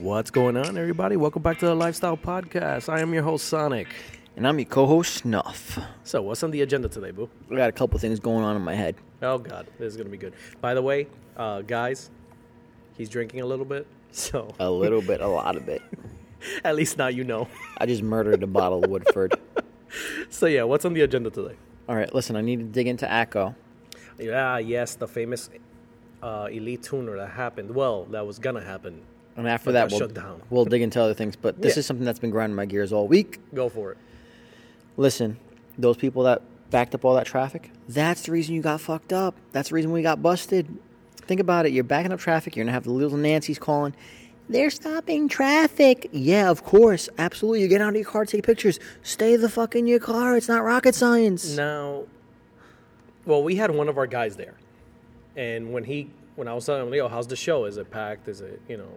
What's going on, everybody? Welcome back to the Lifestyle Podcast. I am your host, Sonic. And I'm your co-host Snuff. So, what's on the agenda today, boo? I got a couple things going on in my head. Oh, God, this is going to be good. By the way, uh, guys, he's drinking a little bit, so A little bit, a lot of it. at least now you know. I just murdered a bottle of Woodford. So, yeah, what's on the agenda today? All right, listen, I need to dig into Acco. Yeah, yes, the famous uh, elite tuner that happened. Well, that was going to happen. And after But that, got we'll, shut down. we'll dig into other things. But this Yeah. is something that's been grinding my gears all week. Go for it. Listen, those people that backed up all that traffic, that's the reason you got fucked up. That's the reason we got busted. Think about it. You're backing up traffic. You're going to have the little Nancy's calling. They're stopping traffic. Yeah, of course. Absolutely. You get out of your car, take pictures. Stay the fuck in your car. It's not rocket science. Now, well, we had one of our guys there, and when he, when I was telling him, "Yo, how's the show? Is it packed? Is it, you know,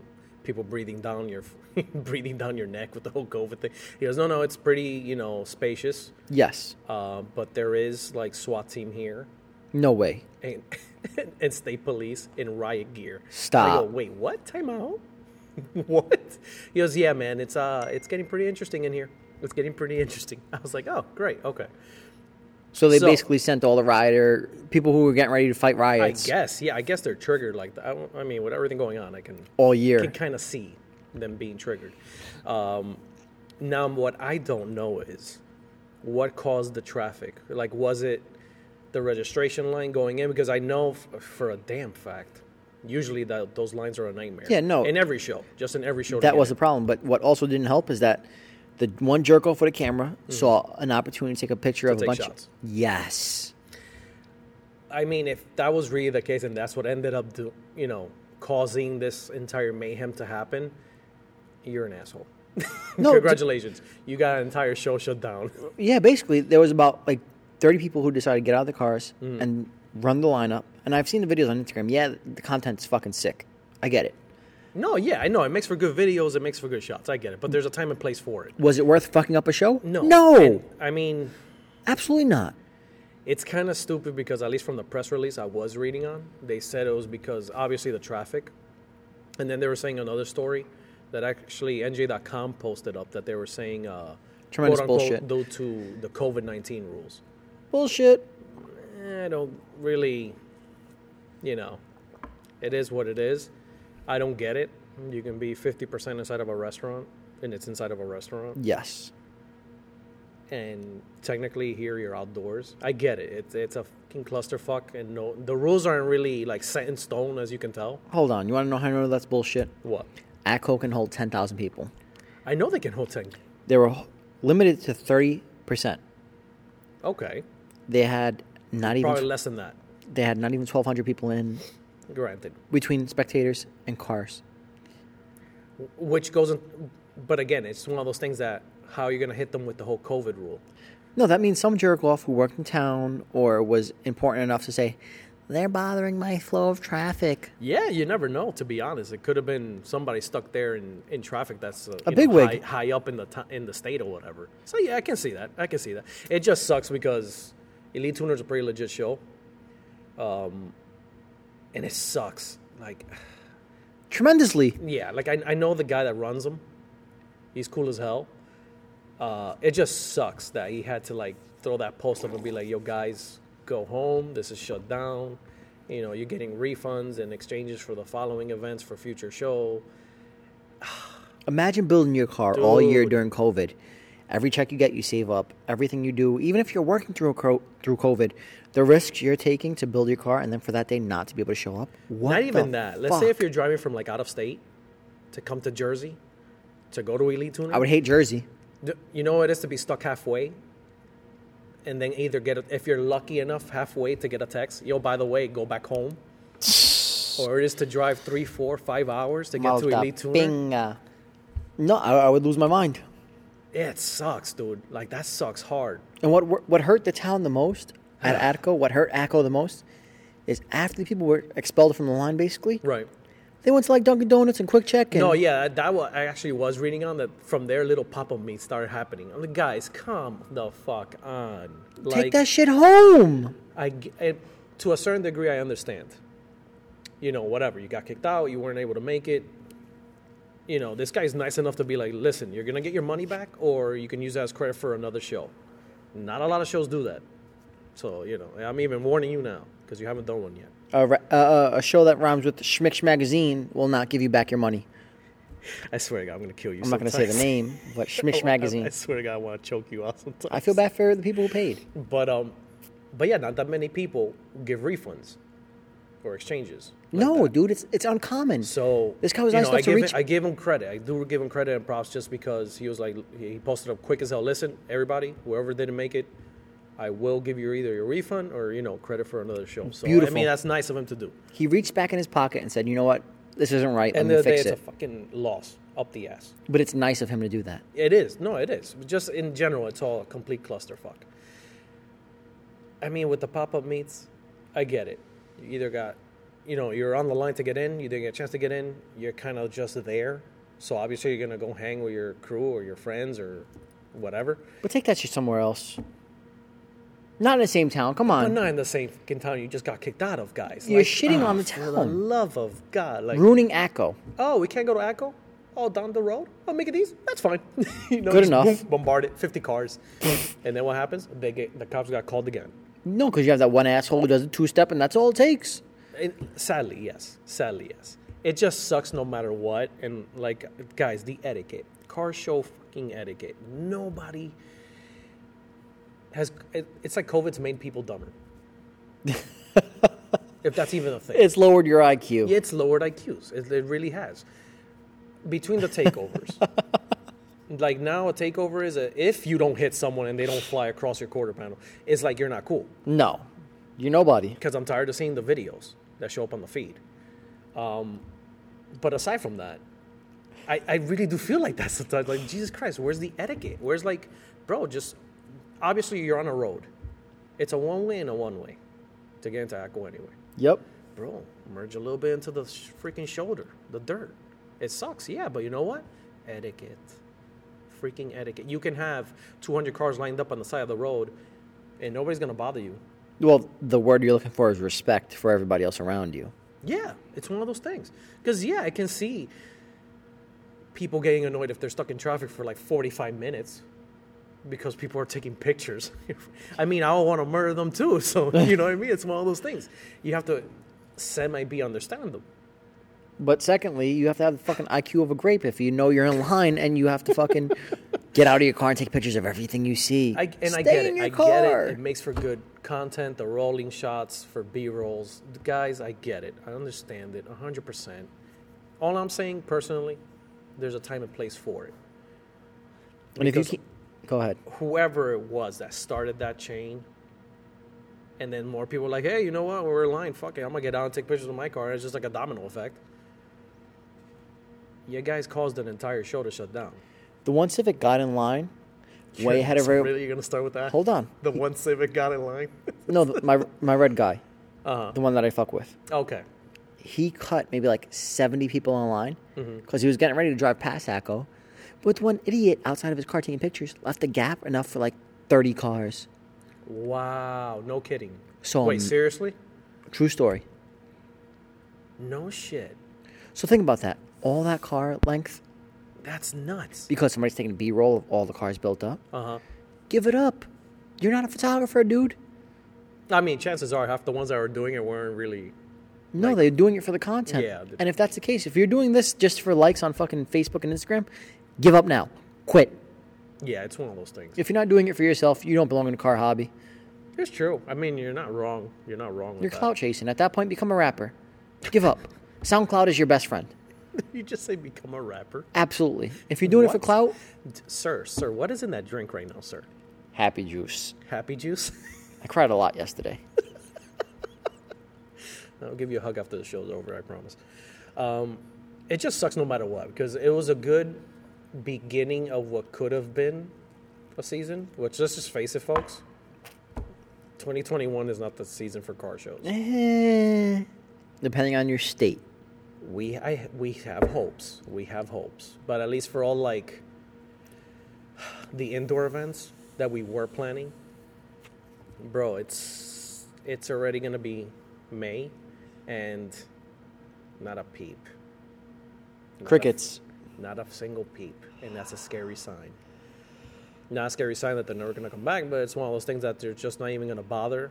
people breathing down your, breathing down your neck with the whole COVID thing?" He goes, "No, no, it's pretty, you know, spacious, Yes. uh, but there is like SWAT team here No way. and and state police in riot gear." I go, Stop. "Wait, what? Time out? what?" He goes, "Yeah, man, it's uh, it's getting pretty interesting in here. It's getting pretty interesting." I was like, "Oh, great, okay." So they So- basically sent all the rioter people who were getting ready to fight I riots guess, yeah, I guess they're triggered like that. I, don't- I mean, with everything going on, I can all can year. kind of see them being triggered. Um, now, what I don't know is what caused the traffic. Like, was it the registration line going in? Because I know f- for a damn fact, usually that those lines are a nightmare. Yeah, no. in every show, just in every show. to That get was the in. problem. But what also didn't help is that the one jerk off with a camera saw an opportunity to take a picture of a Mm-hmm. take bunch. shots. Yes. I mean, if that was really the case, and that's what ended up, do, you know, causing this entire mayhem to happen, you're an asshole. No, t- Congratulations, you got an entire show shut down. Yeah, basically there was about like 30 people who decided to get out of the cars Mm. and run the lineup. And I've seen the videos on Instagram. Yeah, the content's fucking sick. I get it. No, yeah, I know. It makes for good videos. It makes for good shots. I get it. But there's a time and place for it. Was it worth fucking up a show? No. No. And, I mean, absolutely not. it's kind of stupid because, at least from the press release I was reading on, they said it was because obviously the traffic. And then they were saying another story that actually NJ.com posted up that they were saying, uh, Tremendous quote unquote, bullshit. due to the COVID 19 rules. Bullshit. Eh, I don't really, you know, it is what it is. I don't get it. You can be 50% inside of a restaurant, and it's inside of a restaurant. Yes. and technically here you're outdoors. I get it. It's it's a fucking clusterfuck, and no, the rules aren't really like set in stone, as you can tell. Hold on. You want to know how I know that's bullshit? What? ACCO can hold 10,000 people. I know they can hold ten. They were h- limited to 30%. Okay, They had not even probably less than that. they had not even 1200 people in Granted, between spectators and cars. which goes, in, but again, it's one of those things that how you're gonna hit them with the whole COVID rule. No, that means some jerk off who worked in town or was important enough to say they're bothering my flow of traffic. Yeah, you never know. To be honest, it could have been somebody stuck there in, in traffic that's uh, you bigwig. high, high up in the to- in the state or whatever. So yeah, I can see that. I can see that. It just sucks because Elite Tuner's a pretty legit show, um, and it sucks. Like Tremendously. yeah, like I, I know the guy that runs them. He's cool as hell. Uh, it just sucks that he had to like throw that post up and be like, "Yo, guys, go home. This is shut down. You know, you're getting refunds and exchanges for the following events for future show." Imagine building your car all year Dude. during COVID. Every check you get, you save up. Everything you do, even if you're working through a cro- through COVID, the risks you're taking to build your car and then for that day not to be able to show up. What Not the even that. Let's say fuck? if you're driving from like out of state to come to Jersey to go to Elite Tuner, I would hate Jersey. D- you know what it is to be stuck halfway and then either get a, if you're lucky enough halfway to get a text yo by the way go back home or it is to drive three four five hours to get to elite tuner Malta Pinga. No, I, I would lose my mind. Yeah, it sucks dude like that sucks hard And what wor- what hurt the town the most at Atco, what hurt Atco the most, is after the people were expelled from the line, basically, right they went to like Dunkin' Donuts and Quick Check. And no yeah that what i actually was reading on that from there little pop-up meets started happening i'm like guys come the fuck on take like that shit home. I, g- it- to a certain degree, I understand. You know, whatever. You got kicked out. You weren't able to make it. you know, this guy's nice enough to be like, listen, you're gonna get your money back, or you can use that as credit for another show. Not a lot of shows do that, so you know, I'm even warning you now because you haven't done one yet. A, ra- uh, uh, a show that rhymes with Schmick's Magazine will not give you back your money. I swear to God, I'm gonna kill you. I'm not going to say the name, but Schmick's Magazine. I swear to God, I want to choke you out sometimes. I feel bad for the people who paid. But um, but yeah, not that many people give refunds or exchanges. like no, that. dude, it's it's uncommon. So This guy was you nice know, enough I to give reach- Him, I give him credit. I do give him credit and props just because he was like he posted up quick as hell. Listen, everybody, whoever didn't make it, I will give you either your refund or you know credit for another show. So I Beautiful. mean, that's nice of him to do. he reached back in his pocket and said, "You know what? This isn't right. Let End of me the day, fix it's a it." fucking loss up the ass. but it's nice of him to do that. It is. No, it is. Just in general, it's all a complete clusterfuck. I mean, with the pop up meets, I get it. You either got, you know, you're on the line to get in, you didn't get a chance to get in, you're kind of just there. So obviously, you're going to go hang with your crew or your friends or whatever. But take that shit somewhere else. Not in the same town. Come But on, not in the same fucking town you just got kicked out of, guys. ah, You're shitting on the for the town. love of God. Like, ruining Acco. oh, we can't go to ACO? Oh, down the road? Oh, make it easy? That's fine. you know, Good just enough. boom, bombard it, 50 cars. and then what happens? They get The cops got called again. No, because you have that one asshole who does a two step, and that's all it takes. It, sadly, yes. Sadly, yes. It just sucks no matter what. And, like, guys, the etiquette. Car show fucking etiquette. Nobody has. It, it's like COVID's made people dumber. if that's even a thing. It's lowered your IQ. Yeah, it's lowered IQs. It, it really has. Between the takeovers, like now a takeover is a, if you don't hit someone and they don't fly across your quarter panel, it's like you're not cool. No, you're nobody. Because I'm tired of seeing the videos that show up on the feed. Um, but aside from that, I, I really do feel like that sometimes. Like Jesus Christ, where's the etiquette? Where's like, bro? Just obviously you're on a road. It's a one way and a one way to get into Aqua anyway Yep. bro, merge a little bit into the sh- freaking shoulder, the dirt. It sucks, yeah, but you know what? Etiquette. Freaking etiquette. You can have 200 cars lined up on the side of the road and nobody's going to bother you. Well, the word you're looking for is respect for everybody else around you. Yeah, it's one of those things. Because, yeah, I can see people getting annoyed if they're stuck in traffic for like 45 minutes because people are taking pictures. I mean, I don't want to murder them too. So, you know what I mean? It's one of those things. You have to semi be understand them. But secondly, you have to have the fucking IQ of a grape if you know you're in line and you have to fucking get out of your car and take pictures of everything you see. I, and Stay I get in it. your I car. get it. It makes for good content, the rolling shots for B rolls. Guys, I get it. I understand it 100%. All I'm saying personally, there's a time and place for it. and if you because- keep, go ahead. Whoever it was that started that chain, and then more people were like, hey, you know what? We're in line. Fuck it. I'm going to get out and take pictures of my car. It's just like a domino effect. You guys caused an entire show to shut down. The one Civic got in line way ahead of So every. Really, you're going to start with that? Hold on. The one Civic got in line? No, th- my my red guy, Uh-huh. the one that I fuck with. Okay. He cut maybe like seventy people in line because Mm-hmm. he was getting ready to drive past Acco, but one idiot outside of his car taking pictures left a gap enough for like thirty cars. Wow, no kidding. So, wait, um, seriously? True story. No shit. So think about that. All that car length That's nuts. because somebody's taking a B-roll of all the cars built up. Uh huh. Give it up. You're not a photographer, dude. I mean, chances are half the ones that were doing it weren't really. No, they're doing it for the content. Yeah, the- and if that's the case, if you're doing this just for likes on fucking Facebook and Instagram, give up now. Quit. Yeah, it's one of those things. If you're not doing it for yourself, you don't belong in the car hobby. It's true. I mean, you're not wrong. You're not wrong. With You're that. clout chasing. At that point, become a rapper. Give up. SoundCloud is your best friend. you just say become a rapper, Absolutely. If you're doing it for What? clout, D- sir. Sir, what is in that drink right now, sir? happy juice. Happy juice. I cried a lot yesterday. I'll give you a hug after the show's over. I promise. Um, it just sucks no matter what because it was a good beginning of what could have been a season. Which let's just face it, folks. 2021 is not the season for car shows. Eh, Depending on your state. We I we have hopes. We have hopes, but at least for all like the indoor events that we were planning, bro, it's it's already gonna be May, and not a peep. Not a Crickets. Not a single peep, and that's a scary sign. Not a scary sign that they're never going to come back, but it's one of those things that they're just not even going to bother,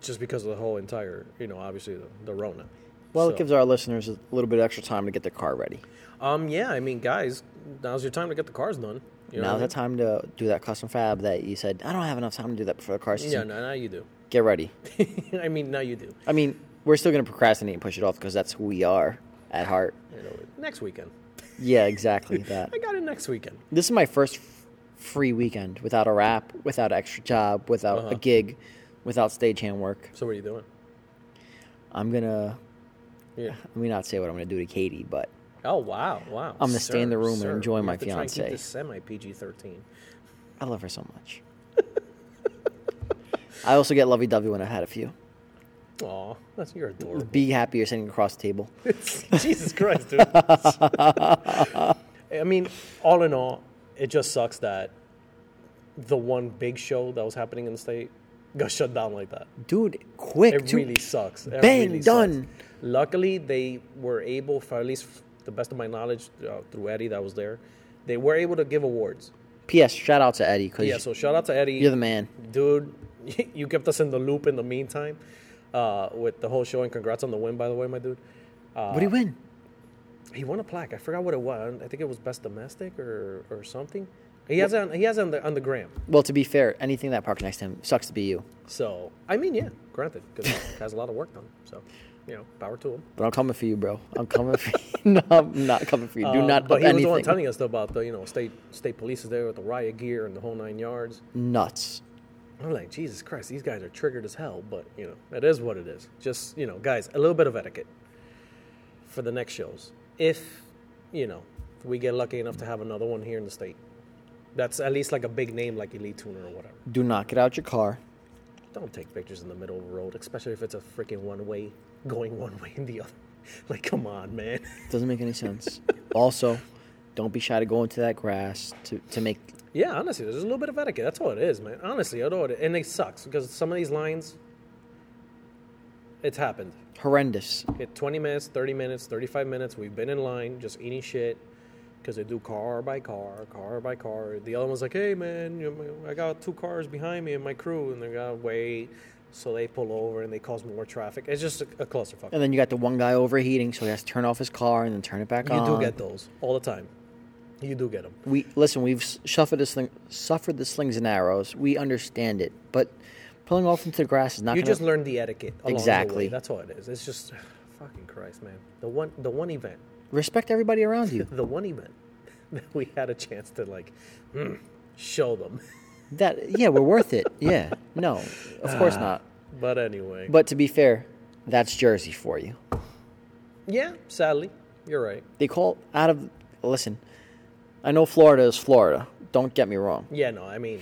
just because of the whole entire, you know, obviously the, the Rona. Well, So- it gives our listeners a little bit extra time to get their car ready. um, yeah, I mean, guys, now's your time to get the cars done. You know Now's the what time to do that custom fab that you said, I don't have enough time to do that before the car I mean? season. Yeah, no, now you do. Get ready. I mean, now you do. I mean, we're still going to procrastinate and push it off because that's who we are at heart. You know, next weekend. Yeah, exactly that. I got it next weekend. This is my first f- free weekend without a rap, without an extra job, without Uh-huh. a gig, without stagehand work. So what are you doing? I'm going to, Yeah. let me not say what I'm going to do to Katie, but Oh wow, wow. I'm gonna stay in the room and enjoy we my have to try and fiancée. Keep this semi PG thirteen. I love her so much. I also get lovey dovey when I've had a few. Aw, that's you're adorable. Be happy you're sitting across the table. Jesus Christ, dude. I mean, all in all, it just sucks that the one big show that was happening in the state got shut down like that. Dude, quick. It to- really sucks. It bang, really done. sucks. Luckily, they were able, for at least the best of my knowledge, uh, through Eddie that was there, they were able to give awards. P.S. Shout out to Eddie because Yeah, so shout out to Eddie. you're the man. dude you kept us in the loop in the meantime uh, with the whole show and congrats on the win by the way my dude Uh, what do you win? he won a plaque i forgot what it was i think it was best domestic or, or something he has it on, he has it on the on the gram Well, to be fair, anything that parked next to him sucks to be you. so i mean yeah granted because he has a lot of work done so you know power to him But I'm coming for you, bro. I'm coming for you. No, I'm not coming for you. Do Uh, not but up he was the one anything. telling us about the you know state state police is there with the riot gear and the whole nine yards Nuts. i'm like jesus christ these guys are triggered as hell but you know it is what it is just you know guys a little bit of etiquette for the next shows if you know we get lucky enough to have another one here in the state that's at least like a big name like elite tuner or whatever Do not get out your car. don't take pictures in the middle of the road especially if it's a freaking one way going one way and the other like come on man Doesn't make any sense. also, don't be shy to go into that grass to, to make. yeah honestly there's a little bit of etiquette that's all it is man honestly that's all it is. and it sucks because some of these lines it's happened Horrendous. Hit 20 minutes, 30 minutes, 35 minutes. We've been in line just eating shit because they do car by car, car by car. The other one's like, hey, man, you know, I got two cars behind me and my crew, and they got to wait. So they pull over and they cause more traffic. It's just a, a clusterfuck. And then you got the one guy overheating, so he has to turn off his car and then turn it back you on. do get those all the time. You do get them. We listen. We've s- suffered the sling, suffered the slings and arrows. We understand it, but pulling off into the grass is not. You gonna, just learn the etiquette. Along The way. Exactly. That's all it is. It's just, fucking Christ, man. The one, the one event, respect everybody around you. the one event that we had a chance to like hmm, show them. that yeah, we're worth it. Yeah, no, of Ah. course not. But anyway. But to be fair, that's Jersey for you. Yeah, sadly, you're right. They call out of listen. I know Florida is Florida. Don't get me wrong, Yeah, no, I mean,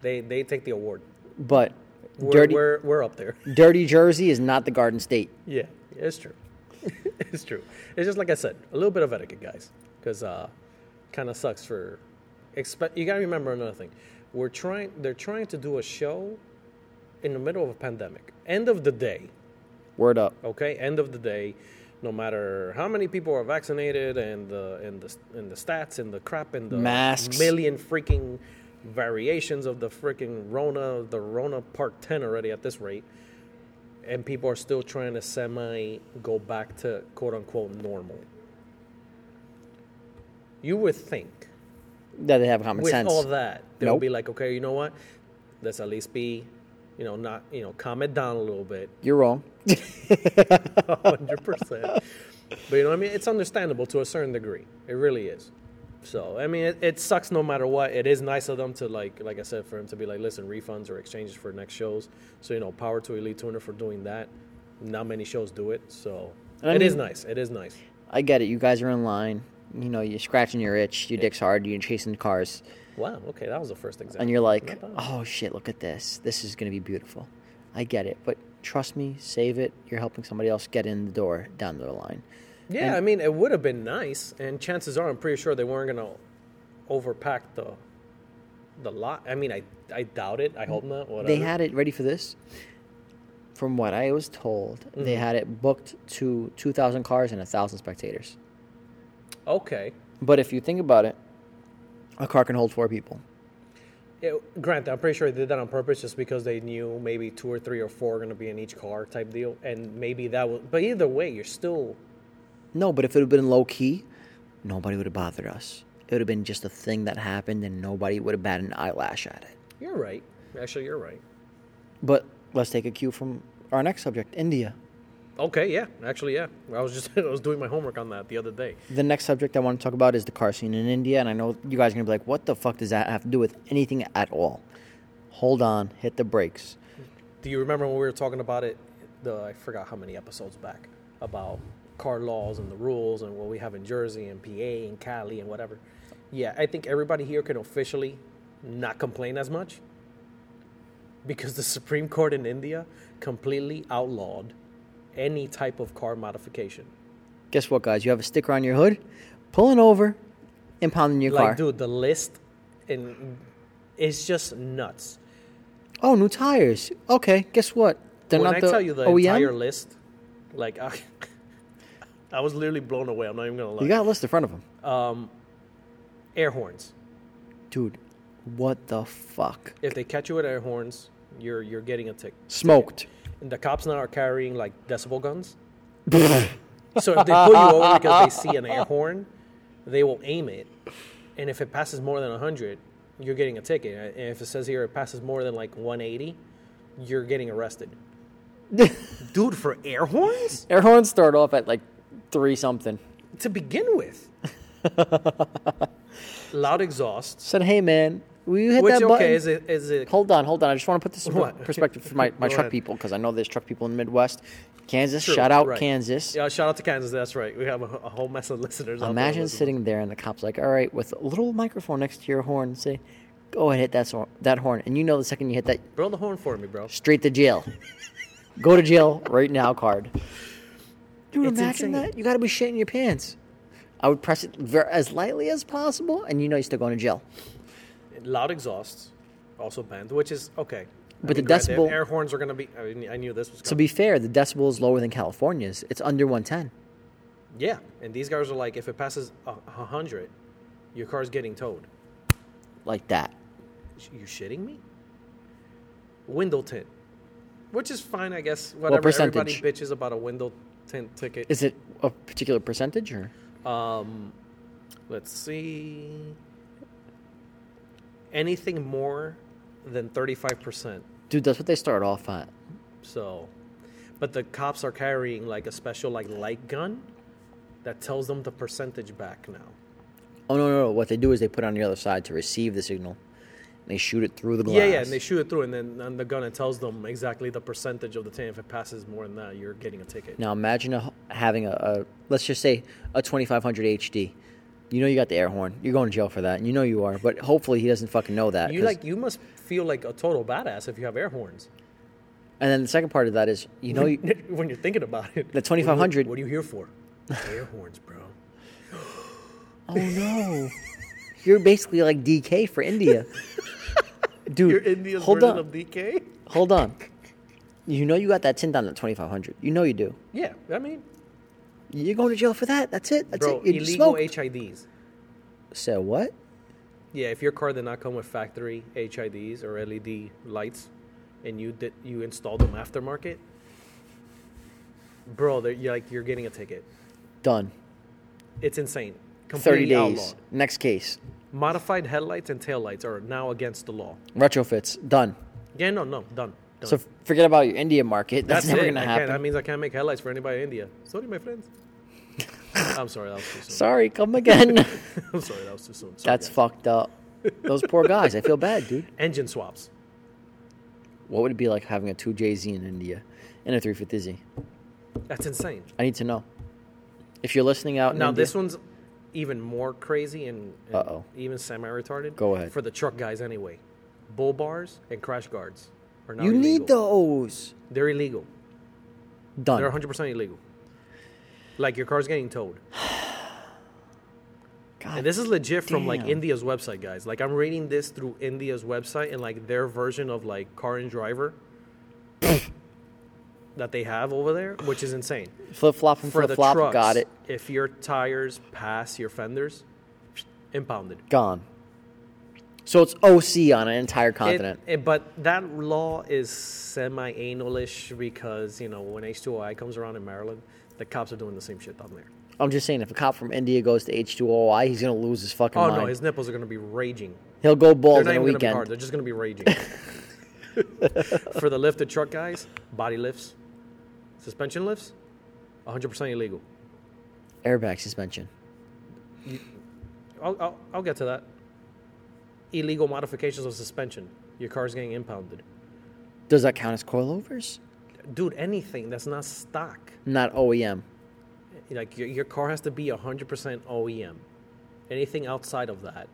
they they take the award. but We're dirty we're, we're up there. dirty Jersey is not the Garden State. Yeah, it's true. it's true. It's just like I said, a little bit of etiquette, guys, because uh, kind of sucks for. Expe- you gotta remember another thing. We're trying. They're trying to do a show in the middle of a pandemic. End of the day, Word up. okay end of the day no matter how many people are vaccinated and the and the and the stats and the crap and the Masks. million freaking variations of the freaking rona the rona part 10 already at this rate and people are still trying to semi go back to quote unquote normal you would think That they have common with sense. all that, they'll Nope. be like, okay, you know what? Let's at least be, you know, not, you know, calm it down a little bit You're wrong. hundred percent. But you know, what I mean, it's understandable to a certain degree. It really is. So I mean, it, it sucks no matter what. It is nice of them to like, like I said, for him to be like, listen, refunds or exchanges for next shows. So you know, power to Elite Tuner for doing that. Not many shows do it, so it is And I mean- nice. It is nice. I get it. You guys are in line. You know, you're scratching your itch. Your dick's hard. You're chasing cars, Wow. Okay, that was the first example. and you're like, Not bad. "Oh shit! Look at this. This is gonna be beautiful." I get it, but trust me, save it. You're helping somebody else get in the door down the line. Yeah, I mean, it would have been nice, and chances are, I'm pretty sure they weren't gonna overpack the the lot. I mean, I I doubt it. I hope not. Whatever. They had it ready for this. From what I was told, they had it booked to 2,000 cars and 1,000 spectators. Okay. But if you think about it, a car can hold four people. It, Grant, I'm pretty sure they did that on purpose, just because they knew maybe two or three or four are going to be in each car type deal, and maybe that was. But either way, you're still No, but if it had been low key, nobody would have bothered us. It would have been just a thing that happened, and nobody would have batted an eyelash at it. you're right. Actually, you're right. But let's take a cue from our next subject, India. Okay, yeah. Actually, yeah. I was just I was doing my homework on that the other day. The next subject I want to talk about is the car scene in India, and I know you guys are gonna be like, "What the fuck does that have to do with anything at all?" Hold on, hit the brakes. Do you remember when we were talking about it? The I forgot how many episodes back about car laws and the rules and what we have in Jersey and PA and Cali and whatever. Yeah, I think everybody here can officially not complain as much because the Supreme Court in India completely outlawed any type of car modification. Guess what, guys? You have a sticker on your hood, pulling over, impounding your Like, car. dude, the list and it's just nuts. Oh, new tires. Okay, guess what? They're when not I the E tell you the OEM. entire list, like I, I was literally blown away. I'm not even gonna lie. you got a list in front of them, air horns. dude. What the fuck? If they catch you with air horns, you're you're getting a tick. Smoked. And the cops now are carrying like decibel guns. so if they pull you over because they see an air horn, they will aim it, and if it passes more than 100, you're getting a ticket. And if it says here it passes more than like 180, you're getting arrested. Dude, for air horns Air horns start off at like three something. to begin with. Loud exhaust. Said, "Hey, man, will you hit Which that okay button?" is it is it Hold on, hold on. I just want to put this in per- What? perspective for my, my Go truck ahead. people because I know there's truck people in the Midwest. Kansas, True, shout out right. Kansas. Yeah, shout out to Kansas. That's right. We have a, a whole mess of listeners. out there Imagine listening. sitting there and the cop's like, all right, with a little microphone next to your horn, say, go ahead, hit that, sor- that horn. And you know the second you hit that, Blow the horn for me, bro. straight to jail. go to jail right now card. Dude, It's imagine insane. that. You got to be shitting your pants. I would press it ver- as lightly as possible, and you know you're still going to jail. Loud exhausts, also banned, which is okay. But the granted, decibel- air horns are gonna be. I, mean, I knew this was To coming. be fair, the decibel is lower than California's. It's under 110. yeah, and these guys are like, if it passes a a hundred, your car's getting towed. Like that. You shitting me? Window tint, which is fine, I guess. Whatever. percentage? Everybody bitches about a window tint ticket. Is it a particular percentage or? Um, let's see. Anything more than thirty-five percent. Dude, that's what they start off at. So, but the cops are carrying like a special like light gun that tells them the percentage back now. Oh no, no, no. What they do is they put it on the other side to receive the signal. And they shoot it through the glass. Yeah, yeah, and they shoot it through, and then on the gun it tells them exactly the percentage of the tin. If it passes more than that, you're getting a ticket. now imagine a, having a, a let's just say a 2500 HD. You know you got the air horn. You're going to jail for that. And you know you are. But hopefully he doesn't fucking know that. You 'cause- like you must feel like a total badass if you have air horns. and then the second part of that is you know you, when you're thinking about it, The 2500 What are you here for? Air horns, bro. oh no, you're basically like DK for India, dude. You're India's hold version on, of DK. hold on. You know you got that tint on the 2500. You know you do. Yeah, I mean, You're going to jail for that. That's it. That's bro, it. You illegal smoke. HIDs. so what? Yeah, if your car did not come with factory HIDs or LED lights, and you did you installed them aftermarket, bro, they're- you're like you're getting a ticket. Done. It's insane. Thirty Completely days. outlawed. Next case. Modified headlights and taillights are now against the law. Retrofits. Done. Yeah, no, no, done. done. So forget about your India market. That's, never it. gonna I can't- happen. That means I can't make headlights for anybody in India. Sorry, my friends. I'm sorry, that was too soon. Sorry, come again. I'm sorry, that was too soon. Sorry, That's guys. fucked up. Those poor guys. I feel bad, dude. engine swaps. What would it be like having a two JZ in India and a three fifty Z? That's insane. I need to know. If you're listening out in Now India, this one's even more crazy and, and Uh-oh. even semi-retarded. Go ahead. For the truck guys, anyway, bull bars and crash guards are now you illegal. need those. They're illegal. Done. They're 100 percent illegal. Like your car's getting towed, God. and this is legit from like Damn. India's website, guys. Like I'm reading this through India's website and like their version of like Car and Driver. that they have over there, which is insane. Flip flop and For flip the flop. trucks, Got it. If your tires pass your fenders, impounded. Gone. So it's OC on an entire It- continent. it- but that law is semi analish because, you know, when H2OI comes around in Maryland, the cops are doing the same shit down there. I'm just saying, if a cop from India goes to H2OI, he's gonna lose his fucking Oh, mind. no, his nipples are going to be raging. He'll go They're bald not in a even going to be hard. weekend. They're just going to be raging. For the lifted truck guys, body lifts, suspension lifts, 100% illegal. Airbag suspension. I'll, I'll, I'll get to that. Illegal modifications of suspension. Your car's getting impounded. Does that count as coilovers? Dude, anything that's not stock. Not E OEM. Like, your, your car has to be 100% OEM. E Anything outside of that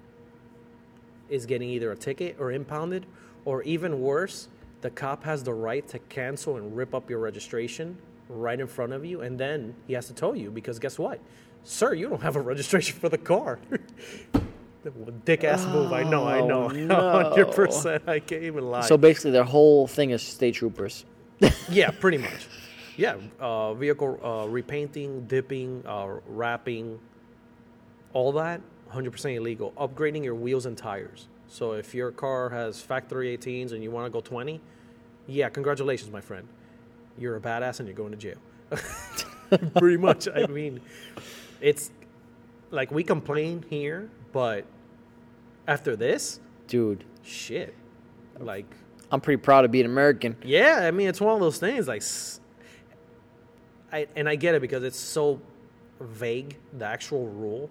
is getting either a ticket or impounded, or even worse, the cop has the right to cancel and rip up your registration right in front of you, and then he has to tow you because guess what? Sir, you don't have a registration for the car. Dick ass move. I know, I know. Oh, no. 100%. I can't even lie. So basically, their whole thing is state troopers. Yeah, pretty much. Yeah, uh, vehicle uh, repainting, dipping, uh, wrapping, all that 100% illegal. Upgrading your wheels and tires. So if your car has factory 18s and you want to go 20, yeah, congratulations, my friend. You're a badass and you're going to jail. pretty much. I mean, it's like we complain here, but after this, Dude, shit. Like, I'm pretty proud to be an American. yeah, I mean, it's one of those things. Like, s- I and I get it because it's so vague the actual rule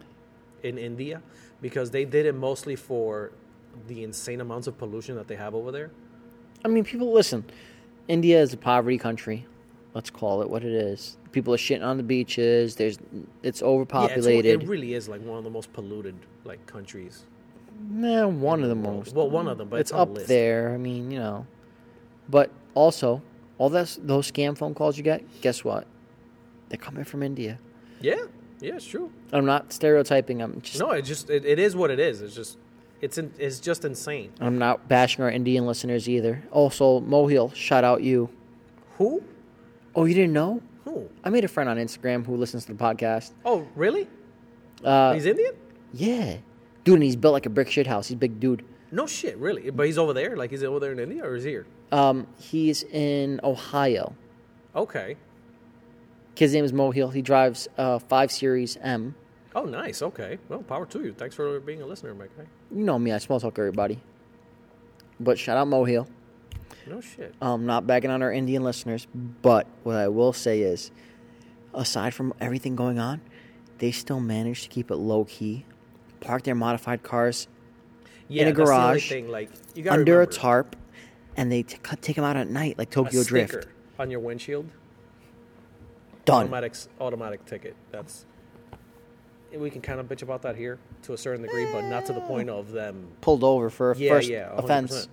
in India because they did it mostly for the insane amounts of pollution that they have over there. I mean, people, listen, India is a poverty country. Let's call it what it is. People are shitting on the beaches. There's, it's Yeah, overpopulated. it's, it really is like one of the most polluted like countries. Nah, one of the most. Well, one of them, but it's, it's on up the list. there. I mean, you know. But also, all those those scam phone calls you get, guess what? They're coming from India. Yeah, yeah, it's true. I'm not stereotyping. I'm just. No, it just it, it is what it is. It's just it's in, it's just insane. I'm not bashing our Indian listeners either. Also, Mohil, shout out you. Who? Oh, you didn't know? Who? I made a friend on Instagram who listens to the podcast. Oh, really? Uh, He's Indian? yeah, dude, and he's built like a brick shit house. He's a big dude. No shit, really. But he's over there. Like he's over there in India or is he here? Um, he's in Ohio. Okay. His name is Mohil. He drives a five Series M. Oh, nice. Okay. Well, power to you. Thanks for being a listener, my guy. You know me, I small talk everybody. But shout out Mohil. No shit. Um, not bagging on our Indian listeners, but what I will say is, aside from everything going on, they still manage to keep it low key, park their modified cars Yeah, in a that's the only garage, thing. Like you got under remember, a tarp, and they t- cut- take them out at night like a Tokyo Drift. sticker on your windshield. Done. Automatic automatic ticket. That's we can kind of bitch about that here to a certain degree, but not to the point of them Pulled over for a Yeah, first yeah, 100%. offense.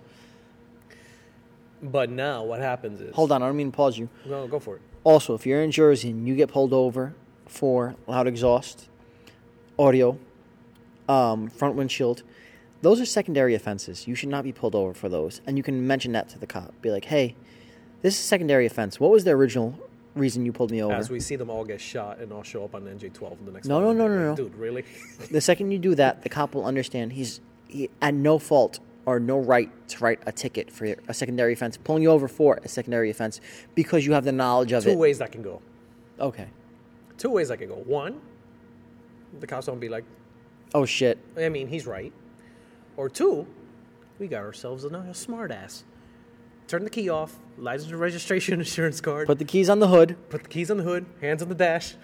But now what happens is Hold on, I don't mean to pause you. No, go for it. Also, if you're in Jersey and you get pulled over for loud exhaust, audio, um, front windshield, those are secondary offenses. You should not be pulled over for those. And you can mention that to the cop. Be like, hey, this is a secondary offense. What was the original reason you pulled me over? As we see them all get shot and all show up on NJ12 the next No, no, morning, no, like, no, no. Dude, really? the second you do that, the cop will understand he's he, at no fault or no right to write a ticket for a secondary offense, pulling you over for a secondary offense because you have the knowledge of Two it. ways that can go. Okay. Two ways that can go. One, the cops don't be like, Oh, shit. I mean, he's right. Or two, we got ourselves a smart ass. Turn the key off, license and registration insurance card, put, Put the keys on the hood. the keys on the hood, hands on the dash.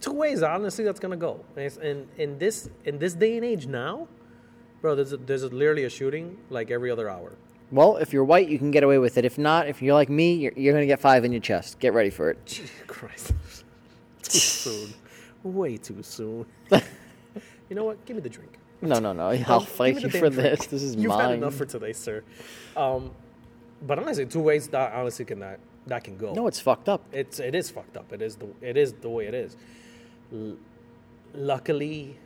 Two ways, honestly, that's gonna go. And, it's, and in this in this day and age now, bro, there's a, there's a, literally a shooting like every other hour. Well, if you're white, you can get away with it. If not, if you're like me, you're, you're going to get five in your chest. Get ready for it. Jesus Christ, too soon, way too soon. you know what? Give me the drink. No, no, no. I'll Give me fight the you damn for drink. this. This is You've mine. had enough for today, sir. Um, but honestly, two ways that honestly can that, that can go. no, it's fucked up. it's it is fucked up. It is the it is the way it is. L- luckily,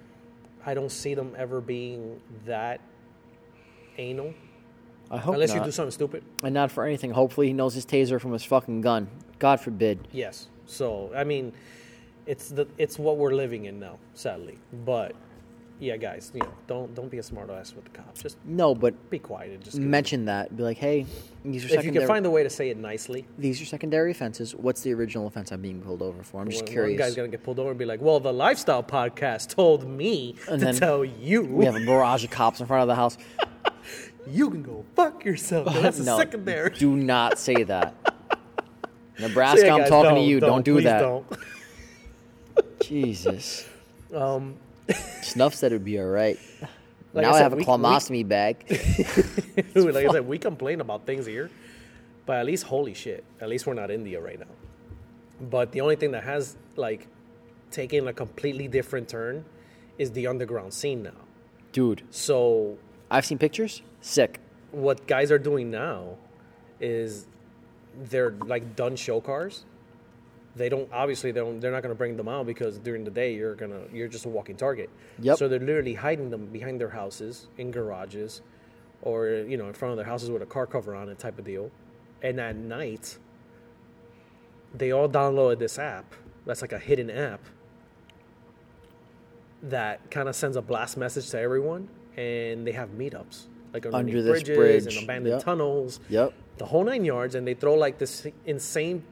I don't see them ever being that anal. I hope Unless not. you do something stupid. and not for anything. Hopefully, he knows his taser from his fucking gun. God forbid. Yes. So I mean, it's the it's what we're living in now, sadly. But yeah, guys, you know, don't don't be a smart ass with the cops. Just No, but be quiet and just mention that. Be like, hey, these are if you can secondary. find a way to say it nicely. these are secondary offenses. What's the original offense I'm being pulled over for? I'm just one- curious. One guy's gonna get pulled over and be like, "Well, the lifestyle podcast told me And to then- tell you, we have a barrage of cops in front of the house. you can go fuck yourself." That's a no, secondary. do not say that. So, Nebraska, yeah, I'm guys, talking to you. Don't, do please that. Don't. Jesus. Um, Snuff said it would be all right. Like now I I, said, have a we- we- colostomy bag. like I said, we complain about things here, but at least holy shit, at least we're not India right now. But the only thing that has like taken a completely different turn is the underground scene now. Dude, So I've seen pictures. Sick. what guys are doing now is they're like done show cars. They don't obviously they don't, they're not going to bring them out because during the day you're gonna you're just a walking target. Yep. So they're literally hiding them behind their houses in garages, or you know in front of their houses with a car cover on it type of deal. And at night, they all downloaded this app. That's like a hidden app that kind of sends a blast message to everyone, and they have meetups like underneath Under this bridges bridge. and abandoned Yep. tunnels Yep. the whole nine yards, and they throw like this insane,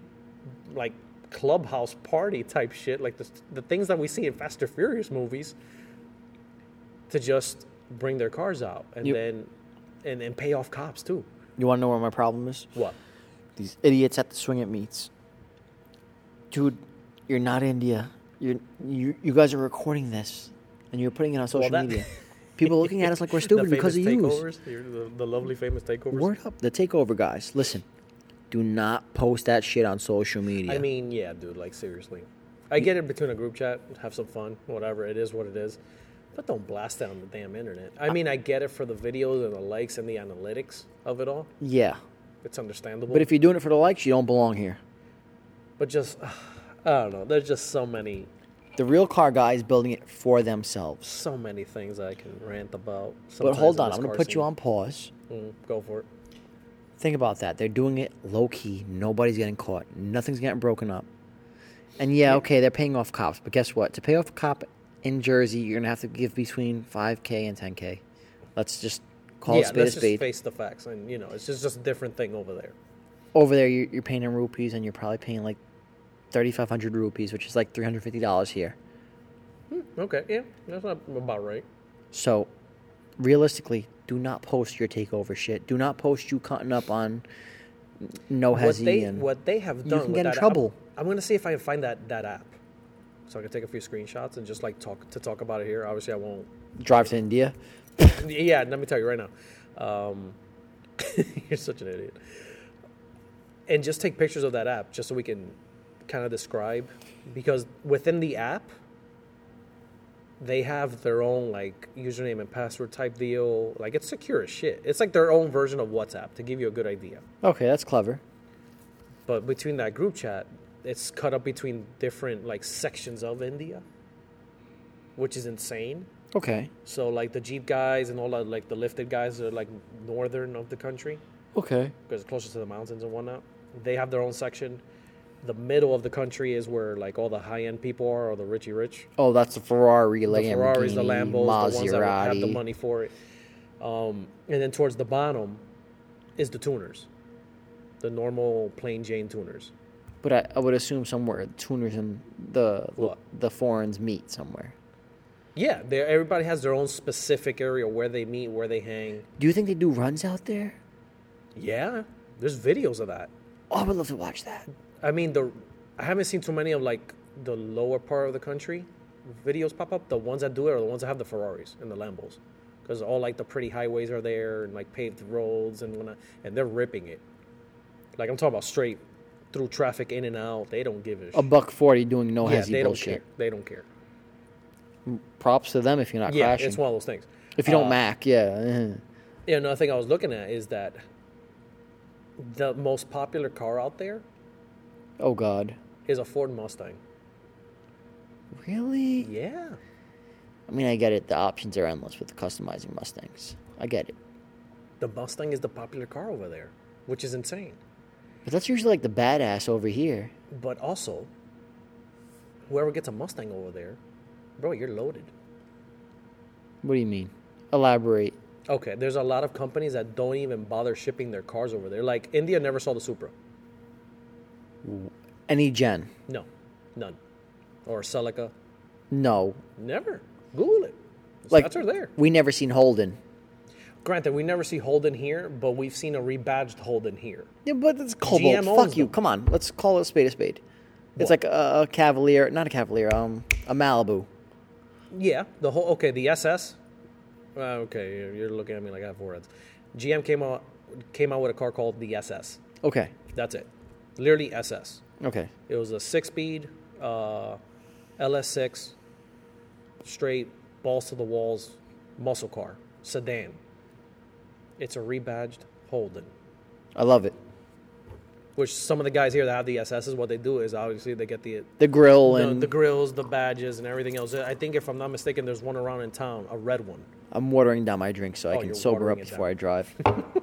like clubhouse party type shit, like the, the things that we see in Fast and Furious movies, to just bring their cars out and You- then and, and pay off cops too. You want to know where my problem is? What? These idiots at the swing at meets. Dude, you're not India. You're, you you guys are recording this, and you're putting it on social that- media. People are looking at us like we're The stupid because of famous you. takeovers, You're the, the lovely famous takeovers. Word up, the takeover guys. Listen, do not post that shit on social media. I mean, yeah, dude, like seriously, I get it between a group chat, have some fun, whatever. It is what it is. But don't blast it on the damn internet. I mean, I get it for the videos and the likes and the analytics of it all. yeah, It's understandable. but if you're doing it for the likes, you don't belong here. but just I don't know. There's just so many, The real car guy is building it for themselves. so many things I can rant about. But sometimes hold in on, this I'm going to car put you scene. on pause. Mm, go for it. Think about that. They're doing it low key. Nobody's getting caught. Nothing's getting broken up. And yeah, okay, they're paying off cops, but guess what? To pay off a cop in Jersey, you're gonna have to give between five k and ten k. Let's just call yeah, it spade a let's just spade. face the facts, and you know, it's just just a different thing over there. Over there, you're, you're paying in rupees, and you're probably paying like thirty five hundred rupees, which is like three hundred fifty dollars here. Okay, yeah, that's not about right. So, realistically, do not post your takeover shit. Do not post you cutting up on no What hezzy they and what they have You done. can with get in that app- trouble. I'm gonna see if I can find that that app, so I can take a few screenshots and just like talk to talk about it here. Obviously, I won't. drive to India. Yeah, let me tell you right now, um, you're such an idiot. and just take pictures of that app just so we can kind of describe because within the app they have their own like username and password type deal like it's secure as shit it's like their own version of whatsapp to give you a good idea Okay, that's clever. but between that group chat it's cut up between different like sections of india which is insane Okay, so like the jeep guys and all that like the lifted guys are like northern of the country okay. because it's closer to the mountains and whatnot. They have their own section. The middle of the country is where like all the high end people are, or the richy rich. Oh, that's the Ferrari, The Lamborghini, Ferraris, the Lambos, Maserati. the ones that have the money for it. Um, and then towards the bottom is the tuners, the normal plain Jane tuners. But I, I would assume somewhere tuners and the What? the foreigns meet somewhere. Yeah, they everybody has their own specific area where they meet, where they hang. Do you think they do runs out there? Yeah, there's videos of that. Oh, I would love to watch that. I mean, the I haven't seen too many of like the lower part of the country videos pop up. The ones that do it are the ones that have the Ferraris and the Lambos, because all like the pretty highways are there and like paved roads and whatnot, and they're ripping it. Like I'm talking about straight through traffic in and out. They don't give a A shit. buck forty doing no yeah, hezzy they bullshit. don't care. They don't care. Props to them if you're not Yeah, crashing. it's one of those things. if you don't Uh, mac, yeah. Yeah, another thing I was looking at is that the most popular car out there Oh God. is a Ford Mustang. Really? Yeah. I mean, I get it. The options are endless with the customizing Mustangs. I get it. the Mustang is the popular car over there, which is insane. But that's usually like the badass over here. But also, whoever gets a Mustang over there, bro, you're loaded. What do you mean? Elaborate. Okay, there's a lot of companies that don't even bother shipping their cars over there. Like India never saw the Supra. Any gen? No, none. Or Celica. No. Never. Google it. The Like- stats are there. We never seen Holden. Granted, we never see Holden here, but we've seen a rebadged Holden here. Yeah, but it's Cobalt. GM owns Fuck you. them. Come on. Let's call it a spade a spade. What? It's like a, a Cavalier, not a Cavalier, um, a Malibu. Yeah, the whole okay, the SS. Uh, okay, you're- you're looking at me like I have four heads. GM came out came out with a car called the SS. Okay. That's it, literally SS. Okay. It was a six-speed uh, LS6, straight balls to the walls, muscle car sedan. It's a rebadged Holden. I love it. Which some of the guys here that have the SSs, what they do is obviously they get the The grill the, and the grills, the badges, and everything else. I think if I'm not mistaken, there's one around in town, a red one. I'm watering down my drink so I Oh, can you're sober watering up it before I drive.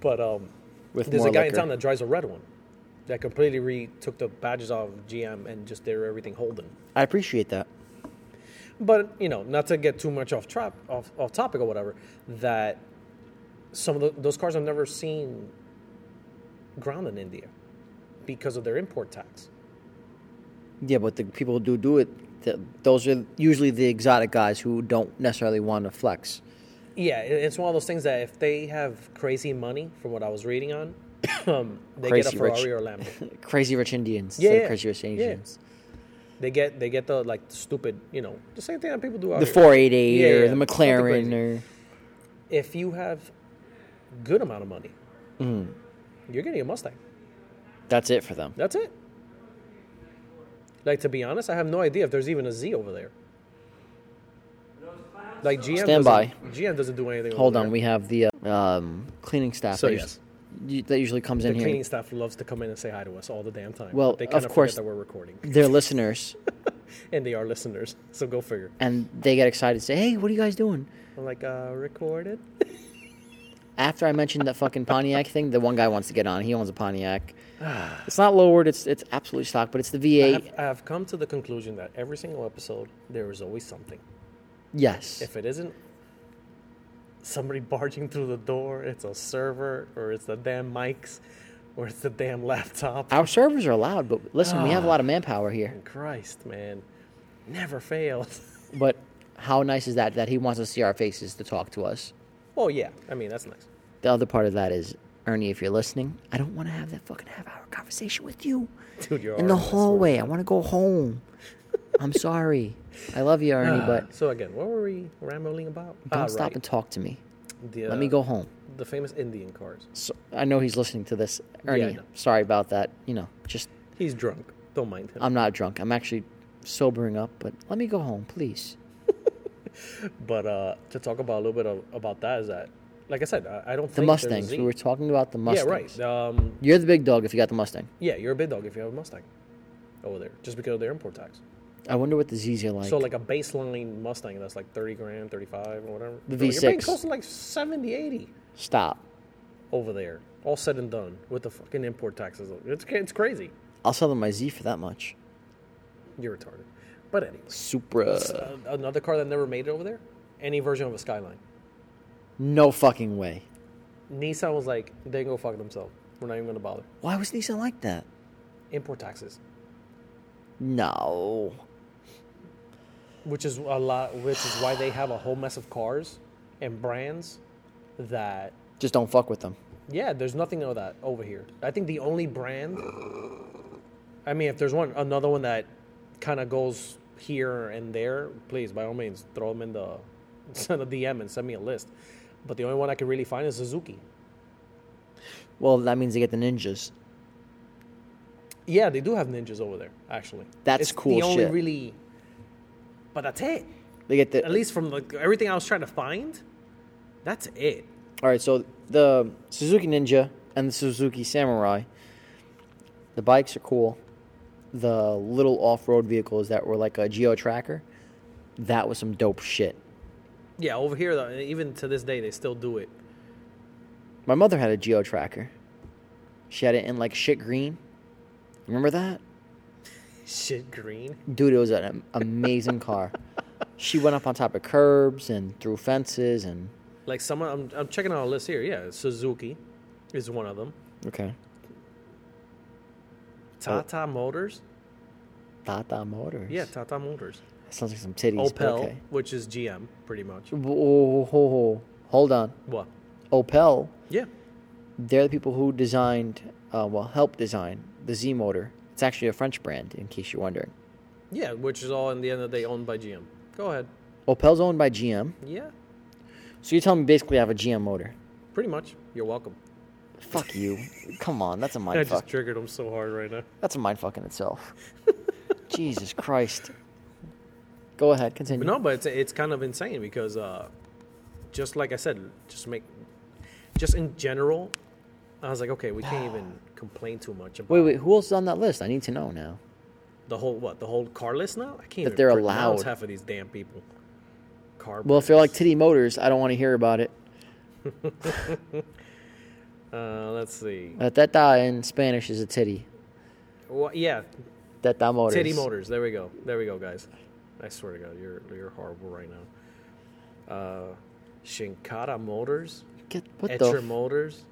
But um, With there's more a guy liquor. in town that drives a red one that completely re- took the badges off of GM and just did everything Holden. I appreciate that. But you know, not to get too much off trap, off, off topic or whatever. That some of tho- those cars I've never seen ground in India because of their import tax. Yeah, but the people who do do it, th those are usually the exotic guys who don't necessarily want to flex. Yeah, it- it's one of those things that if they have crazy money, from what I was reading on, um, they get Crazy a rich. Ferrari or a Lambo. Crazy rich Indians, Yeah, instead of yeah, crazy rich yeah. Asians. They get they get the like stupid, you know, the same thing that people do out The here. Yeah, 488 or yeah, the something McLaren crazy. or If you have good amount of money, Mm. you're getting a Mustang. that's it for them. That's it. Like to be honest, I have no idea if there's even a Z over there. Like GM doesn't, Stand by. GM doesn't do anything. Hold over on, there. we have the uh, um, cleaning staff. So, that yes. usually, that usually comes in the here. cleaning staff loves to come in and say hi to us all the damn time. Well, but they of kinda forget course. that we're recording, They're listeners, and they are listeners. So go figure. and they get excited. and Say, hey, what are you guys doing? I'm like, uh, recorded. After I mentioned that fucking Pontiac thing, the one guy wants to get on. He owns a Pontiac. it's not lowered. It's it's absolutely stock, but it's the I V8. have, I have come to the conclusion that every single episode there is always something. yes. If it isn't somebody barging through the door, it's a server, or it's the damn mics, or it's the damn laptop. Our servers are loud, but listen, we have a lot of manpower here. Christ, man, never fails. But how nice is that that he wants to see our faces to talk to us? oh yeah, I mean that's nice. The other part of that is, Ernie, if you're listening, I don't want to have that fucking half hour conversation with you. Dude, you're in the already hallway. I want to go home. I'm sorry. I love you, Ernie, but Ah, So again, what were we rambling about? Ah, don't stop and talk to me. the, Let uh, me go home. The famous Indian cars. So, I know he's listening to this, Ernie. know. sorry about that. You know, just He's drunk. Don't mind him. I'm not drunk. I'm actually sobering up, but let me go home, please. but uh, to talk about a little bit of, about that is that, like I said, I, I don't think The there's a Mustangs. Z. We were talking about the yeah, Mustangs. right. Um, You're the big dog if you got the Mustang. Yeah, you're a big dog if you have a Mustang over there, just because of their import tax. I wonder what the Z's are like. so like a baseline Mustang that's like 30 grand, 35 or whatever. The So You're paying V6. close to like 70, 80 Stop. over there, all said and done with the fucking import taxes. It's, it's crazy. I'll sell them my Z for that much. You're retarded. But anyways, Supra. uh, another car that never made it over there, any version of a Skyline. No fucking way. Nissan was like, they can go fuck themselves. We're not even gonna bother. Why was Nissan like that? Import taxes, No. which is a lot, which is why they have a whole mess of cars and brands that Just don't fuck with them. Yeah, there's nothing of that over here. I think the only brand, I mean, if there's one, another one that kind of goes here and there, please, by all means, throw them in the, send a DM and send me a list. But the only one I can really find is Suzuki. Well, that means they get the ninjas. Yeah, they do have ninjas over there, actually. That's it's cool The only shit. really, but that's it. They get the At least from the, everything I was trying to find, that's it. all right. So the Suzuki Ninja and the Suzuki Samurai. The bikes are cool. The little off-road vehicles that were like a Geo Tracker, that was some dope shit. Yeah, over here, though, even to this day, they still do it. My mother had a geo tracker. She had it in like shit green. Remember that? Shit green. Dude, it was an am- amazing car. She went up on top of curbs and through fences and Like someone, I'm, I'm checking out a list here. Yeah, Suzuki is one of them. okay. Oh. Tata Motors. Tata Motors. Yeah, Tata Motors. Sounds like some titties. but Opel, Okay. which is GM, pretty much. Whoa, Hold on. What? Opel, Yeah. they're the people who designed, uh, well, helped design the Z motor. It's actually a French brand, in case you're wondering. Yeah, which is all in the end of the day owned by GM. Go ahead. Opel's owned by GM. Yeah, So you're telling me basically I have a GM motor. pretty much. You're welcome. Fuck you. Come on, that's a I mind just fuck. triggered him so hard right now. That's a mind fuck in itself. Jesus Christ. Go ahead, continue. But no, but it's, it's kind of insane because, uh, just like I said, just make, just in general, I was like, okay, we can't even complain too much about Wait, wait, who else is on that list? I need to know now. the whole what the whole car list now. I can't. That even they're pronounce allowed. half of these damn people. Car. Well, if they're like brands. Titty Motors, I don't want to hear about it. uh, let's see. Uh, teta in Spanish is a titty. Well, yeah, Teta Motors. Titty Motors. There we go. There we go, guys. I swear to God, you're you're horrible right now. Uh, Shinkata Motors, Get, what the Etcher f- Motors.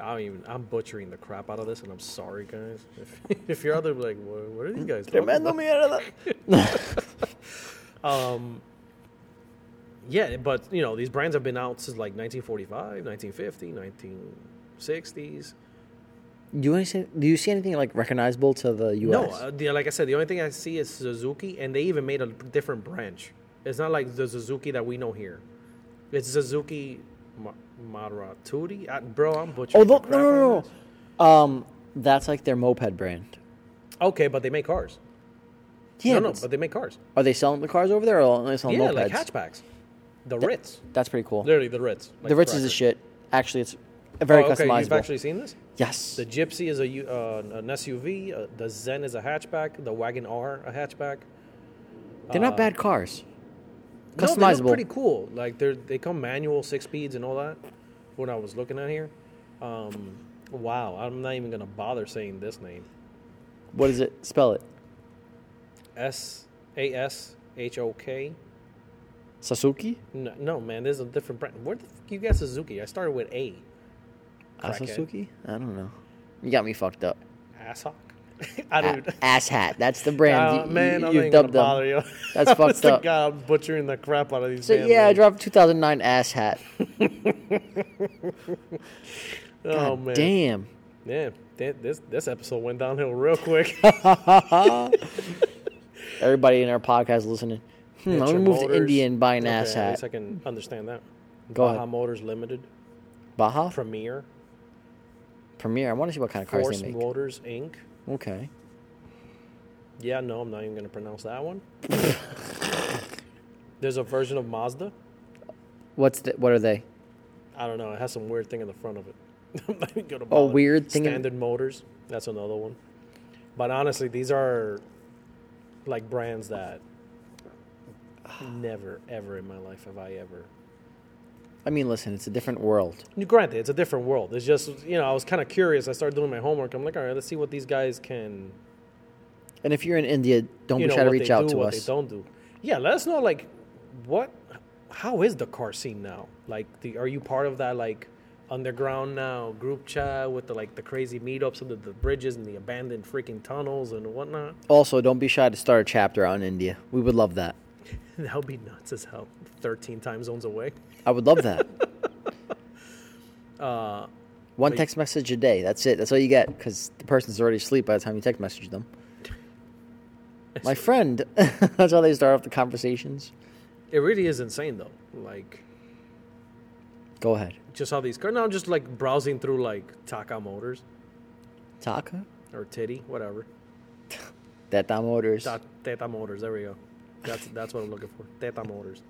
I don't even. I'm butchering the crap out of this, and I'm sorry, guys. If, if you're out there, like, what, what are these guys? talking Tremendo about?" mierda. Um, yeah, but you know these brands have been out since like 1945, 1950, 1960s. Do you, want to see, do you see anything like recognizable to the U.S.? No, uh, the, like I said, the only thing I see is Suzuki, and they even made a different branch. It's not like the Suzuki that we know here. It's Suzuki Ma- Marututi. I, bro, I'm butchering. oh, the no, crap no, out of no, this. no. Um, that's like their moped brand. Okay, but they make cars. Yeah, no, no, but but they make cars. are they selling the cars over there, or are they selling yeah, mopeds? like hatchbacks. The Ritz, That's pretty cool. literally the Ritz. like the Ritz is cracker. the shit. Actually, it's very oh, okay, customizable. You've actually seen this. yes. The Gypsy is a U- uh, an SUV. Uh, the Zen is a hatchback. The Wagon R a hatchback. They're not bad cars. uh, No, they Customizable. look pretty cool. Like they are they come manual six speeds and all that. What I was looking at here. Um, wow, I'm not even gonna bother saying this name. What is it? Spell it. S A S H O K. Sasuki? No, no, man, this is a different brand. Where the fuck you got Suzuki? I started with A. Ah, Crackhead. Sasuki? I don't know. You got me fucked up. Asshock. I A- don't. ass hat. That's the brand. Uh, you, man, you, I'm you not even gonna dubbed them. bother you. That's fucked Honest to up. God, I'm butchering the crap out of these. So, damn yeah, I names. dropped 2009 ass hat. Oh God man, Damn. yeah. th- This this episode went downhill real quick. Everybody in our podcast listening. Hmm, I'm Mitchell gonna move to Motors. India and buy an Okay, ass At least hat. I can understand that. Go Baja ahead. Motors Limited, Baja Premier, Premier. I want to see what kind of cars Force they make. Motors Inc. Okay. Yeah, no, I'm not even going to pronounce that one. There's a version of Mazda. What's the, what are they? I don't know. It has some weird thing in the front of it. I'm not even gonna Oh, bother. weird thing in- Standard Motors. That's another one. But honestly, these are like brands that never, ever in my life have I ever I mean, listen, it's a different world. granted it's a different world it's just you know i was kind of curious i started doing my homework i'm like all right let's see what these guys can And if you're in India, don't you be know shy to what reach they out do to what us. they don't do yeah let us know like what how is the car scene now like the, are you part of that like underground now group chat with the like the crazy meetups of the, the bridges and the abandoned freaking tunnels and whatnot Also, don't be shy to start a chapter on India. We would love that. that would be nuts as hell 13 time zones away I would love that. uh One text message a day. That's it. That's all you get because the person's already asleep by the time you text message them. My friend. That's how they start off the conversations. it really is insane though like Go ahead. just how these cars now I'm just like browsing through like taka motors Taka? or titty whatever That Dom orders. Ta- Teta Motors. There we go. That's that's what I'm looking for. Teta Motors.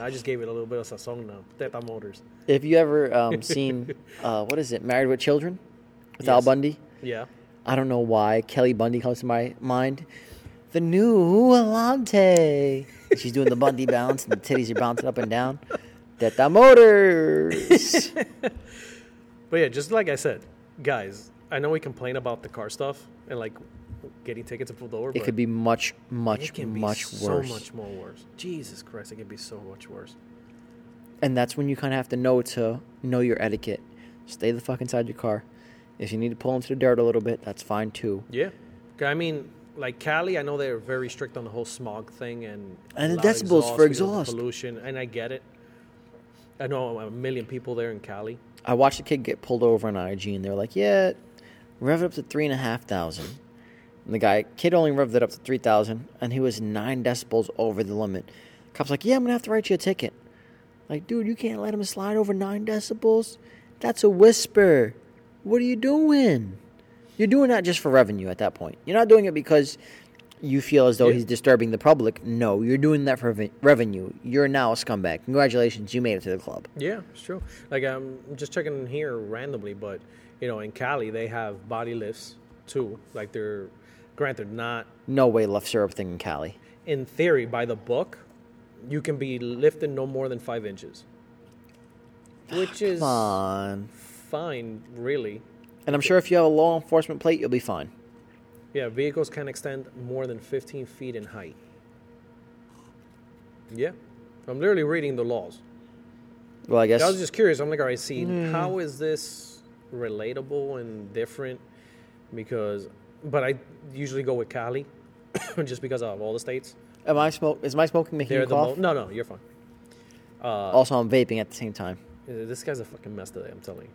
I just gave it a little bit of sazon now. Teta Motors. If you ever um, seen, uh, what is it, Married with Children with Al Yes. Bundy? Yeah. I don't know why Kelly Bundy comes to my mind. The new Alante. She's doing the Bundy bounce, and the titties are bouncing up and down. Delta Motors. But yeah, just like I said, guys, I know we complain about the car stuff and like getting tickets and pulled over. it but could be much, it much, can be much so worse. much more worse. Jesus Christ, it can be so much worse. And that's when you kind of have to know to know your etiquette. Stay the fuck inside your car. If you need to pull into the dirt a little bit, that's fine too. Yeah, 'Kay, I mean, like Cali, I know they're very strict on the whole smog thing and And the loud decibels for because of the exhaust. pollution, and I get it. I know a million people there in Cali. I watched a kid get pulled over on IG, and they were like, "Yeah, rev it up to three and a half thousand. And the guy, kid, only revved it up to three thousand, and he was nine decibels over the limit. Cops like, "Yeah, I'm gonna have to write you a ticket." Like, dude, you can't let him slide over nine decibels. That's a whisper. What are you doing? You're doing that just for revenue at that point. You're not doing it because you feel as though Yeah. he's disturbing the public. No, you're doing that for reven- revenue. You're now a scumbag. Congratulations, you made it to the club. Yeah, it's true. Like I'm just checking here randomly, but you know, in Cali they have body lifts too. Like they're, granted, not No way left syrup thing in Cali. in theory by the book, you can be lifted no more than five inches, which is Come on. fine, really. And I'm sure if you have a law enforcement plate, you'll be fine. Yeah, vehicles can extend more than 15 feet in height. Yeah, I'm literally reading the laws. Well, I guess. I was just curious. I'm like, all right, see, Hmm. how is this relatable and different? Because, but I usually go with Cali, just because of all the states. am I smoke? Is my smoking making They're you the cough? mo- no, no, you're fine. also, I'm vaping at the same time. Uh, This guy's a fucking mess today. I'm telling you.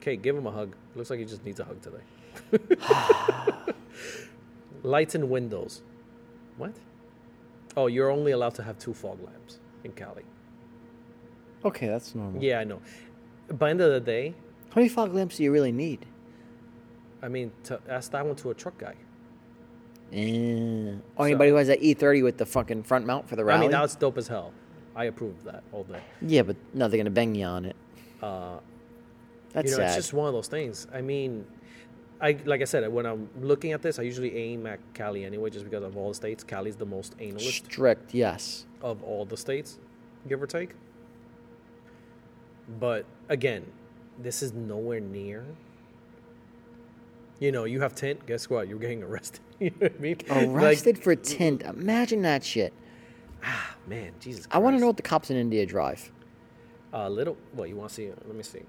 Okay, give him a hug. Looks like he just needs a hug today. Lights and windows. What? Oh, you're only allowed to have two fog lamps in Cali. Okay, that's normal. Yeah, I know. By the end of the day, How many fog lamps do you really need? I mean, to ask that one to a truck guy. Eh. Oh, anybody who has that E30 with the fucking front mount for the I rally? mean, that's dope as hell. I approve of that all day. yeah, but no, they're gonna bang you on it. Uh, That's you know, sad. it's just one of those things. I mean, I like I said, when I'm looking at this, I usually aim at Cali anyway, just because of all the states. Cali's the most analist. Strict, yes. of all the states, give or take. But again, this is nowhere near. You know, you have tint. Guess what? You're getting arrested. you know what I mean? Like, ah, Arrested for tint. Imagine that shit. man, Jesus. Christ. I want to know what the cops in India drive. a little. What you want to see? Let me see.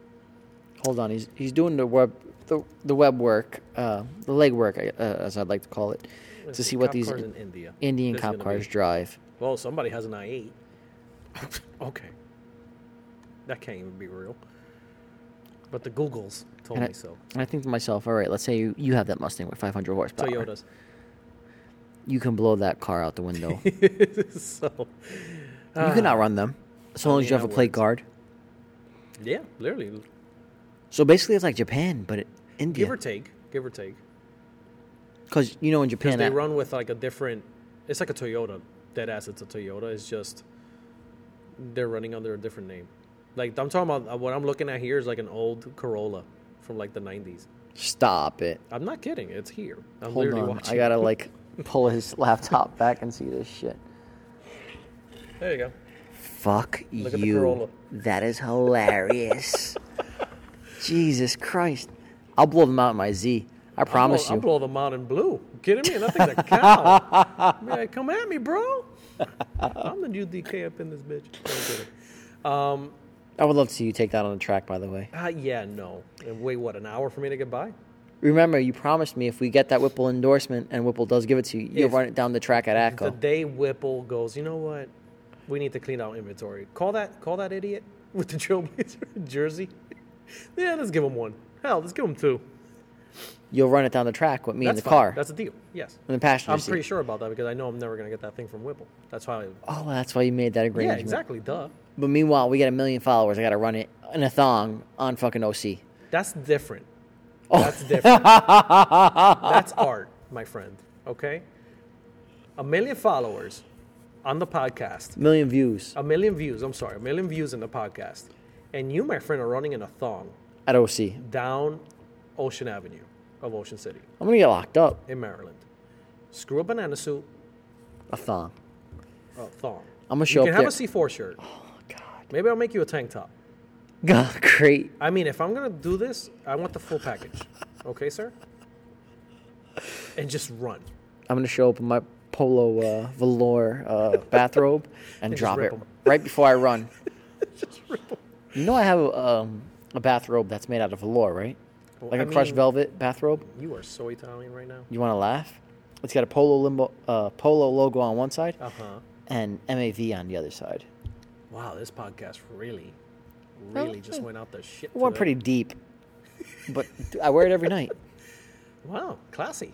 Hold on, he's he's doing the web the, the web work, uh, the leg work, I- uh, as I'd like to call it, Let's to see what cop these cars in India. Indian This is cop gonna cars Be, drive. well, somebody has an i8. okay, that can't even be real. But the Googles told And I, me so. and I think to myself, all right, let's say you, you have that Mustang with 500 horsepower. Toyotas. You can blow that car out the window. you so, uh, can outrun them, so long as you mean, have Ah. a I plate would. guard. yeah, literally, So basically, it's like Japan, but it, give India. or take, give or take. Because you know in Japan, they that- run with like a different. It's like a Toyota. Dead ass, it's a Toyota. It's just they're running under a different name. Like I'm talking about uh, what I'm looking at here is like an old Corolla from like the 90s. stop it. I'm not kidding. It's here. I'm Hold literally on, watching. I gotta like pull his laptop back and see this shit. There you go. Fuck Look at the Corolla. you. That is hilarious. Jesus Christ. I'll blow them out in my Z. I promise I'll, you. I'll blow them out in blue. You kidding me? And that thing's a cow. Man, come at me, bro. I'm the new DK up in this bitch. No, I'm kidding. I would love to see you take that on the track, by the way. Ah, yeah, no. And wait, what? An hour for me to get by? Oh. Remember, you promised me if we get that Whipple endorsement and Whipple does give it to you, you'll If- run it down the track at The ACO. day Whipple goes, you know what? We need to clean out inventory. Call that call that idiot with the Trailblazer jersey. Yeah, let's give him one. Hell, let's give him two. You'll run it down the track with me That's in the fine. car. That's a deal. Yes. in the passenger I'm seat. pretty sure about that because I know I'm never gonna get that thing from Whipple. That's why. I, Oh, that's why you made that yeah, agreement. exactly. Duh. But meanwhile, we get a million followers. I gotta run it in a thong on fucking OC. That's different. Oh. That's different. That's art, my friend. Okay. A million followers on the podcast. Million views A million views. I'm sorry. A million views in the podcast. And you, my friend, are running in a thong. at OC. down Ocean Avenue of Ocean City I'm gonna get locked up. in Maryland. Screw a banana suit, A thong. a thong. I'm gonna show You can up have there- a C4 shirt. Oh, God. Maybe I'll make you a tank top. God, great. I mean, if I'm gonna do this, I want the full package. Okay, sir. And just run. I'm gonna show up in my polo uh, velour uh, bathrobe and, And just drop rip it 'em. right before I run. You know I have um, a bathrobe that's made out of velour, right? Well, Like I a crushed mean- velvet bathrobe. You are so Italian right now. You want to laugh? It's got a polo limbo, uh, polo logo on one side Uh huh. and MAV on the other side. Wow, this podcast really, really just yeah. went out the shit. It went today. pretty deep, but I wear it every night. Wow, classy.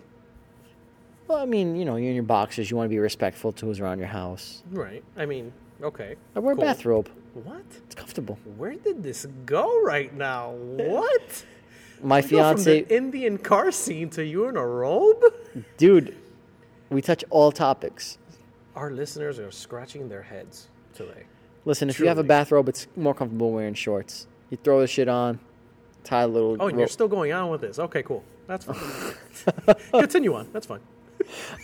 Well, I mean, you know, you're in your boxes. You want to be respectful to who's around your house. Right. I mean, okay. I wear cool. a bathrobe. What? It's comfortable. Where did this go right now? What? My You go from fiance, the Indian car scene to you in a robe? dude, we touch all topics. Our listeners are scratching their heads today. Listen, if you have a Truly. bathrobe, it's more comfortable wearing shorts. You throw the shit on, tie a little. Oh, and ro- you're still going on with this. Okay, cool. That's fine. Continue on. That's fine.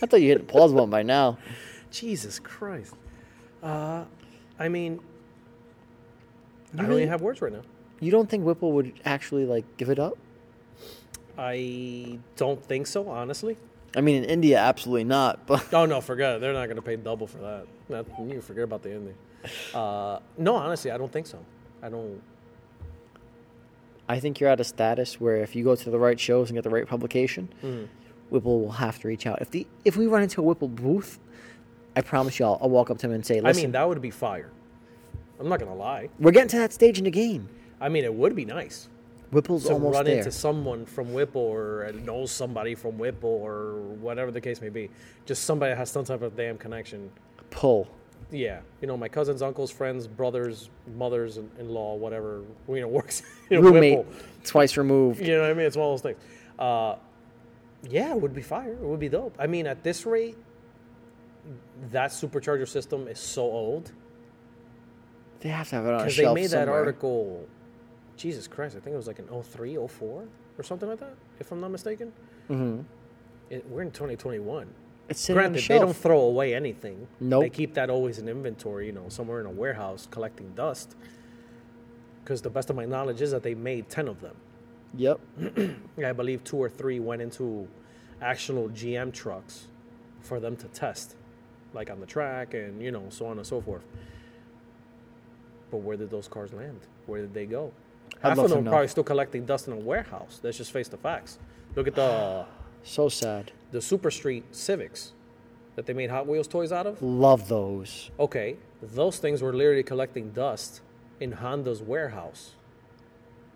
I thought you hit the pause button by now. Jesus Christ. Uh, I mean, I don't really- even have words right now. You don't think Whipple would actually like give it up? I don't think so, honestly. I mean, in India, absolutely not. But Oh no, forget it. They're not going to pay double for that. that. You forget about the Indian. Uh, no, honestly, I don't think so. I don't. I think you're at a status where if you go to the right shows and get the right publication, Mm. Whipple will have to reach out. If the if we run into a Whipple booth, I promise y'all, I'll walk up to him and say, I "Listen, mean, that would be fire. I'm not going to lie. we're getting to that stage in the game. I mean, it would be nice Whipple's to almost run there." into someone from Whipple or know somebody from Whipple or whatever the case may be. Just somebody that has some type of damn connection. Pull. Yeah, you know, my cousins, uncles, friends, brothers, mothers, in law, whatever. You know, works. You know, Roommate, Whipple. twice removed. You know what I mean? It's one of those things. Uh, yeah, it would be fire. It would be dope. I mean, at this rate, that supercharger system is so old They have to have it on a because shelf they made that somewhere. article. Jesus Christ, I think it was like oh an 03, 04 or something like that, if I'm not mistaken. Mm-hmm. It, we're in 2021. It's sitting on a Granted, they shelf. don't throw away anything. They Nope. keep that always in inventory, you know, somewhere in a warehouse collecting dust. Because the best of my knowledge is that they made 10 of them. Yep. Yeah, I believe two or three went into actual GM trucks for them to test, like on the track and you know so on and so forth. But where did those cars land? Where did they go? I'd Half love of to them know. are probably still collecting dust in a warehouse. Let's just face the facts. Look at the So sad. the Super Street Civics that they made Hot Wheels toys out of. Love those. Okay, those things were literally collecting dust in Honda's warehouse,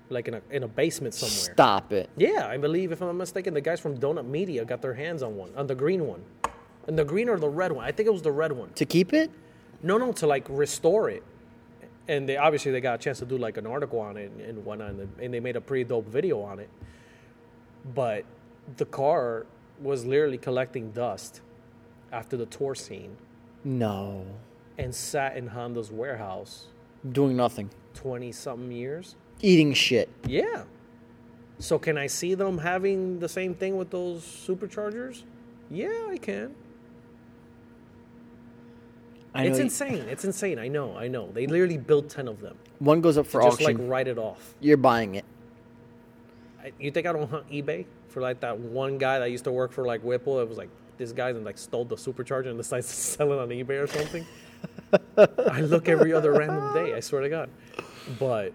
like in a in a basement somewhere. Stop it. Yeah, I believe, if I'm not mistaken, the guys from Donut Media got their hands on one, on the green one. And the green or the red one? I think it was the red one. To keep it? No, no, to like restore it. And they obviously they got a chance to do like an article on it and, and whatnot, and, and they made a pretty dope video on it. But the car was literally collecting dust after the tour scene No. and sat in Honda's warehouse Doing nothing. 20 something years. Eating shit. Yeah. So can I see them having the same thing with those superchargers? Yeah, I can. I know it's you- insane. It's insane. I know. I know. They literally built ten of them. One goes up for Just auction. like write it off. You're buying it. I- You think I don't hunt eBay for like that one guy that used to work for like Whipple? It was like this guy and like stole the supercharger and decides to sell it on eBay or something. I look every other random day. I swear to God. But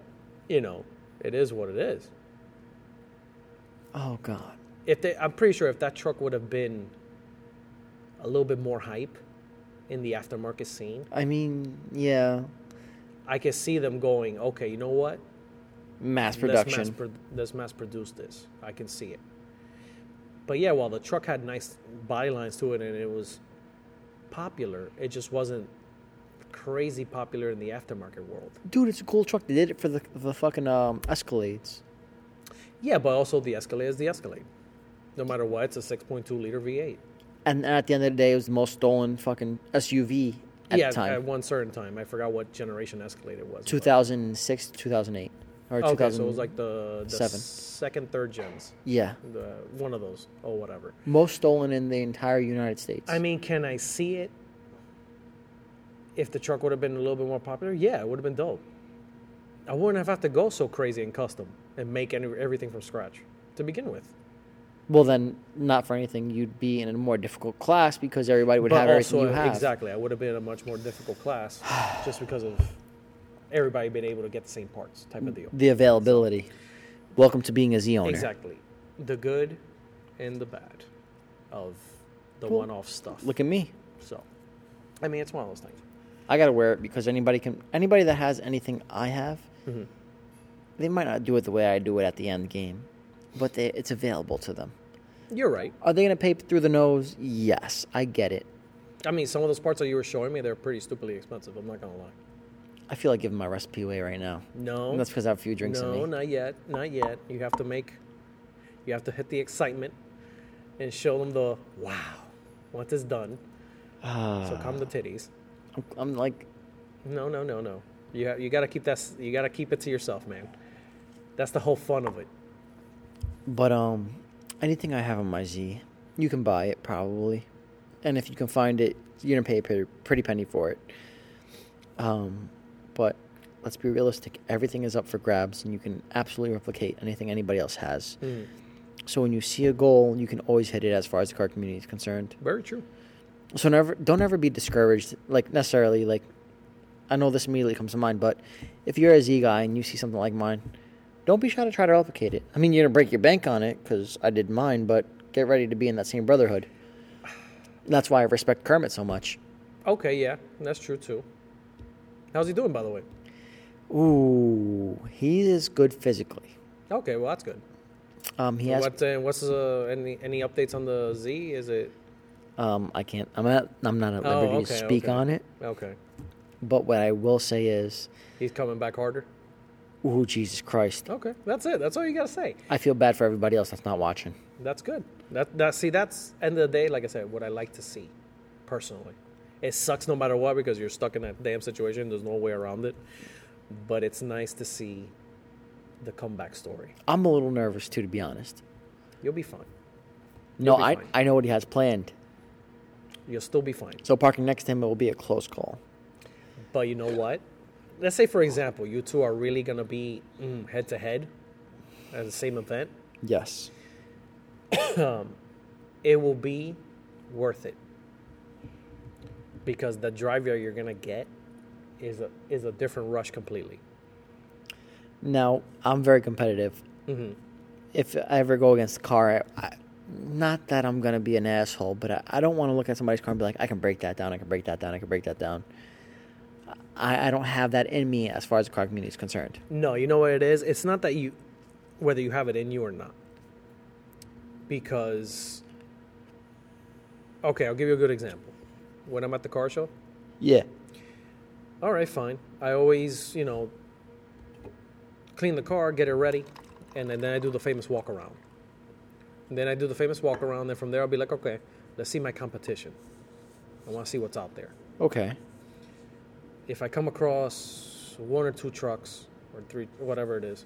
you know, it is what it is. Oh God. if they, I'm pretty sure if that truck would have been a little bit more hype in the aftermarket scene, I mean, yeah. I could see them going, okay, you know what? Mass Let's production. mass, pro- let's mass produce this. I can see it. But yeah, while the truck had nice body lines to it and it was popular, it just wasn't crazy popular in the aftermarket world. Dude, it's a cool truck. They did it for the the fucking um, Escalades. Yeah, but also the Escalade is the Escalade. No matter what, it's a 6.2 liter V8. And at the end of the day, it was the most stolen fucking SUV at yeah, the time. at one certain time. I forgot what generation Escalade it was. but- 2006 2008. Or Okay, 2000. so it was like the, the seven. second, third gens, yeah. the one of those, or whatever. Most stolen in the entire United States. I mean, can I see it? If the truck would have been a little bit more popular, yeah, it would have been dope. I wouldn't have had to go so crazy and custom and make any, everything from scratch to begin with. Well, then, not for anything, you'd be in a more difficult class because everybody would have everything you have. exactly, I would have been in a much more difficult class just because of everybody being able to get the same parts type of deal. The availability. Welcome to being a Z owner. Exactly, the good and the bad of the Well, one-off stuff. Look at me. so, I mean, it's one of those things. I gotta wear it because anybody can. Anybody that has anything I have, Mm-hmm. they might not do it the way I do it at the end game, but they, it's available to them. You're right. Are they gonna pay through the nose? Yes, I get it. I mean, some of those parts that you were showing me, they're pretty stupidly expensive. I'm not gonna lie. I feel like giving my recipe away right now. No, And that's because I have a few drinks in No, me. not yet. Not yet. You have to make, you have to hit the excitement and show them the wow once it's done. Ah, So come the titties. I'm, I'm like, No, no, no, no. You ha- you gotta keep that. s- You gotta keep it to yourself, man. That's the whole fun of it. but um, anything I have on my Z, you can buy it probably, and if you can find it, you're gonna pay a pretty, pretty penny for it. Um, but let's be realistic. Everything is up for grabs, and you can absolutely replicate anything anybody else has. Mm. So when you see a goal, you can always hit it as far as the card community is concerned. Very true. so never don't ever be discouraged like necessarily like i know this immediately comes to mind but if you're a z guy and you see something like mine don't be shy to try to replicate it i mean you're gonna break your bank on it because i did mine but get ready to be in that same brotherhood that's why i respect kermit so much Okay, yeah, that's true too. How's he doing, by the way? ooh he is good physically Okay, well that's good. um he has What uh, what's uh, any any updates on the Z? Is it um i can't i'm not i'm not at Oh, liberty to okay, speak okay. on it okay? but what i will say is He's coming back harder. ooh jesus christ Okay, that's it. That's all you gotta say. i feel bad for everybody else that's not watching That's good. That that see that's end of the day, like I said, what I like to see, personally. It sucks no matter what because you're stuck in that damn situation. There's no way around it. But it's nice to see the comeback story. i'm a little nervous too to be honest You'll be fine. No, be I, fine. I know what he has planned. You'll still be fine. So parking next to him, it will be a close call. But you know what? Let's say, for example, you two are really gonna be mm, head to head at the same event. Yes. It will be worth it because the drive that you're gonna get is a is a different rush completely. Now, I'm very competitive. If I ever go against the car, I, I, not that I'm going to be an asshole, but I, I don't want to look at somebody's car and be like, I can break that down, I can break that down, I can break that down. I, I don't have that in me as far as the car community is concerned. No, you know what it is? It's not that you, whether you have it in you or not. Because, okay, I'll give you a good example. When I'm at the car show, Yeah. all right, fine. I always, you know, clean the car, get it ready, and then, then I do the famous walk around. And then I do the famous walk around, and from there I'll be like, okay, let's see my competition. I want to see what's out there. Okay. if I come across one or two trucks or three, whatever it is,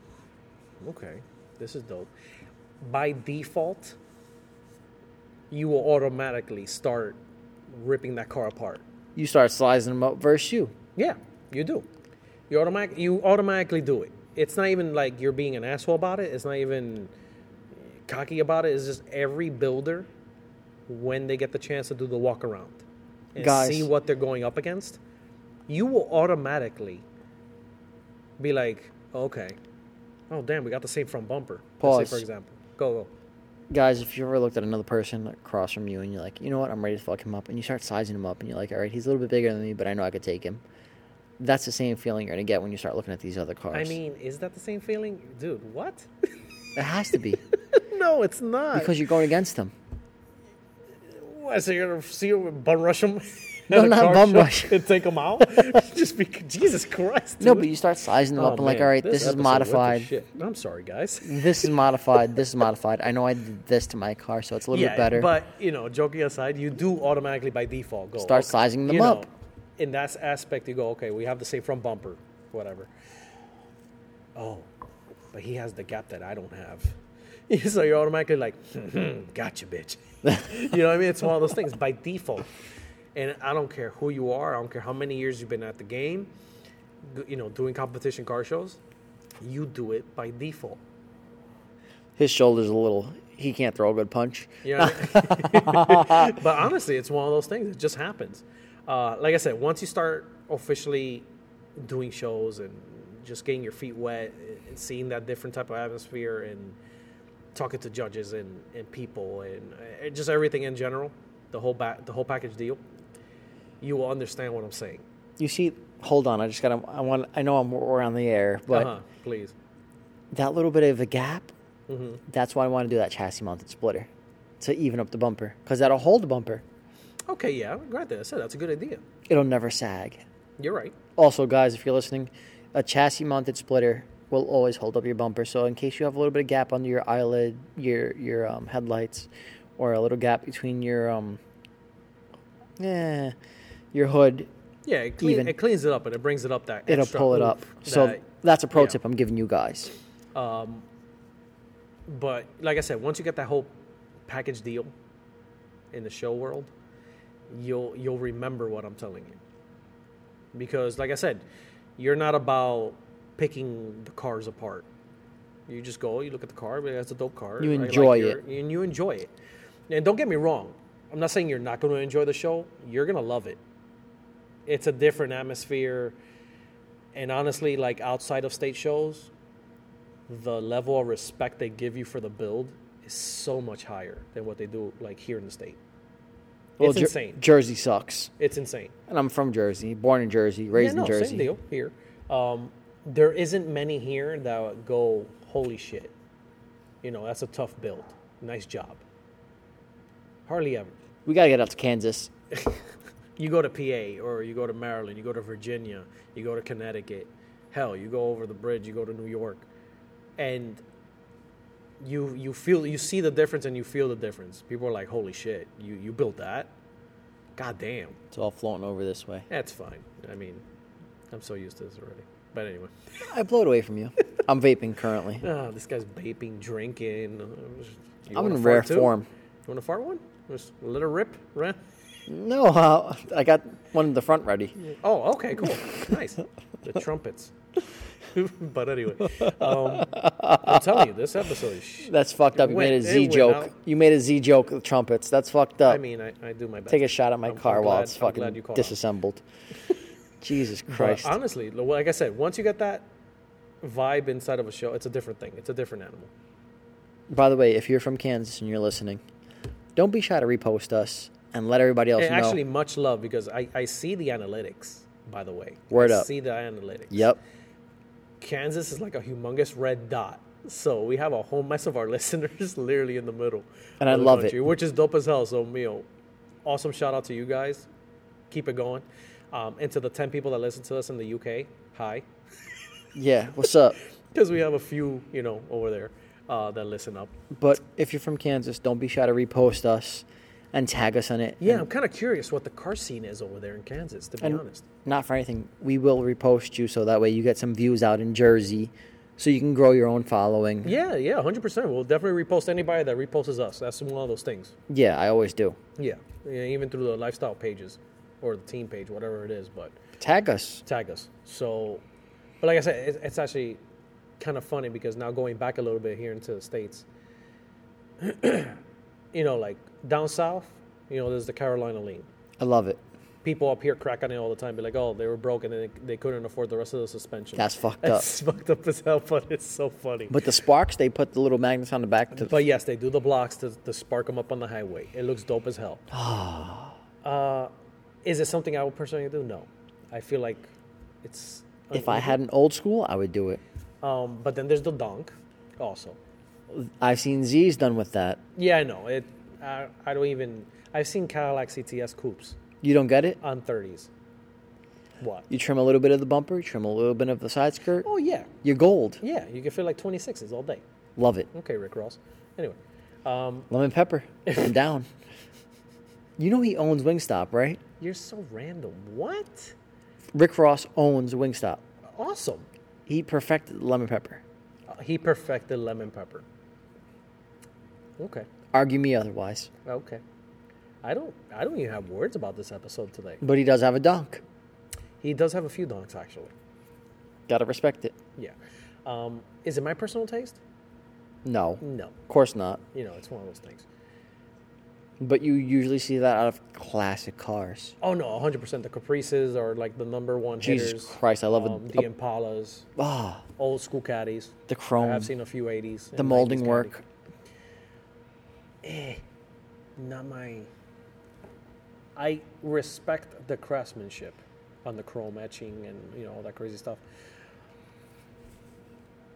okay, this is dope. By default, you will automatically start ripping that car apart. You start slicing them up versus you. Yeah, you do. You automatic, you automatically do it. It's not even like you're being an asshole about it. It's not even cocky about it. It's just every builder, when they get the chance to do the walk around and Guys. see what they're going up against, you will automatically be like, okay, oh damn, we got the same front bumper. Let's say, Pause. for example, go go. guys, if you ever looked at another person across from you and you're like, you know what, I'm ready to fuck him up, and you start sizing him up, and you're like, all right, he's a little bit bigger than me, but I know I could take him. That's the same feeling you're gonna get when you start looking at these other I cars. mean, is that the same feeling, dude? What? it has to be no, it's not. because you're going against them. What, so you're gonna see him bum rush him? No, at a not car bum show rush. And take him out? Just be Jesus Christ. No, dude. but you start sizing them Oh, up and like, man, all right, this, is episode went to modified. shit. I'm sorry, guys. This is modified. This is modified. I know I did this to my car, so it's a little yeah, bit better. but you know, joking aside, you do automatically by default go Start okay, sizing them you up. Know, in that aspect, you go, okay, we have the same front bumper, whatever. Oh, but he has the gap that I don't have. so you're automatically like, "Hmm, gotcha, bitch. you know what I mean? It's one of those things by default. And I don't care who you are. I don't care how many years you've been at the game. g- You know, doing competition car shows. you do it by default. His shoulder's a little. He can't throw a good punch. You know what I mean? but honestly, it's one of those things. It just happens. Uh, like I said, once you start officially doing shows and just getting your feet wet and seeing that different type of atmosphere and talking to judges and, and people and uh, just everything in general, the whole ba- the whole package deal, you will understand what I'm saying. You see, hold on. I just gotta. I want. I know I'm we're on the air, but uh-huh, please. that little bit of a gap. Mm-hmm. That's why I want to do that chassis mounted splitter to even up the bumper because that'll hold the bumper. Okay, yeah, granted, I said that's a good idea. It'll never sag. You're right. Also, guys, if you're listening, a chassis mounted splitter will always hold up your bumper. So in case you have a little bit of gap under your eyelid, your your um, headlights, or a little gap between your um, yeah, your hood, Yeah, it, clean, Even. it cleans it up and it brings it up that it'll extra pull it oomph up. so that- that's a pro yeah. tip I'm giving you guys. But like I said, once you get that whole package deal in the show world, you'll you'll remember what I'm telling you. Because like I said, you're not about picking the cars apart. You just go, you look at the car, but that's a dope car. You I like enjoy your- and you enjoy it. And don't get me wrong, I'm not saying you're not going to enjoy the show. You're going to love it. It's a different atmosphere, and honestly, like outside of state shows, the level of respect they give you for the build is so much higher than what they do like here in the state. Well, it's Jer- insane. Jersey sucks, It's insane. and I'm from Jersey, born in Jersey, raised yeah, no, in Jersey. same deal here. Um, there isn't many here that go, holy shit. You know, that's a tough build. Nice job. Hardly ever. We gotta get out to Kansas. You go to PA or you go to Maryland, you go to Virginia, you go to Connecticut. Hell, you go over the bridge, you go to New York. And you you feel you see the difference and you feel the difference. People are like, "Holy shit, you you built that? God damn." It's all floating over this way. That's fine. I mean, I'm so used to this already. But anyway. I blow it away from you. I'm vaping currently. Oh, this guy's vaping, drinking. uh, You I'm wanna in fart rare too? form. You want to fart one? Just let it rip, right? No, uh, I got one in the front ready. Oh, okay, cool, nice. The trumpets. but anyway, um, I'm telling you, this episode is. Sh- That's fucked up. It You went- made a it Z went joke. out. You made a Z joke with trumpets. That's fucked up. I mean, I, I do my best. Take a shot at my I'm- I'm car while glad- it's I'm fucking glad you caught on. disassembled. Jesus But Christ. honestly, lo- like I said, once you get that vibe inside of a show, it's a different thing. It's a different animal. By the way, if you're from Kansas and you're listening, don't be shy to repost us and let everybody else And know. actually, much love because I, I see the analytics. By the way, Word I up. See the analytics. yep. Kansas is like a humongous red dot. So we have a whole mess of our listeners literally in the middle. And of I the love it. country, Which is dope as hell. So, Mio, awesome shout out to you guys. Keep it going. Um, and to the 10 people that listen to us in the UK, hi. Yeah. What's up? Because we have a few, you know, over there uh, that listen up. But if you're from Kansas, don't be shy to repost us and tag us on it. Yeah, I'm kind of curious what the car scene is over there in Kansas, to be And honest. not for anything. We will repost you so that way you get some views out in Jersey so you can grow your own following. Yeah, yeah, 100%. We'll definitely repost anybody that reposts us. That's one of those things. Yeah, I always do. Yeah, yeah even through the lifestyle pages or the team page, whatever it is. But Tag us. tag us. So, but like I said, it's, it's actually kind of funny because now going back a little bit here into the states, you know, like down south, you know, there's the Carolina lean. I love it. People up here crack on it all the time, be like, "Oh, they were broke and they, they couldn't afford the rest of the suspension." That's fucked up. That's fucked up as hell, but it's so funny. But the sparks, they put the little magnets on the back to But yes, they do the blocks to, to spark them up on the highway. It looks dope as hell. uh, Ah. is it something I would personally do? No. I feel like it's. if I had an old school, I would do it. Um, but then there's the donk, also. I've seen Z's done with that. Yeah, I know. It. I, I don't even. I've seen Cadillac CTS coupes You don't get it? on 30s. What? You trim a little bit of the bumper, you trim a little bit of the side skirt. Oh yeah, You're gold. yeah. You can feel like 26s all day. Love it. Okay, Rick Ross. Anyway, Lemon pepper. I'm down. You know he owns Wingstop, right? you're so random. What? Rick Ross owns Wingstop. Awesome. He perfected the lemon pepper. Uh, He perfected lemon pepper. Okay. Argue me otherwise. Okay. I don't. I don't even have words about this episode today. But he does have a dunk. He does have a few donks actually. Gotta respect it. Yeah. Um, is it my personal taste? No, No. of course not. You know, it's one of those things. But you usually see that out of classic cars. Oh no, 100%. The Caprices are like the number one Jesus hitters. Christ, I love a- um, the Impalas, Ah, old school caddies. the I chrome, have seen a few 80s. the molding work. Not my. I respect the craftsmanship on the chrome etching and you know all that crazy stuff,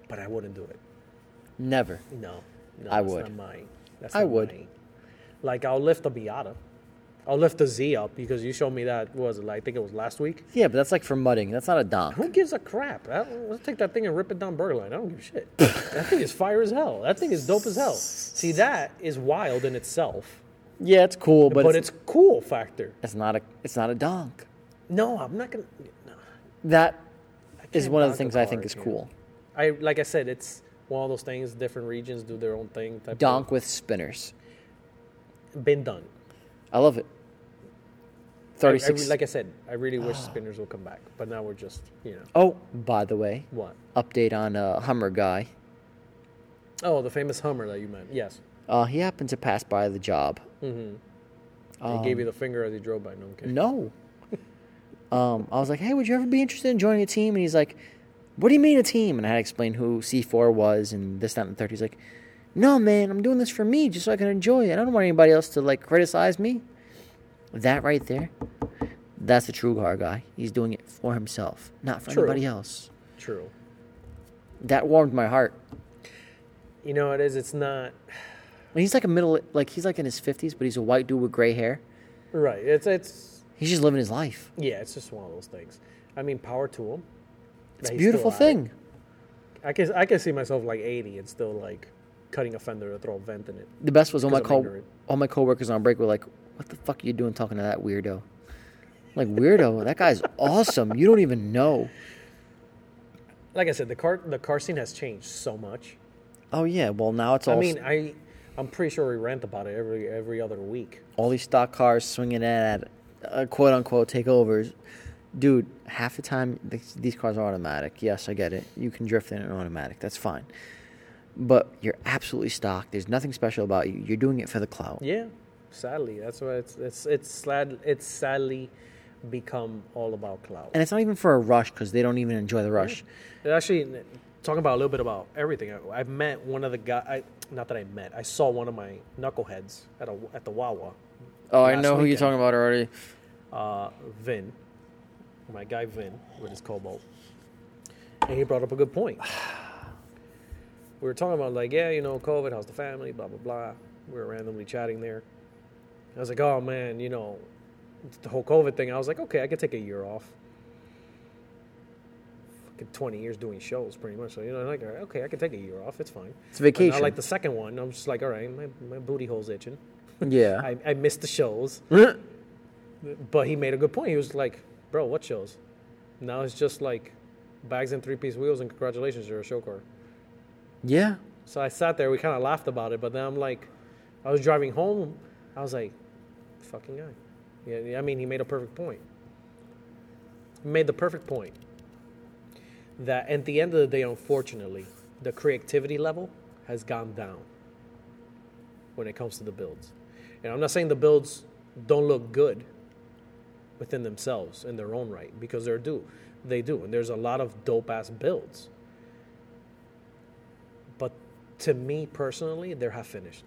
but I wouldn't do it. Never. No, no I that's would. Not mine. That's I not would. mine. Like I'll lift the Beata, I'll lift the Z up because you showed me that what was it? Like, I think it was last week. Yeah, but that's like for mudding. That's not a Who dom. gives a crap? I don't- Let's take that thing and rip it down burger line. I don't give a shit. that thing is fire as hell. That thing is dope as hell. See, that is wild in itself, Yeah, it's cool, but, but, it's, it's, cool factor. it's not a it's not a donk. No, I'm not gonna. No. That is can't one of the donk a things I car, think is yeah. cool. I like I said, it's one of those things. Different regions do their own thing. Type of- Donk with spinners. been done. I love it. I- I re- Thirty six. like I said, I really wish spinners will come back, but now we're just you know oh, by the way, what. update on uh, Hummer guy. Oh, the famous Hummer that you meant. Yes. Uh, he happened to pass by the job. He gave you the finger as he drove by. No, I'm kidding. No. Um, I was like, hey, would you ever be interested in joining a team? And he's like, what do you mean a team? And I had to explain who C4 was and this, that, and the third. He's like, no, man, I'm doing this for me just so I can enjoy it. I don't want anybody else to like criticize me. That right there, that's a true car guy. He's doing it for himself, not for True. anybody else. True. That warmed my heart. You know what it is. It's not And he's like a middle, like he's like in his 50s, but he's a white dude with gray hair. right. It's it's He's just living his life. yeah. It's just one of those things. I mean, power to him. It's a beautiful thing. I can I can see myself like 80 and still like cutting a fender to throw a vent in it. The best was all my Because I'm co- ignorant. all my coworkers on break were like, "What the fuck are you doing talking to that weirdo?" I'm like weirdo, that guy's awesome. You don't even know. Like I said, the car the car scene has changed so much. Oh yeah, well now it's all I mean, I I'm pretty sure we rant about it every every other week. all these stock cars swinging at uh, quote unquote takeovers. Dude, half the time th- these cars are automatic. Yes, I get it. You can drift in an automatic. That's fine. But you're absolutely stock. There's nothing special about you. You're doing it for the clout. Yeah, sadly, that's why it's it's it's sad it's sadly become all about clout. And it's not even for a rush because they don't even enjoy the rush. And actually, n- talking about a little bit about everything, I, I met one of the guy. I, not that I met, I saw one of my knuckleheads at a, at the Wawa. Oh, I last know who you're weekend. talking about already. Uh, Vin, my guy Vin with his cobalt, and he brought up a good point. We were talking about like, yeah, you know, COVID, how's the family, blah blah blah. We were randomly chatting there. I was like, oh man, you know, the whole COVID thing. I was like, okay, I could take a year off. Fucking twenty years doing shows, pretty much. So you know, like, all right, okay, I could take a year off. It's fine. It's But now, vacation. like the second one, I'm just like, all right, my, my booty hole's itching. Yeah. I, I missed the shows. But he made a good point. He was like, bro, what shows? Now it's just like bags and three piece wheels, and congratulations, you're a show car. yeah. So I sat there, we kind of laughed about it, but then I'm like, I was driving home, I was like, fucking guy. Yeah, I mean, he made a perfect point. He made the perfect point that at the end of the day, unfortunately, the creativity level has gone down when it comes to the builds. And I'm not saying the builds don't look good within themselves in their own right because they're do. They do. And there's a lot of dope ass builds. But to me personally, they're half finished.